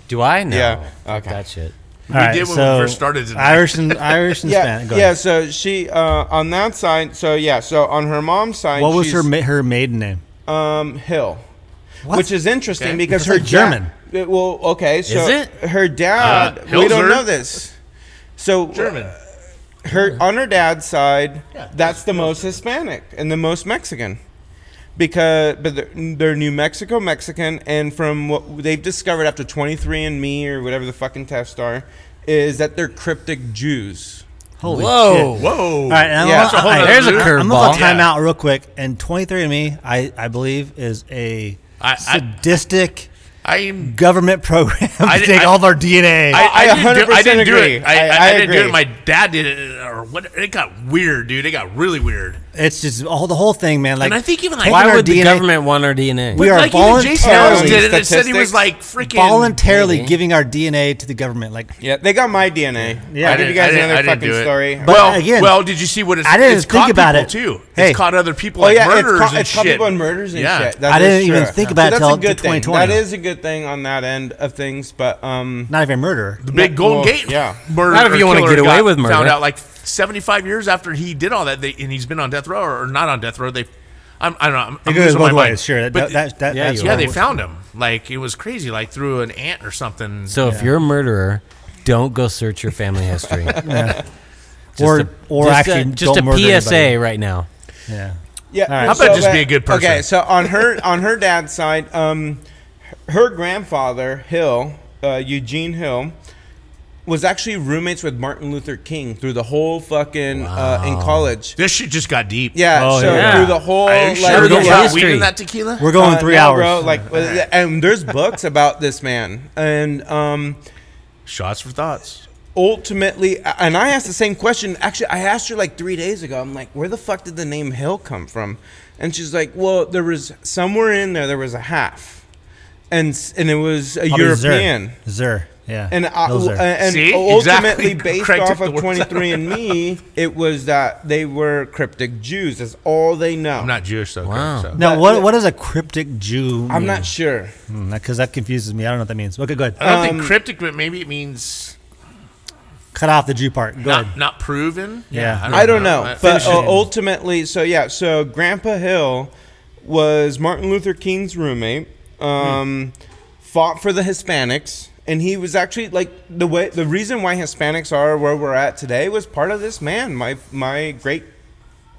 Do I? No.
Yeah,
Fuck
okay.
That shit.
All right,
did when we
so
first started, didn't we?
Irish and Irish and
Yeah,
Spanish. Go
yeah.
ahead.
So she uh, on that side. So yeah. So on her mom's side,
What was
she's,
her ma- her maiden name?
um, Hill,
What?
which is interesting
Okay.
because
It's
her
like German.
dad- uh, well, okay, so
it?
her dad.
Uh,
we don't
Hilzer?
know this. So uh,
German.
her on her dad's side, that's the most Hispanic and the most Mexican. Because but they're, they're New Mexico Mexican, and from what they've discovered after 23andMe or whatever the fucking tests are, is that they're cryptic Jews.
Holy
Whoa.
shit.
Whoa.
All right, and
Yeah.
I'm,
That's
a whole
I,
nother
there's a
There's a loop.
curveball. I'm gonna
curveball.
time
Yeah.
out real quick. And 23andMe, I, I believe, is a
I- I-
sadistic
I'm.
government program to
I-
take
I-
all of our DNA.
I, I,
I
didn't do, I
100%
didn't do
agree.
it. I, I,
I- I
didn't do
agree.
it. My dad did it, or what? It got weird, dude. It got really weird.
it's just all the whole thing, man. Like,
And I think even, like,
taking
Why
our
would the
DNA
government want our DNA?
We are
like even Jason Ellis
voluntarily-
did it. It said he was
Statistics.
like freaking
voluntarily
Maybe.
giving our DNA to the government? Like,
Yeah, they got my DNA.
Yeah.
I'll
I
give you
didn't-
guys
didn't-
another
didn't
fucking
do it.
story.
But
well,
again-
well, did you see what it's?
I didn't
it's
think
caught
about
people,
it.
too.
Hey.
it's caught other people
Oh
in
yeah,
murders
it's, ca-
and
it's caught
shit.
people in murders and
yeah.
shit. That
I
is
didn't even
true.
think about it
so
till
that's a good thing.
2020.
That is a good thing on that end of things, but um,
not even murder.
The big Golden
well,
Gate
yeah.
murder.
Not if you wanna
killer
get away
got
with murder.
Found out like 75 years after he did all that, they, and he's been on death row or, or not on death row. They, I'm, I don't know. I'm, I'm
It goes
losing my
both
mind.
ways, sure. That,
But-
that, that,
Yeah,
that's
you
yeah,
what
they
I-
found him. Like it was crazy. Like through an ant or something.
so if you're a murderer, don't go search your family history. Just
Or,
a-
or
just
actually,
a, just
don't
a
murder
PSA
anybody.
right now.
Yeah.
yeah.
All right.
How about
so,
just
but-
be a good person?
Okay, so on her on her dad's side, um, her grandfather Hill, uh, Eugene Hill. Was actually roommates with Martin Luther King through the whole fucking uh, in college.
This shit just got deep.
Yeah,
Oh,
so
yeah.
through the whole
Are you sure
we
we
don't
don't
have
got weed
history.
in that tequila?
We're going
Uh,
three
no,
hours.
bro. Like, uh, and there's books about this man, and um,
Shots for thoughts.
ultimately, and I asked the same question. Actually, I asked her like three days ago. I'm like, where the fuck did the name Hill come from? And she's like, well, there was somewhere in there, there was a half, and s- and it was a
Probably Zer.
European.
Zer. Yeah.
And, I,
Those are-
and
See?
ultimately,
Exactly.
based
Craig took
off
the
of
words out.
23andMe, it was that they were cryptic Jews. That's all they know.
I'm not Jewish, though.
Wow.
Wow. So.
now,
that-
what,
yeah.
what is a cryptic Jew?
I'm
mean?
not sure.
Because that confuses me. I don't know what that means. Okay, go ahead.
I don't
um,
think cryptic, but maybe it means
Cut off the Jew part. Go ahead.
not, not proven.
Yeah.
I don't know, but
Finish
uh,
it.
ultimately, so yeah, so Grandpa Hill was Martin Luther King's roommate, um, fought for the Hispanics, and he was actually like the way the reason why Hispanics are where we're at today was part of this man, my my great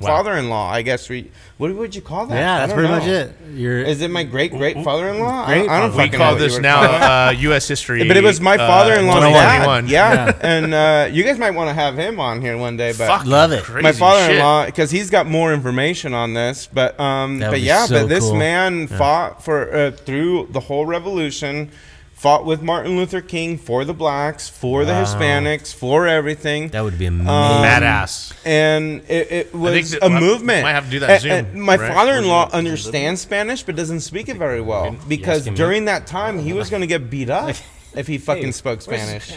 father-in-law. I guess we. What would you call that?
Yeah,
I
that's
don't
pretty
know.
much it. You're
Is it my great great father-in-law? I-
Great
I,
father-
don't
We
fucking know
call
what you
this
would
now
call it.
uh, U.S. history.
But it was my
uh,
father-in-law's dad.
101.
Yeah, and uh, you guys might want to have him on here one day. But
Fucking
Love it.
crazy
my
shit.
father-in-law because he's got more information on this but um
That would
but
be
yeah
so
but this
cool.
man fought for uh, through the whole revolution fought with martin luther king for the blacks for the hispanics for everything
That would be amazing.
Badass.
and it, it was
that-
a
I
movement.
might have to do that
And-
Zoom,
and my
right?
father-in-law understands Spanish but doesn't speak it very well because during that time he was going to get beat up if he fucking spoke Spanish.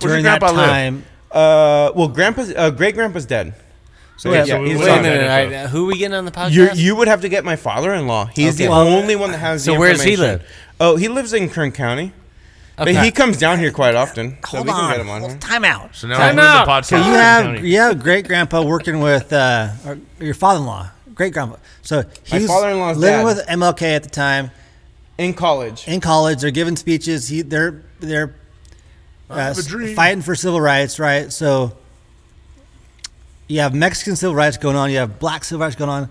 during that
grandpa live?
time.
Uh, well, grandpa's uh, great grandpa's dead.
So
Yeah,
wait,
so we-
he's
wait a
talking-
minute,
I- who are we getting on the podcast?
You you would have to get my father-in-law. He's the
Okay. Well,
only one that has.
so
the
where does he
information.
live?
Oh, he lives in Kern County, but
Okay.
he comes down here quite often. So
Hold
we can
on.
get him on.
Hold-
here.
Time out.
So now I'm moving the podcast.
So you
to
have
County.
you have great grandpa working with uh, or your father in law, great grandpa. So he's
father-in-law's
living
dad.
with MLK at the time
In college,
in college. They're giving speeches. He they're they're uh,
have a dream.
fighting for civil rights, right? So you have Mexican civil rights going on. You have black civil rights going on.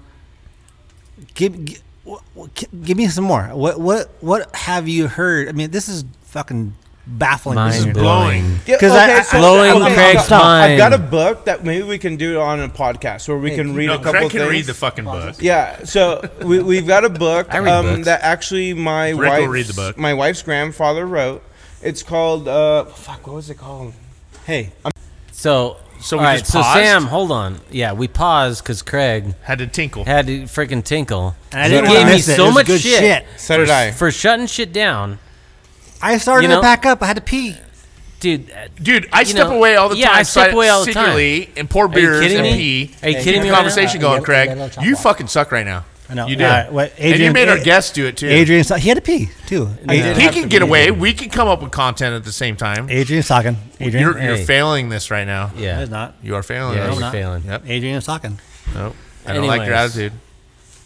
Give give, wh- wh- give me some more. What what what have you heard? I mean, this is fucking baffling. This is
Mind
blowing.
blowing.
Yeah,
'Cause I- I-
Blowing Craig's
I've got, I've
mind.
got a book that maybe we can do on a podcast where we can read
No,
a couple
Craig
things.
can read the fucking book.
Yeah, so we, we've got a book
I read
um,
books.
that actually my
Rick will
wife's,
read the book.
my wife's grandfather wrote. It's called uh, fuck. What was it called?
Hey,
So,
So
so,
we
all right,
just
so
paused?
Sam, hold on. Yeah, we paused because Craig
Had to tinkle.
had to freaking tinkle.
and I
He
didn't
gave
want to
me
miss it.
so
It was
much
good
shit.
So did I.
for shutting shit down,
I started
You
to
know?
pack up. I had to pee.
dude. uh,
Dude, I
You
step
know,
away all the
yeah,
time.
I step
si-
away all the time.
Secretly, and pour
you
beers
kidding
and
me?
pee.
Are you
and
kidding
keep
me
The
right
conversation
now?
going,
Yeah,
Craig.
yeah, let's talk
You
about
fucking suck right now.
I know.
You did.
Uh, what,
and you
Adrian-
made our
A-
guests do it too.
Adrian, he had to pee too.
I did.
he
have to
can get
be
away.
Adrian.
We can come up with content at the same time.
Adrian's talking. Adrian,
You're, you're
Hey.
failing this right now.
No,
Yeah,
he's not.
You are failing.
yeah,
this.
you're
not.
failing.
Yep.
Adrian is talking.
Nope. I don't like your
Anyways.
attitude.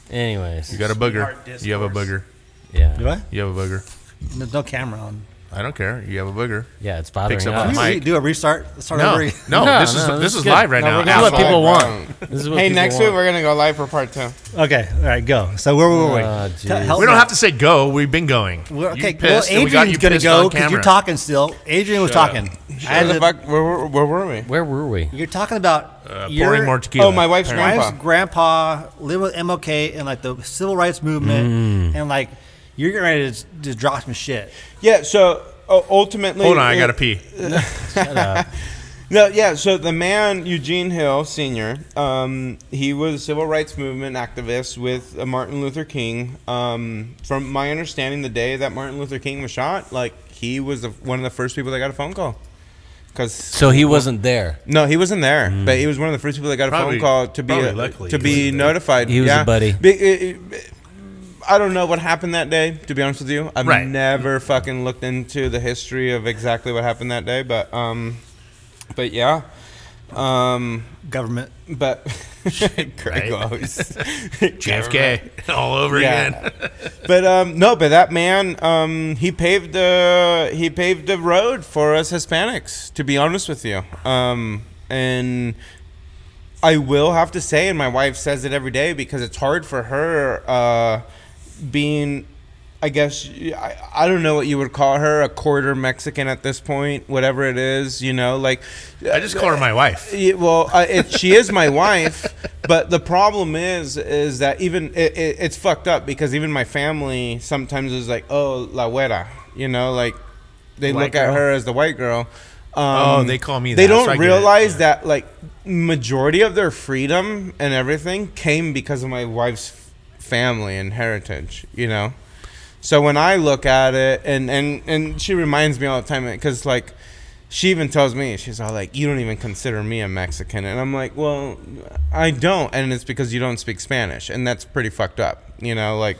Anyways,
You got a booger. You have a booger.
Do
yeah,
I?
You have a booger.
There's no camera on.
I don't care. You have a booger.
yeah, it's bothering
Picks up
us.
on Uh, Mike.
Re- do a restart. Let's Start
No,
over.
no,
again.
No,
this is
no,
this
this
is
is good.
live right
No,
now.
This is
we're
what
Outside,
people
bro.
want. This is what
Hey,
people
next week
want.
we're gonna go live for part two.
Okay. All right. Go. So where were we?
Oh,
Te-
jeez.
help
Ah,
me
We don't
out.
have to say go. We've been going.
We're,
You
okay. well,
pissed, and we got
Adrian's
you
gonna
pissed on
go because you're
camera.
talking still. Adrian was talking. I
Where
had
the
to-
fuck? Where, were- where were we?
Where were we?
You're talking about
Uh,
your
pouring more tequila.
Oh, my wife's grandpa.
wife's grandpa lived with MLK and like the civil rights movement
Mm.
and like you're getting ready to just, just drop some shit.
Yeah. So uh, ultimately,
Hold on, I
it-
gotta pee.
No, yeah. So the man Eugene Hill Sr. Um, he was a civil rights movement activist with uh, Martin Luther King. Um, from my understanding, the day that Martin Luther King was shot, like he was the, one of the first people that got a phone call. Because
So he wasn't there.
no, he wasn't there, but he was one of the first people that got a
Mm. Probably-
phone call to be
probably luckily
to
he
be
wasn't there.
notified.
He was a
yeah.
buddy.
Be- it- it- I don't know what happened that day. To be honest with you, I've
Right.
never fucking looked into the history of exactly what happened that day, but um, but yeah, um,
Government.
but Craig
Right.
always
JFK all over again.
but um, no, but that man, um, he paved the he paved the road for us Hispanics. To be honest with you, um, and I will have to say, and my wife says it every day because it's hard for her uh, being. I guess I, I don't know what you would call her a quarter Mexican at this point, whatever it is, you know, like
I just call her my wife.
yeah, well, uh, it, she is my wife, but the problem is, is that even it, it, it's fucked up because even my family sometimes is like, oh, la güera, you know, like they
White
look at
girl.
her as the white girl. Um,
Oh, they call me
They
that, so I
don't
get it,
realize
yeah.
that like majority of their freedom and everything came because of my wife's f- family and heritage, you know. So when I look at it, and and and she reminds me all the time because like. She even tells me she's all like, "You don't even consider me a Mexican," and I'm like, "Well, I don't," and it's because you don't speak Spanish, and that's pretty fucked up, you know. Like,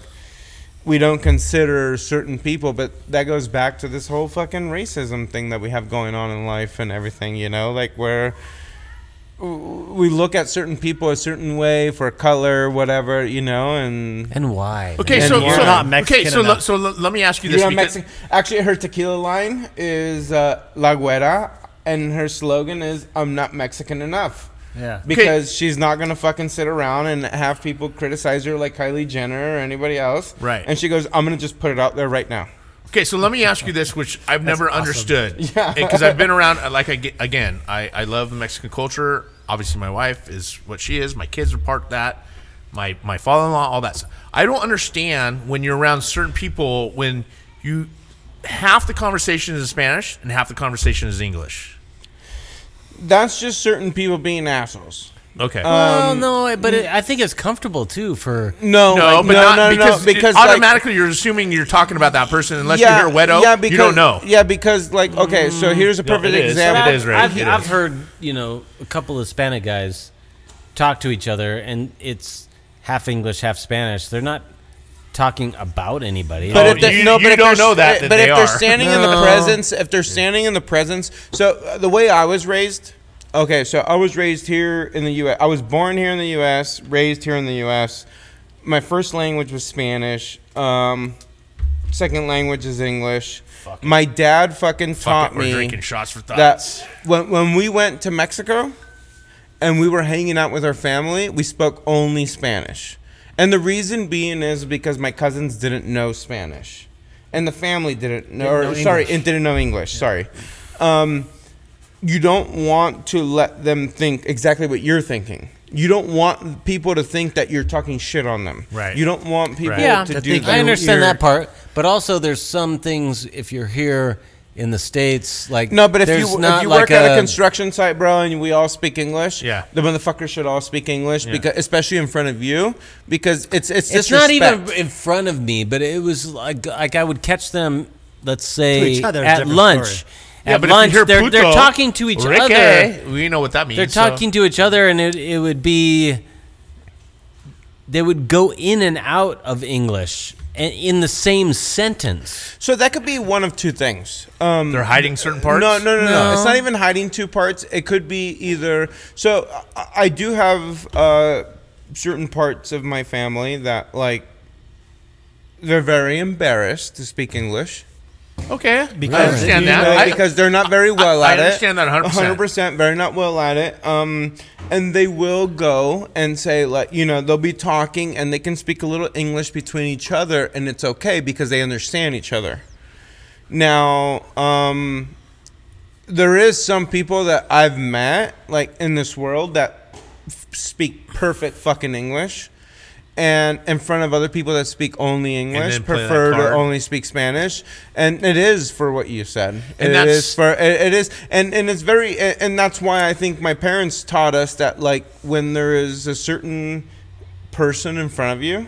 we don't consider certain people, but that goes back to this whole fucking racism thing that we have going on in life and everything, you know, like where w- we look at certain people a certain way for color, whatever, you know, and
And why?
Okay,
And
so,
you're
so
not
Mexican
okay, so
enough.
le- so le- let me ask you
you
this.
know,
because-
Mexican. Actually, her tequila line is uh, La Güera, and her slogan is "I'm not Mexican enough."
Yeah.
because she's not gonna fucking sit around and have people criticize her like Kylie Jenner or anybody else.
Right.
And she goes, "I'm gonna just put it out there right now."
Okay, so let me ask you this, which I've never understood. Because I've been around, uh, like, I get, again, I, I love Mexican culture. Obviously, my wife is what she is. My kids are part of that. My, my father in law, all that stuff. I don't understand when you're around certain people when you half the conversation is in Spanish and half the conversation is English.
That's just certain people being assholes.
Okay.
Um,
well,
um,
no, but it, I think it's comfortable too for.
No,
no,
like,
but
no,
not
no, no,
because,
no, because
it-
like-
automatically you're assuming you're talking about that person unless you hear Wedo. you don't know. Mm.
Yeah, because like okay, so here's a
No, it
perfect
is.
example.
It is, right?
I've,
It
I've
is.
heard you know a couple of Hispanic guys talk to each other, and it's half English, half Spanish. They're not talking about anybody.
But
Oh,
if they
you-
no,
you
but if
don't
they're- eh,
know that, that
but
they
if they're
are.
standing in the
No.
presence, if they're standing in the presence, so uh, the way I was raised, okay, so I was raised here in the U.S. I was born here in the U.S., raised here in the U.S. My first language was Spanish. Um, second language is English.
Fuck it.
My dad fucking
Fuck
taught
it, we're
me
drinking shots for thoughts.
that when, when we went to Mexico and we were hanging out with our family, we spoke only Spanish. And the reason being is because my cousins didn't know Spanish. And the family didn't know, or, sorry, it didn't know English, sorry. Um, you don't want to let them think exactly what you're thinking. You don't want people to think that you're talking shit on them.
Right.
You don't want people
Right.
yeah,
to
To
do
think
that.
I understand
you're-
that part. But also, there's some things if you're here in the states, like
No, but if
there's
you
not
if you
like
work at a construction site, bro, and we all speak English,
Yeah.
the motherfuckers should all speak English because, especially in front of you, because it's it's
it's
disrespect.
not even in front of me, but it was like like I would catch them, let's say
each other is
at
different
lunch.
story.
At lunch, they're, they're talking to each
Ricky,
other.
We know what that means.
They're
so-
talking to each other, and it, it would be they would go in and out of English and in the same sentence.
so that could be one of two things. Um,
They're hiding certain parts.
No, no, no, no,
No.
It's not even hiding two parts. It could be either. So I, I do have uh, certain parts of my family that like they're very embarrassed to speak English.
Okay,
Because-
I understand
You
that.
know,
I-
because they're not very well
I- I
at it.
understand that 100%.
100% very not well at it. Um, and they will go and say like, you know, they'll be talking and they can speak a little English between each other, and it's okay because they understand each other. Now, um, there is some people that I've met like in this world that f- speak perfect fucking English. And in front of other people that speak only English,
then play that
prefer to
card.
only speak Spanish, and it is for what you said.
And
It
that's-
is for it, it is, and and it's very, and and that's why I think my parents taught us that like when there is a certain person in front of you,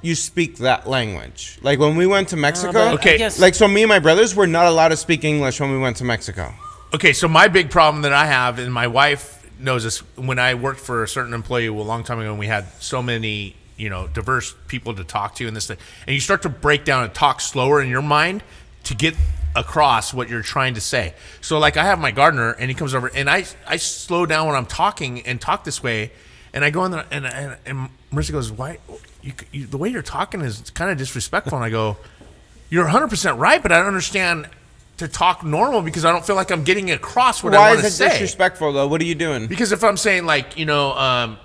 you speak that language. Like when we went to Mexico,
Oh, but I
Okay.
guess-
like so me and my brothers were not allowed to speak English when we went to Mexico.
okay, so my big problem that I have, and my wife knows this, when I worked for a certain employee a long time ago, and we had so many, you know, diverse people to talk to and this thing, and you start to break down and talk slower in your mind to get across what you're trying to say. So, like, I have my gardener, and he comes over, and I, I slow down when I'm talking and talk this way, and I go in there, and, and, and Marissa goes, Why? You, you, the way you're talking is kind of disrespectful. And I go, You're 100% right, but I don't understand to talk normal because I don't feel like I'm getting across what I
Why
want
is
to
it
say.
disrespectful though? What are you doing?
because if I'm saying, like, you know, um,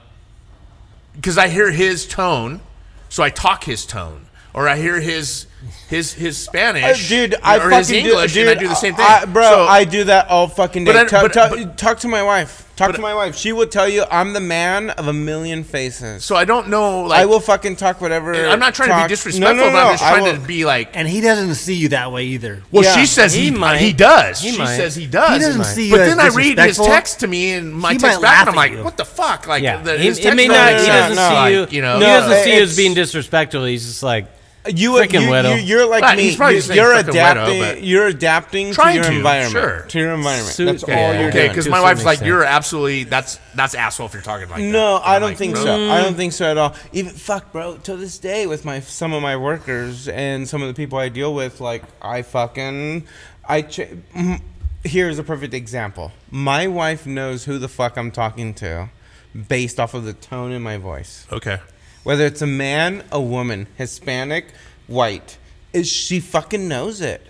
because I hear his tone, so I talk his tone. Or I hear his his his Spanish,
Uh, dude,
or
I
his
fucking
English,
do, dude,
and I do the same thing,
I- bro,
So-
I do that all fucking day.
But I-
Ta-
but-
ta-
but-
talk to my wife. Talk
but-
to my wife. She will tell you I'm the man of a million faces.
So I don't know. Like,
I will fucking talk whatever.
I'm not trying to
talk-
be disrespectful,
No, no,
but
no,
I'm just
I
trying
will-
to be like.
And he doesn't see you that way either.
Well,
Yeah.
she says he
He
he,
might.
does.
He
she
might.
says he does.
He doesn't He might. see you
But
as
then I read his
disrespectful.
text to me and my
He might
text back, and
laugh
I'm
at
like,
you.
what the fuck? Like,
Yeah,
the,
he,
his text
it may
back
not.
is
he
no,
like,
doesn't
no,
see
no.
you.
you know,
he
No,
doesn't see you
it's-
as being disrespectful. He's just like
You,
Frickin'
you,
widow.
you, are like
Right,
me.
he's probably just
You,
saying
are
frickin'
adapting.
widow, but-
you're adapting to
Trying
your
to,
environment.
sure.
To your environment.
Suit-
That's all
yeah.
you're
Okay,
doing.
because
To a
my
certain
wife's like,
extent.
you're absolutely that's that's asshole if you're talking like that.
No,
And
I
I'm
don't
like, Mm.
think
bro,
so. I don't think so at all. Even fuck, bro. To this day, with my some of my workers and some of the people I deal with, like I fucking, I. Ch- mm, here's a perfect example. My wife knows who the fuck I'm talking to, based off of the tone in my voice.
Okay,
Whether it's a man, a woman, Hispanic, white, is she fucking knows it.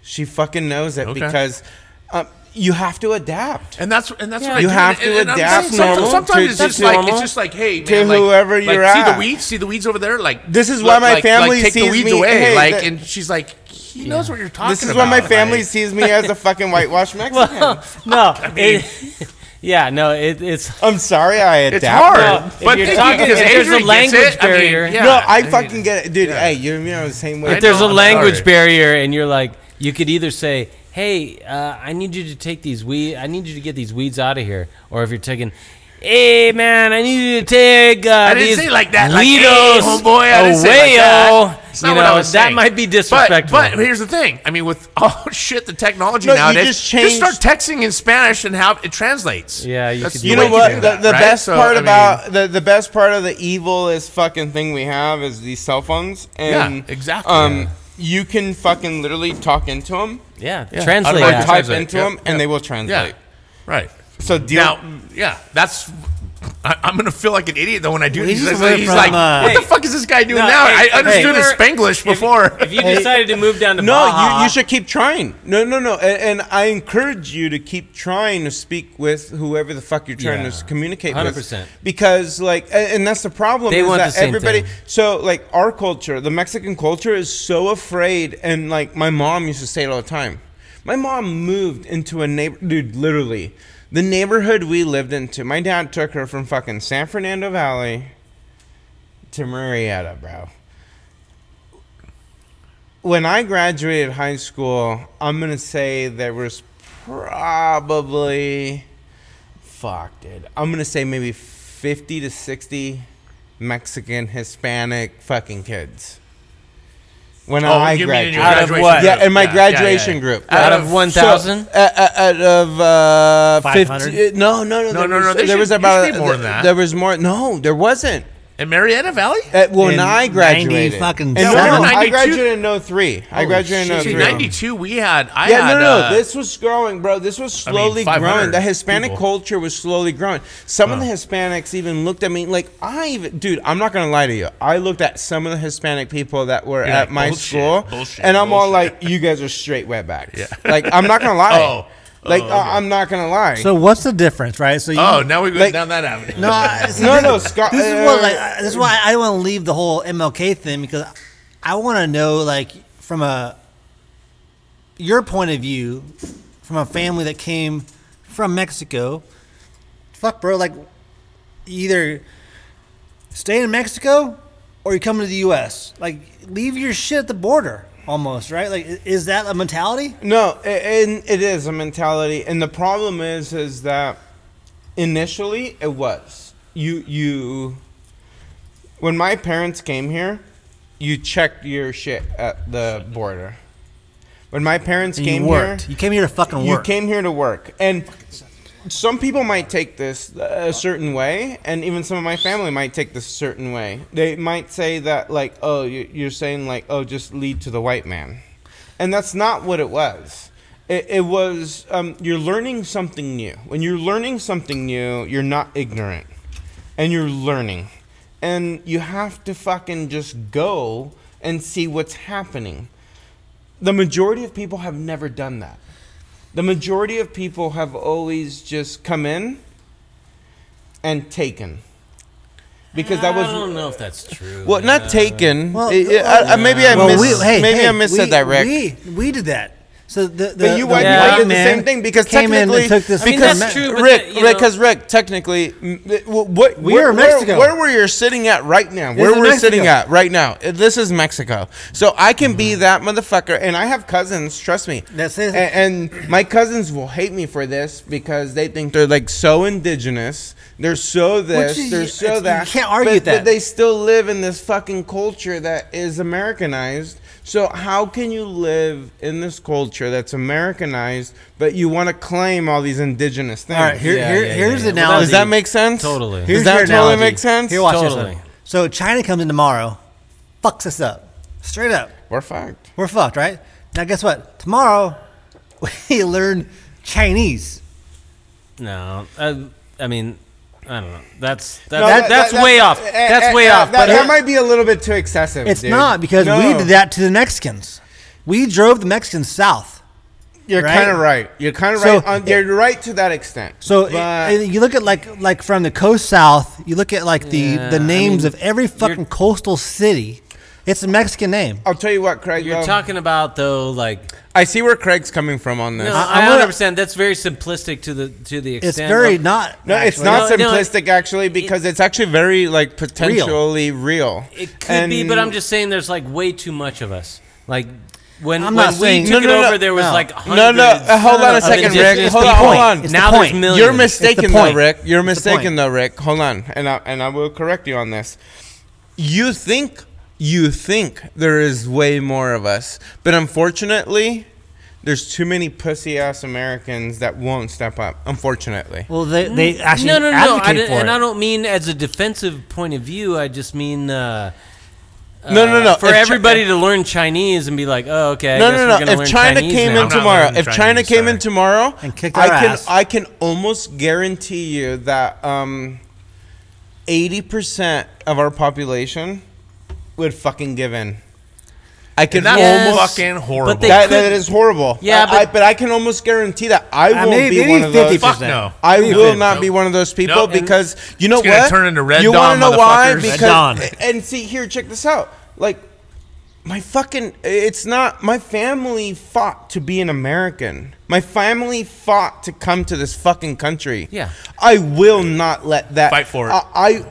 She fucking knows it
Okay.
because um, you have to adapt.
And that's and that's what I
You
do.
have
And- and-
to
and I'm
adapt
just- sometimes-
normal
Sometimes
to-
it's just
to
like
normal
it's just like hey man,
to
like,
whoever
like,
you're
See
at.
the weeds, see the weeds over there. Like
This is
look,
why my
like-
family
like, take the
sees
weeds
me-
away.
hey,
like
that-
and she's like he knows what you're talking about.
This is why my family
like-
sees me as a fucking whitewashed Mexican.
no, it- yeah, no, it, it's
I'm sorry, I adapt.
It's hard,
Well, if
but
you're
if you-
talking-
because
if there's a
Adrian gets
language
it, I mean,
barrier-
yeah,
No, I
mean,
fucking get it, dude. Hey, you're you know the same way.
if there's
know,
a
I'm
language
sorry.
barrier and you're like you could either say hey uh, i need you to take these weed i need you to get these weeds out of here or if you're taking Hey man, I need you to take uh,
didn't
these
say like that, like, hey,
Litos
homeboy, I didn't say like that.
away-o.
It's
oh." You
not what I
know,
was
that
saying.
might be
But-
disrespectful.
But, here's the thing. I mean, with all shit, the technology
No, you
nowadays,
just changed-
start texting in Spanish and how it translates.
Yeah, you
That's
could
the
do
you
way
know
Wait,
what?
do
The,
that,
the
right?
best
So,
part
I mean,
about the, the best part of the evilest fucking thing we have is these cell phones. And,
Yeah, exactly.
Um,
Yeah.
you can fucking literally talk into them
yeah,
Or
translate
or
Yeah.
that.
type
Translate,
into
yeah,
them, and
yeah.
they will
yeah,
translate.
right.
So deal.
Now, yeah, that's. I, I'm gonna feel like an idiot though when I do
We
these.
just
He's
went
like,
from, uh,
"What the fuck is this guy doing
No,
now?"
hey,
I understood
hey.
his Spanglish before.
If you decided to move down to
no,
Baja,
you, you should keep trying. No, no, no. And, and I encourage you to keep trying to speak with whoever the fuck you're trying
Yeah.
to communicate
100%.
with. Because like, a- and that's the problem.
They
is
want
that
the same
everybody.
thing.
So like, our culture, the Mexican culture, is so afraid. And like, my mom used to say it all the time. My mom moved into a neighbor, dude. Literally, the neighborhood we lived into. My dad took her from fucking San Fernando Valley to Marietta, bro. When I graduated high school, I'm gonna say there was probably fuck, dude. I'm gonna say maybe 50 to 60 Mexican, Hispanic fucking kids. When I
Oh, you mean in
graduated,
your
Out of
graduation
what?
group.
yeah, in my
Yeah, yeah, yeah.
graduation group,
out
Yeah.
of one thousand,
So, uh, uh, out of uh,
500?
50 no, no, no,
No,
there
no,
was,
no, they
there
should-
was
you should
about
be more than that.
There was more. No, there wasn't.
In Marietta Valley?
Uh, well,
In
when I
90
graduated,
fucking
And
seven.
no, no, I
92?
graduated in 03. I graduated in
See,
03.
92, we had. I
Yeah,
had,
no, no,
uh,
no. This was growing, bro. This was
I mean,
slowly
500
growing. The Hispanic
people.
culture was slowly growing. Some of the Hispanics even looked at me like I even, dude. I'm not gonna lie to you. I looked at some of the Hispanic people that were at
like,
my
"Bullshit,
school,
bullshit,
and I'm all
bullshit."
like, "You guys are straight wetbacks." Yeah. Like I'm not gonna lie.
Oh.
Like
Oh,
I- I'm not gonna lie.
So what's the difference, right? So you,
oh, now we went
Like-
down that avenue.
no, eh, I- see,
no,
this-
no, Scott.
This is what
uh,
like I- this is why I want to leave the whole MLK thing because I want to know like from a your point of view from a family that came from Mexico. Fuck, bro, like either stay in Mexico or you come to the U.S. Like leave your shit at the border, almost right? Like i- is that a mentality?
No, a- and it is a mentality, and the problem is, is that initially it was you you. When my parents came here, you checked your shit at the border. When my parents
And
came
you worked.
here,
you came here to fucking
you
work.
came here to work, and some people might take this uh, a certain way, and even some of my family might take this a certain way. They might say that like, oh, you- you're saying like, oh, just lead to the white man, and that's not what it was. It, it was um, you're learning something new. When you're learning something new, you're not ignorant, and you're learning, and you have to fucking just go and see what's happening. The majority of people have never done that the majority of people have always just come in and taken because that
I don't
was
know if that's true.
well not
man.
taken
Well, oh,
well, Eh, I, I, maybe i
Well,
missed
we- hey,
maybe
hey,
i missed
we-
that rick
We, we did that. So the, the
but
the
you white
Yeah.
people did the
man
same thing because
came in
technically
and took this
I mean,
because
that's true, but
rick
the- you know-
because rick technically m- th- wh- what
We
where-
are Mexico.
where, where you're sitting at right now
is
where we're
Mexico.
sitting at right now uh, this is mexico so i can be that motherfucker and i have cousins trust me
Mm-hmm. That's it.
A- and, my cousins will hate me for this because they think they're like so indigenous they're so this
Which is-
they're
it's-
so
you
that
can't argue
but- but
that.
they they still live in this fucking culture that is Americanized. So how can you live in this culture that's Americanized, but you want to claim all these indigenous things?
All right, here,
Yeah,
here,
yeah,
here's
yeah,
the
yeah. Well,
analogy.
Does that make sense?
Totally.
Here's
Does that
your
totally
analogy.
make sense?
Here, watch
Totally.
this one. So China comes in tomorrow, fucks us up, straight up.
We're fucked.
We're fucked, right? Now guess what? Tomorrow we learn Chinese.
No, I, I mean, I don't know. That's that,
No,
that,
that-
that's
that-
way off.
eh,
That's
eh,
way
eh,
off. but
That, that might be a little bit too excessive.
It's
dude.
not because
No.
we did that to the Mexicans. We drove the Mexicans south.
You're
right?
kind of right. You're kind of
So- eh,
right. On, you're right to that extent.
So eh,
But-
i- you look at like like from the coast south, you look at like the
Yeah, I
the names
mean,
of every fucking coastal city. It's a Mexican name.
I'll tell you what, Craig.
You're
though,
talking about though, like
I see where Craig's coming from on this.
no,
No,
I- I'm
I
gonna-
100. percent That's very simplistic to the to the
It's
extent.
very
of-
not.
it's
actually.
not
No, no, it-
simplistic actually because it's actually very like potentially real.
It could be, but I'm just saying there's like way too much of us. Like when,
I'm
when
not
we
saying-
took
No, no,
it
no,
over, there was
no.
like
No, no,
hundreds.
uh, hold on a
of
second, Rick.
indigenous
Hold on,
people.
hold on.
the
It's
Now there's
point. You're
millions.
You're
It's the
mistaken though,
point.
Rick. You're
It's the
mistaken
point.
though, Rick. Hold on, and I, and I will correct you on this. You think you think there is way more of us, but unfortunately, there's too many pussy ass Americans that won't step up. Unfortunately,
Well, they, they actually
Mm. no, no, no. I
advocate
didn't-
for
and
it.
I don't mean as a defensive point of view. I just mean. Uh,
No, no,
uh,
no.
For
If Chi-
everybody to learn Chinese and be like, oh, okay. I
no,
guess
no,
we're
no.
gonna learn
If China
Chinese
came
now.
in
not
tomorrow,
learning
if China
Chinese,
came in
sorry.
tomorrow,
And kicked
I
their
can
ass.
I can almost guarantee you that um, eighty percent of our population would fucking give in. I can
And that's
Yes,
almost
fucking horrible.
but they
that,
could-
that is horrible.
Yeah,
I-
but-
I, but I can almost guarantee that I
I
won't
mean,
be
maybe
one of those.
50%.
Fuck no.
I
Maybe
will
50%.
not be one of those people
Nope.
because you know
It's gonna
what?
turn into Red
you
Dawn,
wanna know why?
motherfuckers. Red
Because
Dawn.
and see here, check this out. Like my fucking, it's not my family fought to be an American. My family fought to come to this fucking country.
Yeah.
I will not let that
Fight for it.
I. I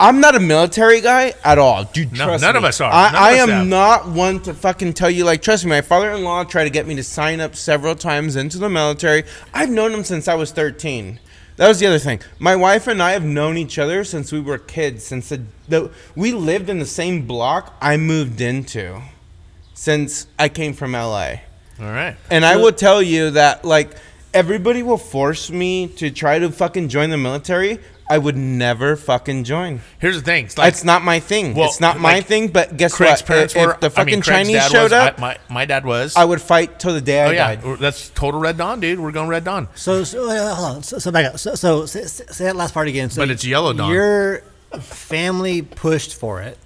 I'm not a military guy at all. Dude,
No,
trust
none
me.
of us are.
I,
None of
I
us
am
have.
not one to fucking tell you. Like, trust me, my father-in-law tried to get me to sign up several times into the military. I've known him since I was 13. That was the other thing. My wife and I have known each other since we were kids. Since the, the we lived in the same block I moved into, since I came from LA.
All right.
And I will tell you that like everybody will force me to try to fucking join the military. I would never fucking join.
Here's the thing. It's like
it's not my thing.
Well,
it's not my
like,
thing. But guess what?
Craig's
uh,
parents
if
were.
the
I
fucking
mean, Craig's
Chinese
dad
showed
was,
up,
I, my, my dad was.
I would fight till the day
oh,
I
yeah.
died.
That's total Red Dawn, dude. We're going Red Dawn.
So, so uh, hold on. So, so back up. So, so say, say that last part again. So
But it's Yellow Dawn.
Your family pushed for it.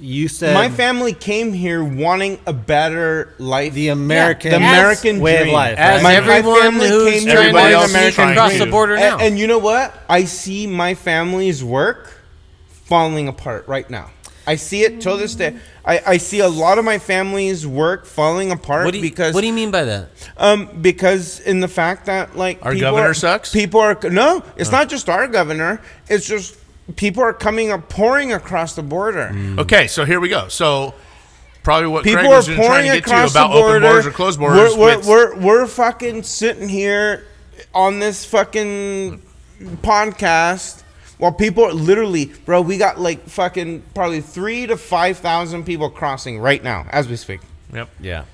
You said
my family came here wanting a better life.
the American,
The American
way
dream.
of life. right?
As
My- my
everyone
family
who's
came
trying
here
to
Everybody else is
sneak
trying
across
to.
the border
A-
now.
And, you know what? I see my family's work falling apart right now. I see it till this day. I, I see a lot of my family's work falling apart
what, do you,
because
what do you mean by that?
um because in the fact that like
Our
people
governor
are-
sucks? Oh.
People are no, it's not just our governor. It's just people are coming up pouring across the border.
Okay, so here we go. So probably what
Hmm. People
Hmm. Craig was
are
just trying
pouring
to get to
across
about
the border.
open borders or closed borders.
We're we're,
with-
we're we're fucking sitting here on this fucking podcast while people are literally, bro. We got like fucking probably three to five thousand people crossing right now as we speak.
yep.
Yeah.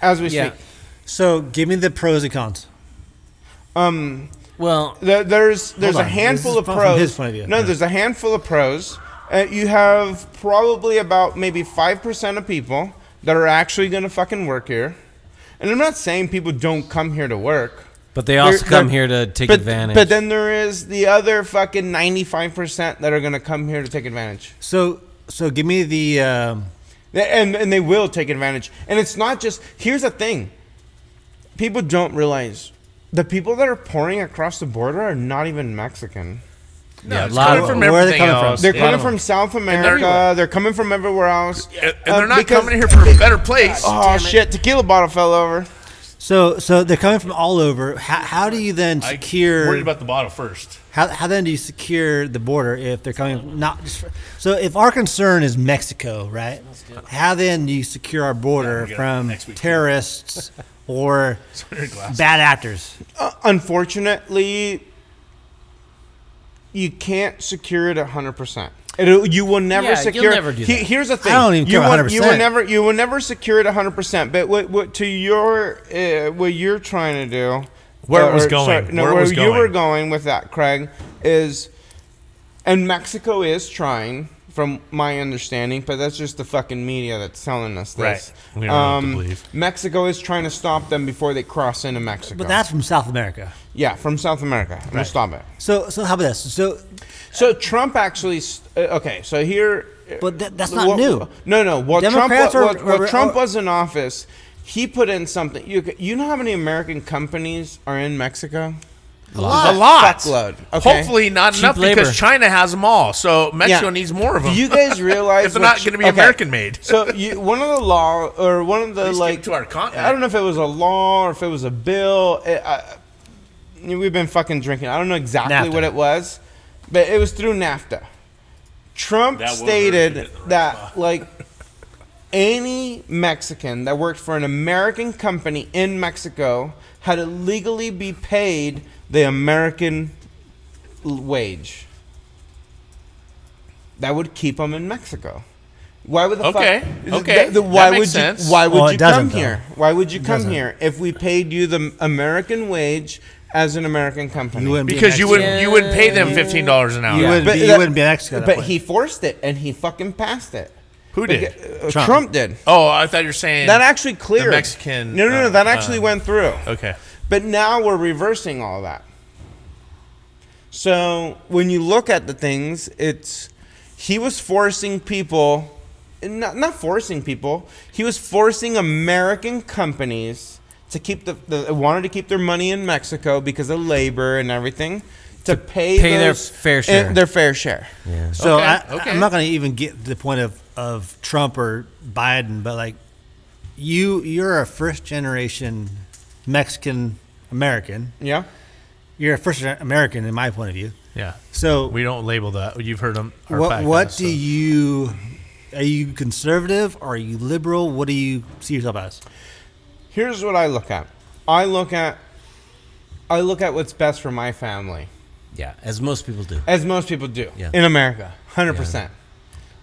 As we
Yeah.
speak,
so give me the pros and cons.
um,
Well,
There, there's there's
Hold
a
on.
handful
This is
of
from-
pros.
from his point of view.
No,
Yeah.
there's a handful of pros. Uh, you have probably about maybe five percent of people that are actually going to fucking work here. And I'm not saying people don't come here to work.
but they also
They're-
come
they're-
here to take
but,
advantage.
But then there is the other fucking 95% that are going to come here to take advantage.
So, so give me the. Um,
They- And, and they will take advantage. And it's not just, here's the thing people don't realize the people that are pouring across the border are not even Mexican.
No,
Yeah,
it's
a lot
coming
of-
from
where are they
everything
coming from?
else.
They're
Yeah.
coming from South America. They're,
everywhere.
coming from everywhere else.
And
Uh,
they're not
because-
coming here for a better place.
Oh shit! Tequila bottle fell over.
so, so they're coming from all over. How, how do you then
I
secure?
worried about the bottle first.
How, how then do you secure the border if they're coming not just fr- so if our concern is Mexico, right? How then do you secure our border
we got
from
next week.
terrorists or
your glasses.
bad actors?
Uh, unfortunately, you can't secure it hundred percent. It, you will never
Yeah, you'll
secure.
never do
He-
that.
here's the thing.
don't even
you
care
will, you will
100%.
never. You will never secure it hundred percent. But what, what to your uh, what you're trying to do?
Where it
or-
was
or,
going,
sorry, no,
where
where,
it was
you were
going.
going with that, Craig, is, and Mexico is trying, from my understanding, but that's just the fucking media that's telling us this. Um,
Right. We don't know what to believe.
Mexico is trying to stop them before they cross into Mexico.
But that's from South America.
Yeah, from South America. I'm gonna stop it.
So so how about this? So
So Trump actually. s- uh, Okay, so here.
But that- that's
uh,
not
what-
new.
No, no. Well, Trump,
Democrats
wa-
are-
wa- while
are-
Trump
are-
was in office, He put in something. You c- you know how many American companies are in Mexico?
A lot.
Fuckload. Okay.
Hopefully not
Cheap
enough
labor.
because China has them all. So Mexico
Yeah.
needs more of them.
Do you guys realize
if they're
what
not
ch-
going to be
okay.
American made?
So you, one of the law or one of the
least give
like
it to our continent.
I don't know if it was a law or if it was a bill. It, I, I- we've been fucking drinking. I don't know exactly
NAFTA.
what it was, but it was through NAFTA. Trump
That will hurt if you
stated
get the right
that like any Mexican that worked for an American company in Mexico had to legally be paid the American l- wage. That would keep them in Mexico. Why would the
Okay,
fuck?
okay,
The, the, why
that makes
would
sense.
you? Why would
Well, it
you come
doesn't, though.
here? Why would you come
doesn't.
here if we paid you the American wage as an American company?
You wouldn't be in
because you
Mexico.
would not you would pay them fifteen dollars an hour.
You wouldn't
But
be. You
that-
wouldn't be in Mexico. at that
But
point.
he forced it, and he fucking passed it.
Who did?
Uh,
Trump.
Trump. did.
Oh, I thought you were saying
That actually cleared.
Mexican,
No, no, no.
uh,
that actually
uh,
went through.
Okay.
But now we're reversing all that. So when you look at the things, it's he was forcing people, not, not forcing people, he was forcing American companies to keep the, the wanted to keep their money in Mexico because of labor and everything to, pay,
pay their
those-
fair
eh,
share.
Their fair share.
So
Okay,
I,
okay.
I'm not going to even get to the point of, of Trump or Biden, but like you, you're a first generation Mexican American.
Yeah.
You're a first gen- American in my point of view.
Yeah.
So
We don't label that. You've heard them.
what what do you are you conservative? Are you liberal? What do you see yourself as?
here's what I look at. I look at I look at what's best for my family,
Yeah, as most people do.
as most people do
Yeah.
in America, hundred percent.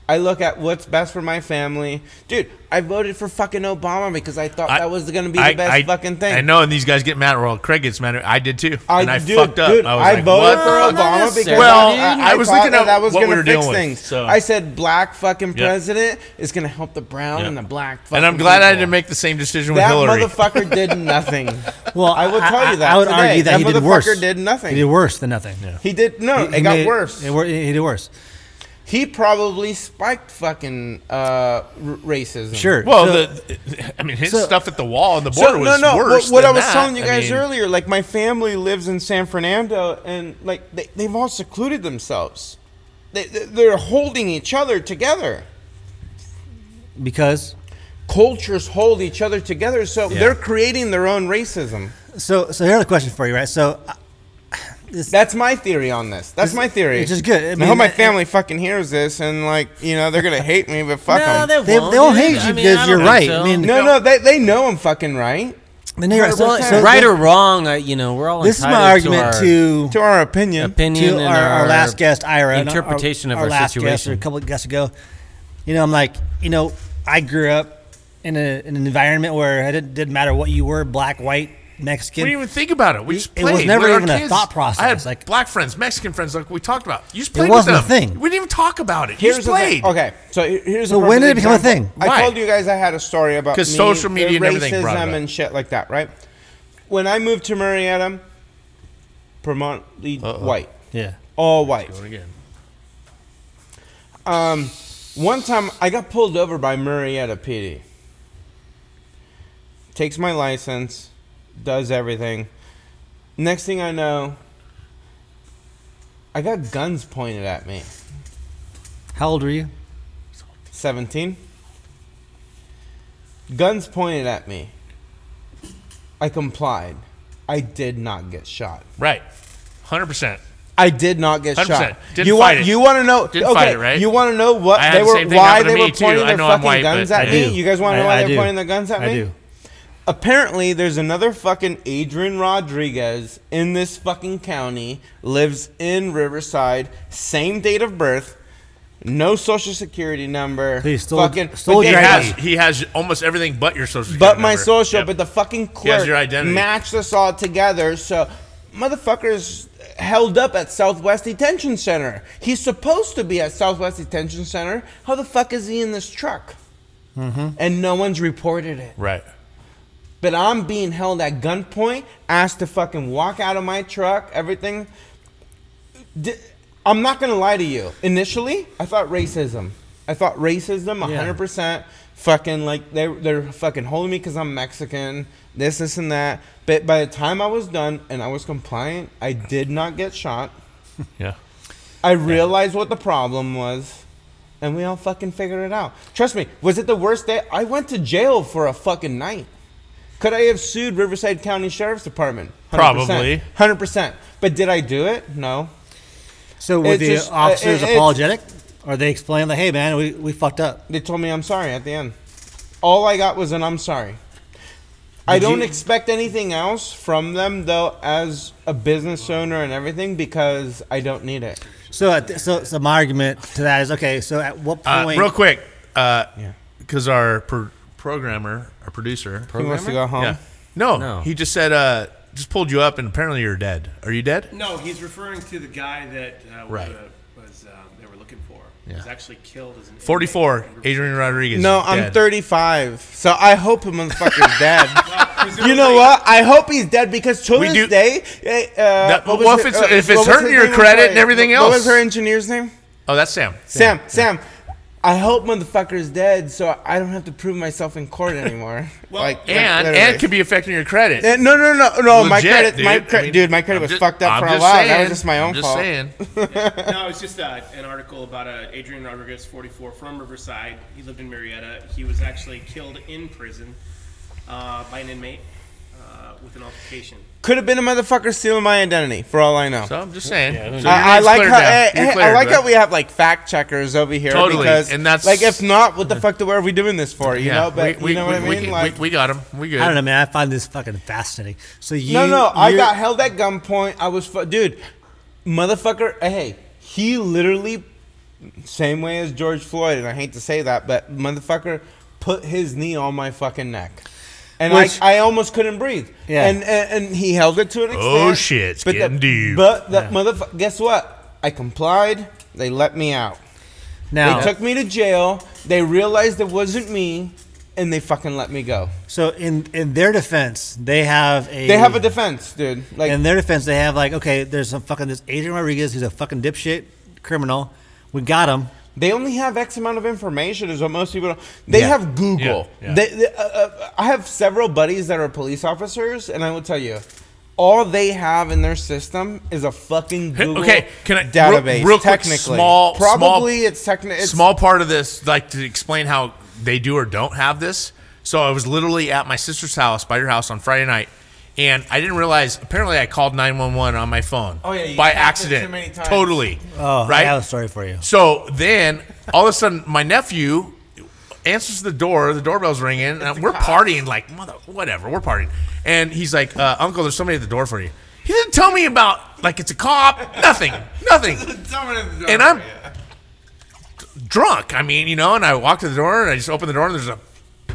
I look at what's best for my family, dude. I voted for fucking Obama because I thought that was going to be the best fucking thing.
I know, and these guys get mad. Well, Craig gets mad. I did too,
I,
and I
dude,
fucked up.
dude,
I was like,
voted
what
for
the fuck?
Obama because
Well,
I,
I- I was
thought
looking
that
at
that was
what
going
we were
to fix
dealing with,
things.
so-
I said black fucking
Yeah.
president is going to help the brown
Yeah.
and the black. Fucking
And I'm glad I
people.
didn't make the same decision with
that
Hillary.
motherfucker did nothing.
Well,
I will
I-
tell
I-
you that.
I would
today.
argue that
that
he did
motherfucker
worse.
did nothing.
He did worse than nothing.
He did no.
He-
it
he
got
made-
worse.
It, wor- he did worse.
he probably spiked fucking uh, r- racism.
Sure.
well,
So-
the, I mean, his
so-
stuff at the wall and the
So,
border
no,
was
no.
worse.
What, what I
than
was
that.
telling you guys
mean,
earlier, like my family lives in San Fernando, and like they, they've all secluded themselves. They, they- they're holding each other together.
because
Cultures hold each other together, so they're creating their own racism.
so so here's a question for you, right? So uh, this,
That's my theory on this. That's my theory.
which is good. I
I,
mean,
hope my
that-
family fucking hears this, and like you know they're gonna hate me, but fuck them.
they, they all hate you because you're right. I mean,
No, no, they, they know I'm fucking right.
then you're right. So-
Well,
so
right
the-
or wrong, I, you know, we're all
This is
entitled
my argument
to, our
to
To our opinion.
opinion
to
and
our, our last guest, Ira, and
interpretation of our
last guest or
situation.
a couple of guests ago. You know, I'm like, you know, I grew up in, a, in an environment where it didn't, didn't matter what you were, black, white,
we
Mexican.
didn't even think about it. We just
It
played.
was never
Like, our
even a
kids-
thought process,
I had
like-
black friends, Mexican friends, like we talked about. You just played
wasn't a
with them.
thing.
We didn't even talk about it. You
Here's
just
the
played.
thing. Okay, so he- here's
So
a
when did it
perfect
become a
example.
thing?
I
Why?
told you guys I had a story about
'Cause
me,
social media
the
and everything brought it
racism
up.
and shit like that, right? When I moved to Marietta, predominantly white,
yeah.
all white.
Again.
Um, one time I got pulled over by Marietta PD. Takes my license, does everything. Next thing I know, I got guns pointed at me.
How old were you?
17. Guns pointed at me. I complied. I did not get shot.
Right. Hundred percent.
I did not get
100%.
shot.
Didn't
you
fight
want
it.
you want to know?
Didn't
okay,
fight it, right?
You want to know what
I had
they
the
were?
same thing
Why
happen to
they were
me, too.
pointing
I
their
know I'm
fucking
white,
guns
but
at
I
me?
do.
You guys want to
I-
know why
I
they're
do.
pointing their guns at
I
me?
do.
Apparently, there's another fucking Adrian Rodriguez in this fucking county. Lives in Riverside. Same date of birth. No social security number.
He stole-
fucking,
stole
but they
He
Right.
has he has almost everything but your social. security
but my
number.
social,
Yep.
but the fucking
He has
clerk
your identity.
matched us all together. So, motherfuckers held up at Southwest Detention Center. He's supposed to be at Southwest Detention Center. How the fuck is he in this truck?
Mm-hmm.
And no one's reported it.
right.
But I'm being held at gunpoint, asked to fucking walk out of my truck, everything. D- I'm not gonna lie to you. Initially, I thought racism. I thought racism 100%. fucking like they they're fucking holding me because I'm Mexican. This, this, and that. But by the time I was done and I was compliant, I did not get shot.
Yeah.
I realized what the problem was, and we all fucking figured it out. Trust me, was it the worst day? I went to jail for a fucking night. Could I have sued Riverside County Sheriff's Department? 100%,
Probably.
100%. But did I do it? No.
So were
It
the
just-
officers
I- it- it-
apologetic? Or they explained like, hey man, we, we fucked up.
They told me I'm sorry at the end. All I got was an I'm sorry. I don't expect anything else from them though as a business owner and everything because I don't need it.
So at th- so so my argument to that is okay. So at what
Uh,
point?
real quick, because our pro- programmer, our producer,
He wants to go home.
yeah, no,
No.
he just said, uh, just pulled you up, and apparently you're dead. Are you dead?
No, he's referring to the guy that uh, was,
Right.
uh, was um, they were looking for. He was actually killed as an inmate.
44, Adrian Rodriguez.
No,
is
I'm
dead.
35, so I hope the motherfucker's dead. you know
presumably-
what? I hope he's dead because to
We
this
do-
day, eh, uh,
That-
what was
well, if
her-
it's- if it's
what was
hurting
her
your
name? I'm
credit
sorry.
and everything
What was
else.
her engineer's name?
Oh, that's Sam.
Sam. Sam. I hope motherfucker's dead, so I don't have to prove myself in court anymore.
Well,
like, like,
And
literally.
and could be affecting your credit.
Eh, no, no, no, no. my
Legit,
credit, my
dude.
cre-
I mean,
dude, my credit
I'm
was
just-
fucked up
I'm
for a
just
while. that was
saying,
just my own
I'm
fault.
Just saying.
No, it's just uh, an article about uh, Adrian Rodriguez, 44, from Riverside. He lived in Marietta. He was actually killed in prison uh, by an inmate uh, with an altercation.
Could have been a motherfucker stealing my identity, for all I know.
So I'm just saying. So your
I, I
name's
like
cleared
how
now.
eh,
You're
eh, I
cleared,
like
bud.
how we have like fact checkers over here.
Totally,
because,
and that's-
like if not, what the fuck the were we doing this for? You know, but
we,
you know
we,
what I
we,
mean.
we-
like,
we got him. We good.
I don't know, man. I find this fucking fascinating. So you
no, no, I
you're-
got held at gunpoint. I was, fu- dude, motherfucker. eh, Hey, he literally, same way as George Floyd, and I hate to say that, but motherfucker put his knee on my fucking neck. And
Which-
I, I almost couldn't breathe.
Yeah.
And, and and he held it to an extent.
Oh, shit, it's
But the-
getting deep.
But that motherfucker. Guess what? I complied. They let me out.
now.
They took me to jail. They realized it wasn't me, and they fucking let me go.
so in in their defense, they have a
They have a defense, dude. Like,
in their defense, they have like okay, there's some fucking this Adrian Rodriguez who's a fucking dipshit criminal. We got him.
they only have X amount of information, is what most people. Don't. They
Yeah.
have Google.
Yeah, yeah.
They, they, uh, uh, I have several buddies that are police officers, and I will tell you. All they have in their system is a fucking
Hey,
Google
okay, can I- real-
database.
real quick,
technically,
small- small-
probably it's technically
small part of this, like to explain how they do or don't have this. So I was literally at my sister's house by your house on Friday night, and I didn't realize. Apparently, I called nine one one on my phone.
Oh, yeah, you
by
tapped it too
accident,
many times.
totally.
Oh, I
right.
have a story for you.
So then, all of a sudden, my nephew answers the door. The doorbell's ringing, and we're partying like mother, whatever. We're partying, and he's like, uh, "Uncle, there's somebody at the door for you." He didn't tell me about like it's a cop. Nothing. Nothing. and I'm drunk. I mean, you know, and I walk to the door and I just open the door and there's a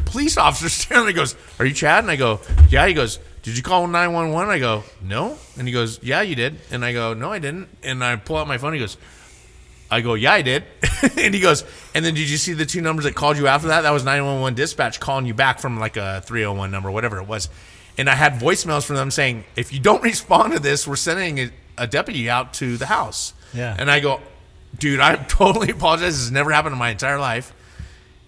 police officer standing there. He goes, Are you Chad? And I go, Yeah. He goes, Did you call 911? I go, No. And he goes, Yeah, you did. And I go, No, I didn't. And I pull out my phone. He goes, I go, Yeah, I did. and he goes, And then did you see the two numbers that called you after that? That was 911 dispatch calling you back from like a 301 number, whatever it was. And I had voicemails from them saying, If you don't respond to this, we're sending a, a deputy out to the house.
Yeah.
And I go, Dude, I totally apologize. This has never happened in my entire life.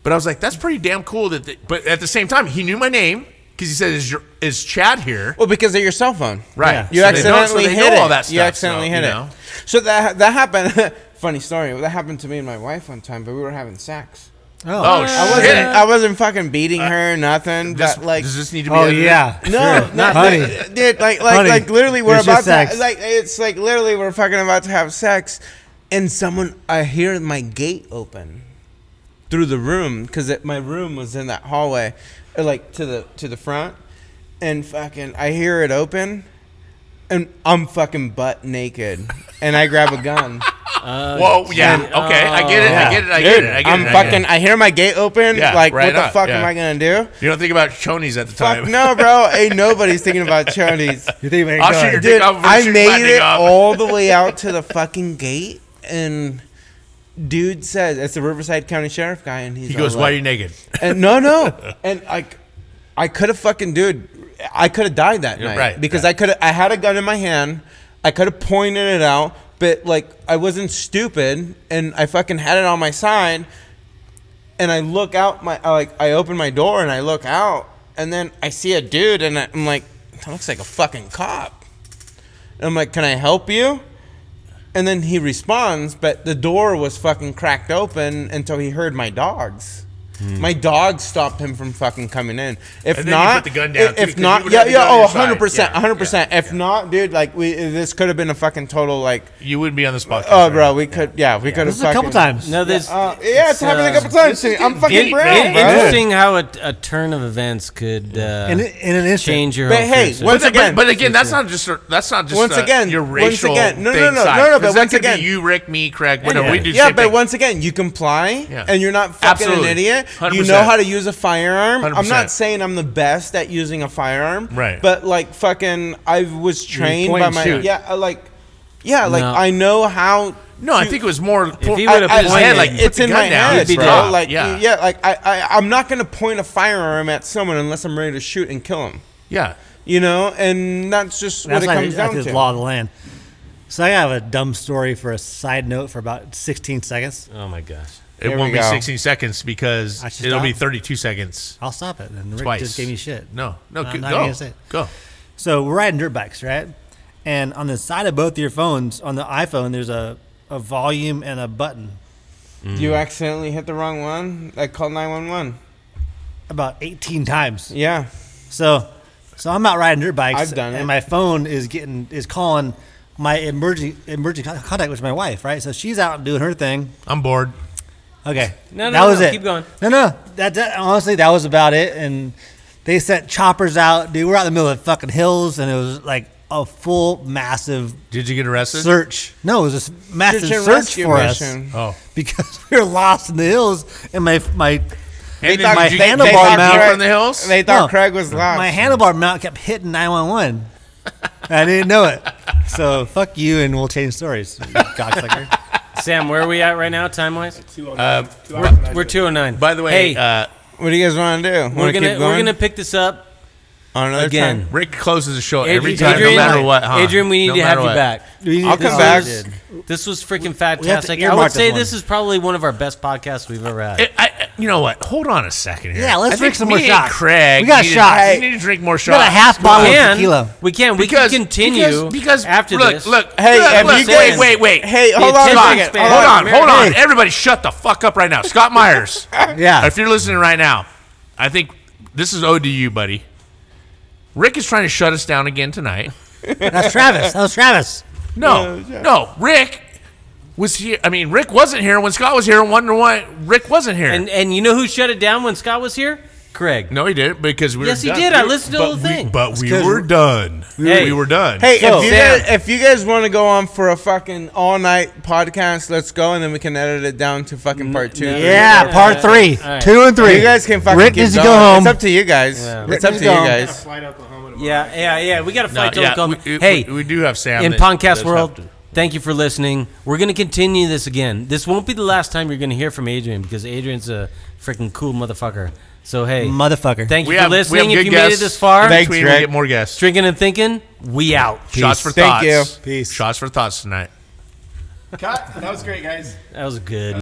But I was like, That's pretty damn cool. That, they, But at the same time, he knew my name because he said, Is, your, is Chad here?
Well, because of your cell phone,
Right.
Yeah.
Oh, You
So they know- so
accidentally
they
hit
know
it.
all that
you
stuff,
accidentally
so,
hit
you
it.
know.
So that that happened. Funny story. That happened to me and my wife one time, but we were having sex.
Oh,
I wasn't.
shit.
I wasn't fucking beating her. Nothing.
Uh, This-
but like.
does this need to be
Oh
edited?
yeah,
no,
sure.
not
honey.
dude. Like, like,
Honey,
like, literally, we're
it's
about
just
to,
sex.
like, it's like literally, we're fucking about to have sex, and someone, I hear my gate open through the room because my room was in that hallway, or like to the to the front, and fucking, I hear it open, and I'm fucking butt naked, and I grab a gun.
Whoa, yeah. Okay, I get it. I get it. I get
Dude,
it. I get
I'm
it. I get
fucking.
it.
I hear my gate open.
Yeah,
like,
right
what the
on,
fuck
yeah.
am I gonna do?
You don't think about chonies at the time.
Fuck no, bro. Ain't nobody's thinking about chonies.
You think about
I'll
God.
shoot your
Dude,
dick off.
I
shoot my
made
dick
it
off.
all the way out to the fucking gate, and dude says it's the Riverside County Sheriff guy, and he's
He goes,
all
"Why are
like-
you naked?"
and no, no, and like I could have fucking dude, I could have died that night,
right,
Because
right.
I could, I had a gun in my hand, I could have pointed it out, but like I wasn't stupid, and I fucking had it on my side. and I look out my I, like I open my door and I look out and then I see a dude and I- I'm like that looks like a fucking cop. And I'm like, "Can I help you?" And then he responds, but the door was fucking cracked open until he heard my dogs. My dogs stopped him from fucking coming in. If
Hmm. And then you
not,
put the gun down,
if,
too,
if
'cause you
not,
would've
yeah,
had the
yeah,
gun on
oh,
your side.
100%,
Yeah,
100%. if not, dude, like we this could have been a fucking total like
You wouldn't be on this podcast.
Oh,
right
bro,
now.
we could. Yeah, we could have.
This is a couple times.
No, this.
Uh, yeah, it's, happened a couple
uh,
times. to me. I'm fucking
It-
brown,
it-
bro.
interesting how a, a turn of events could uh,
in, in an instant.
change your.
But
whole
hey,
perception.
what-
But,
Once
again,
again-
but, again, that's not just a, that's not just
Once
a-
again,
your
once
racial
again, no, no,
thing
no, no,
side,
no, no, but
'cause that
once
could be
again-
you, Rick, me, Craig, whatever.
Yeah.
We do the
Yeah,
same
but
thing.
once again, you comply
Yeah.
and you're not fucking
Absolutely.
an idiot. You
100%.
know how to use a firearm. I'm
100%.
not saying I'm the best at using a firearm,
Right.
But like fucking, I was trained
point
by
and
my
shoot.
yeah, uh, like yeah, like
No.
I know how.
no, I think it was more.
he
I-
would've
I-
pointed,
I-
like, put
it's
the
in
gun
my
down,
head,
you'd be
bro.
dead.
Like
Yeah.
yeah, like I, I, I'm not gonna point a firearm at someone unless I'm ready to shoot and kill him.
yeah,
You know, and that's just
That's
what
like
it comes
that's
down
just
to.
law of the land. So I have a dumb story for a side note for about 16 seconds.
oh my gosh.
it
we
won't be
go.
16 seconds because
I should
it'll be
stop?
32 seconds
I'll stop it. And Rick
twice.
just gave me shit.
No, no,
I'm
go-
not
go,
gonna say it.
go.
So we're riding dirt bikes, right? And on the side of both of your phones, on the iPhone, there's a, a volume and a button.
Mm.
You accidentally hit the wrong one. Like call nine one one.
about 18 times.
Yeah.
So, so I'm out riding dirt bikes.
I've done it.
And my phone is getting is calling my emerging emerging con- contact, which is my wife, right? So she's out doing her thing.
I'm bored.
Okay,
No, no,
that was
no,
it.
keep going.
No, no, that, that honestly, that was about it. And they sent choppers out. Dude, we're out in the middle of fucking hills, and it was like a full massive
Did you get arrested?
search. No, it was this massive
Search and
search
rescue
for
mission.
us.
Oh.
because we were lost in the hills, and my my
And
thought-
then did you get
my
they
handlebar
thought
mount-
you were in the hills?
They thought
No.
Craig was lost.
my handlebar mount kept hitting 911. I didn't know it. So fuck you, and we'll change stories. you cocksucker.
Sam, where are we at right now, time wise?
Two on two hours and nine
We're
minutes.
two oh nine.
By the way,
hey,
uh,
what do you guys want to do? Wanna
we're gonna
keep
we're
going?
gonna pick this up
on another
again.
time?
Rick closes the show every
Adrian-
time,
Adrian,
no matter what. Huh?
Adrian, we need
No
to have
matter
you
what.
back.
We need
I'll
to
come
do
back.
this.
This was freaking
have to
fantastic. I
earmark
would say
this
this
one.
is probably one of our best podcasts we've ever had.
I, I, you know what? Hold on a second here.
Yeah, let's
I think
drink some
me
more
and
shots.
Craig,
We got
need to-
shots.
We need to drink more
We got
shots.
a half bottle
And
of tequila.
we can we
because
can continue
because, because
after
look,
this.
Look,
Hey,
look,
have
look,
you
wait,
guys-
wait, wait.
Hey,
The
hold on a
attention
second.
span.
hold on,
Mary-
hold on.
Hey.
Everybody, shut the fuck up right now. Scott Myers,
Yeah.
if you're listening right now, I think this is owed to you, buddy. Rick is trying to shut us down again tonight.
That's Travis. That was Travis.
No, no, Rick was here. I mean, Rick wasn't here when Scott was here. and Wonder why Rick wasn't here.
And and you know who shut it down when Scott was here? Craig.
no, he didn't because we.
Yes,
were
he
done.
did. I
We-
listened to
but
the whole
we-
thing.
but we
It's 'cause
were done.
Hey.
We were done.
Hey,
So-
if you
Sam.
guys if you guys want to go on for a fucking all night podcast, let's go, and then we can edit it down to fucking part two.
no.
three,
Yeah,
Yeah.
part three,
All right.
two and three.
You guys can fucking
Rick
keep
needs to
going.
go home.
It's up to you guys.
Yeah.
It's up to
needs
you
to go home.
guys.
Fly to Oklahoma tomorrow.
Yeah, yeah, yeah. We got to
No,
fight till
yeah,
it comes.
we- we-
Hey,
we do have Sam
in
that does
podcast
have
world.
to-
Thank you for listening. We're gonna continue this again. This won't be the last time you're gonna hear from Adrian because Adrian's a freaking cool motherfucker. So hey,
Motherfucker.
thank you
We
for
have, we have
listening.
good
If you made
guests.
it this far,
Thanks,
Between
Rick.
We get more guests.
drinking and thinking, we out.
Shots for
Thank
thoughts.
you.
Peace. Shots for thoughts tonight.
Cut. That was great, guys.
That was good.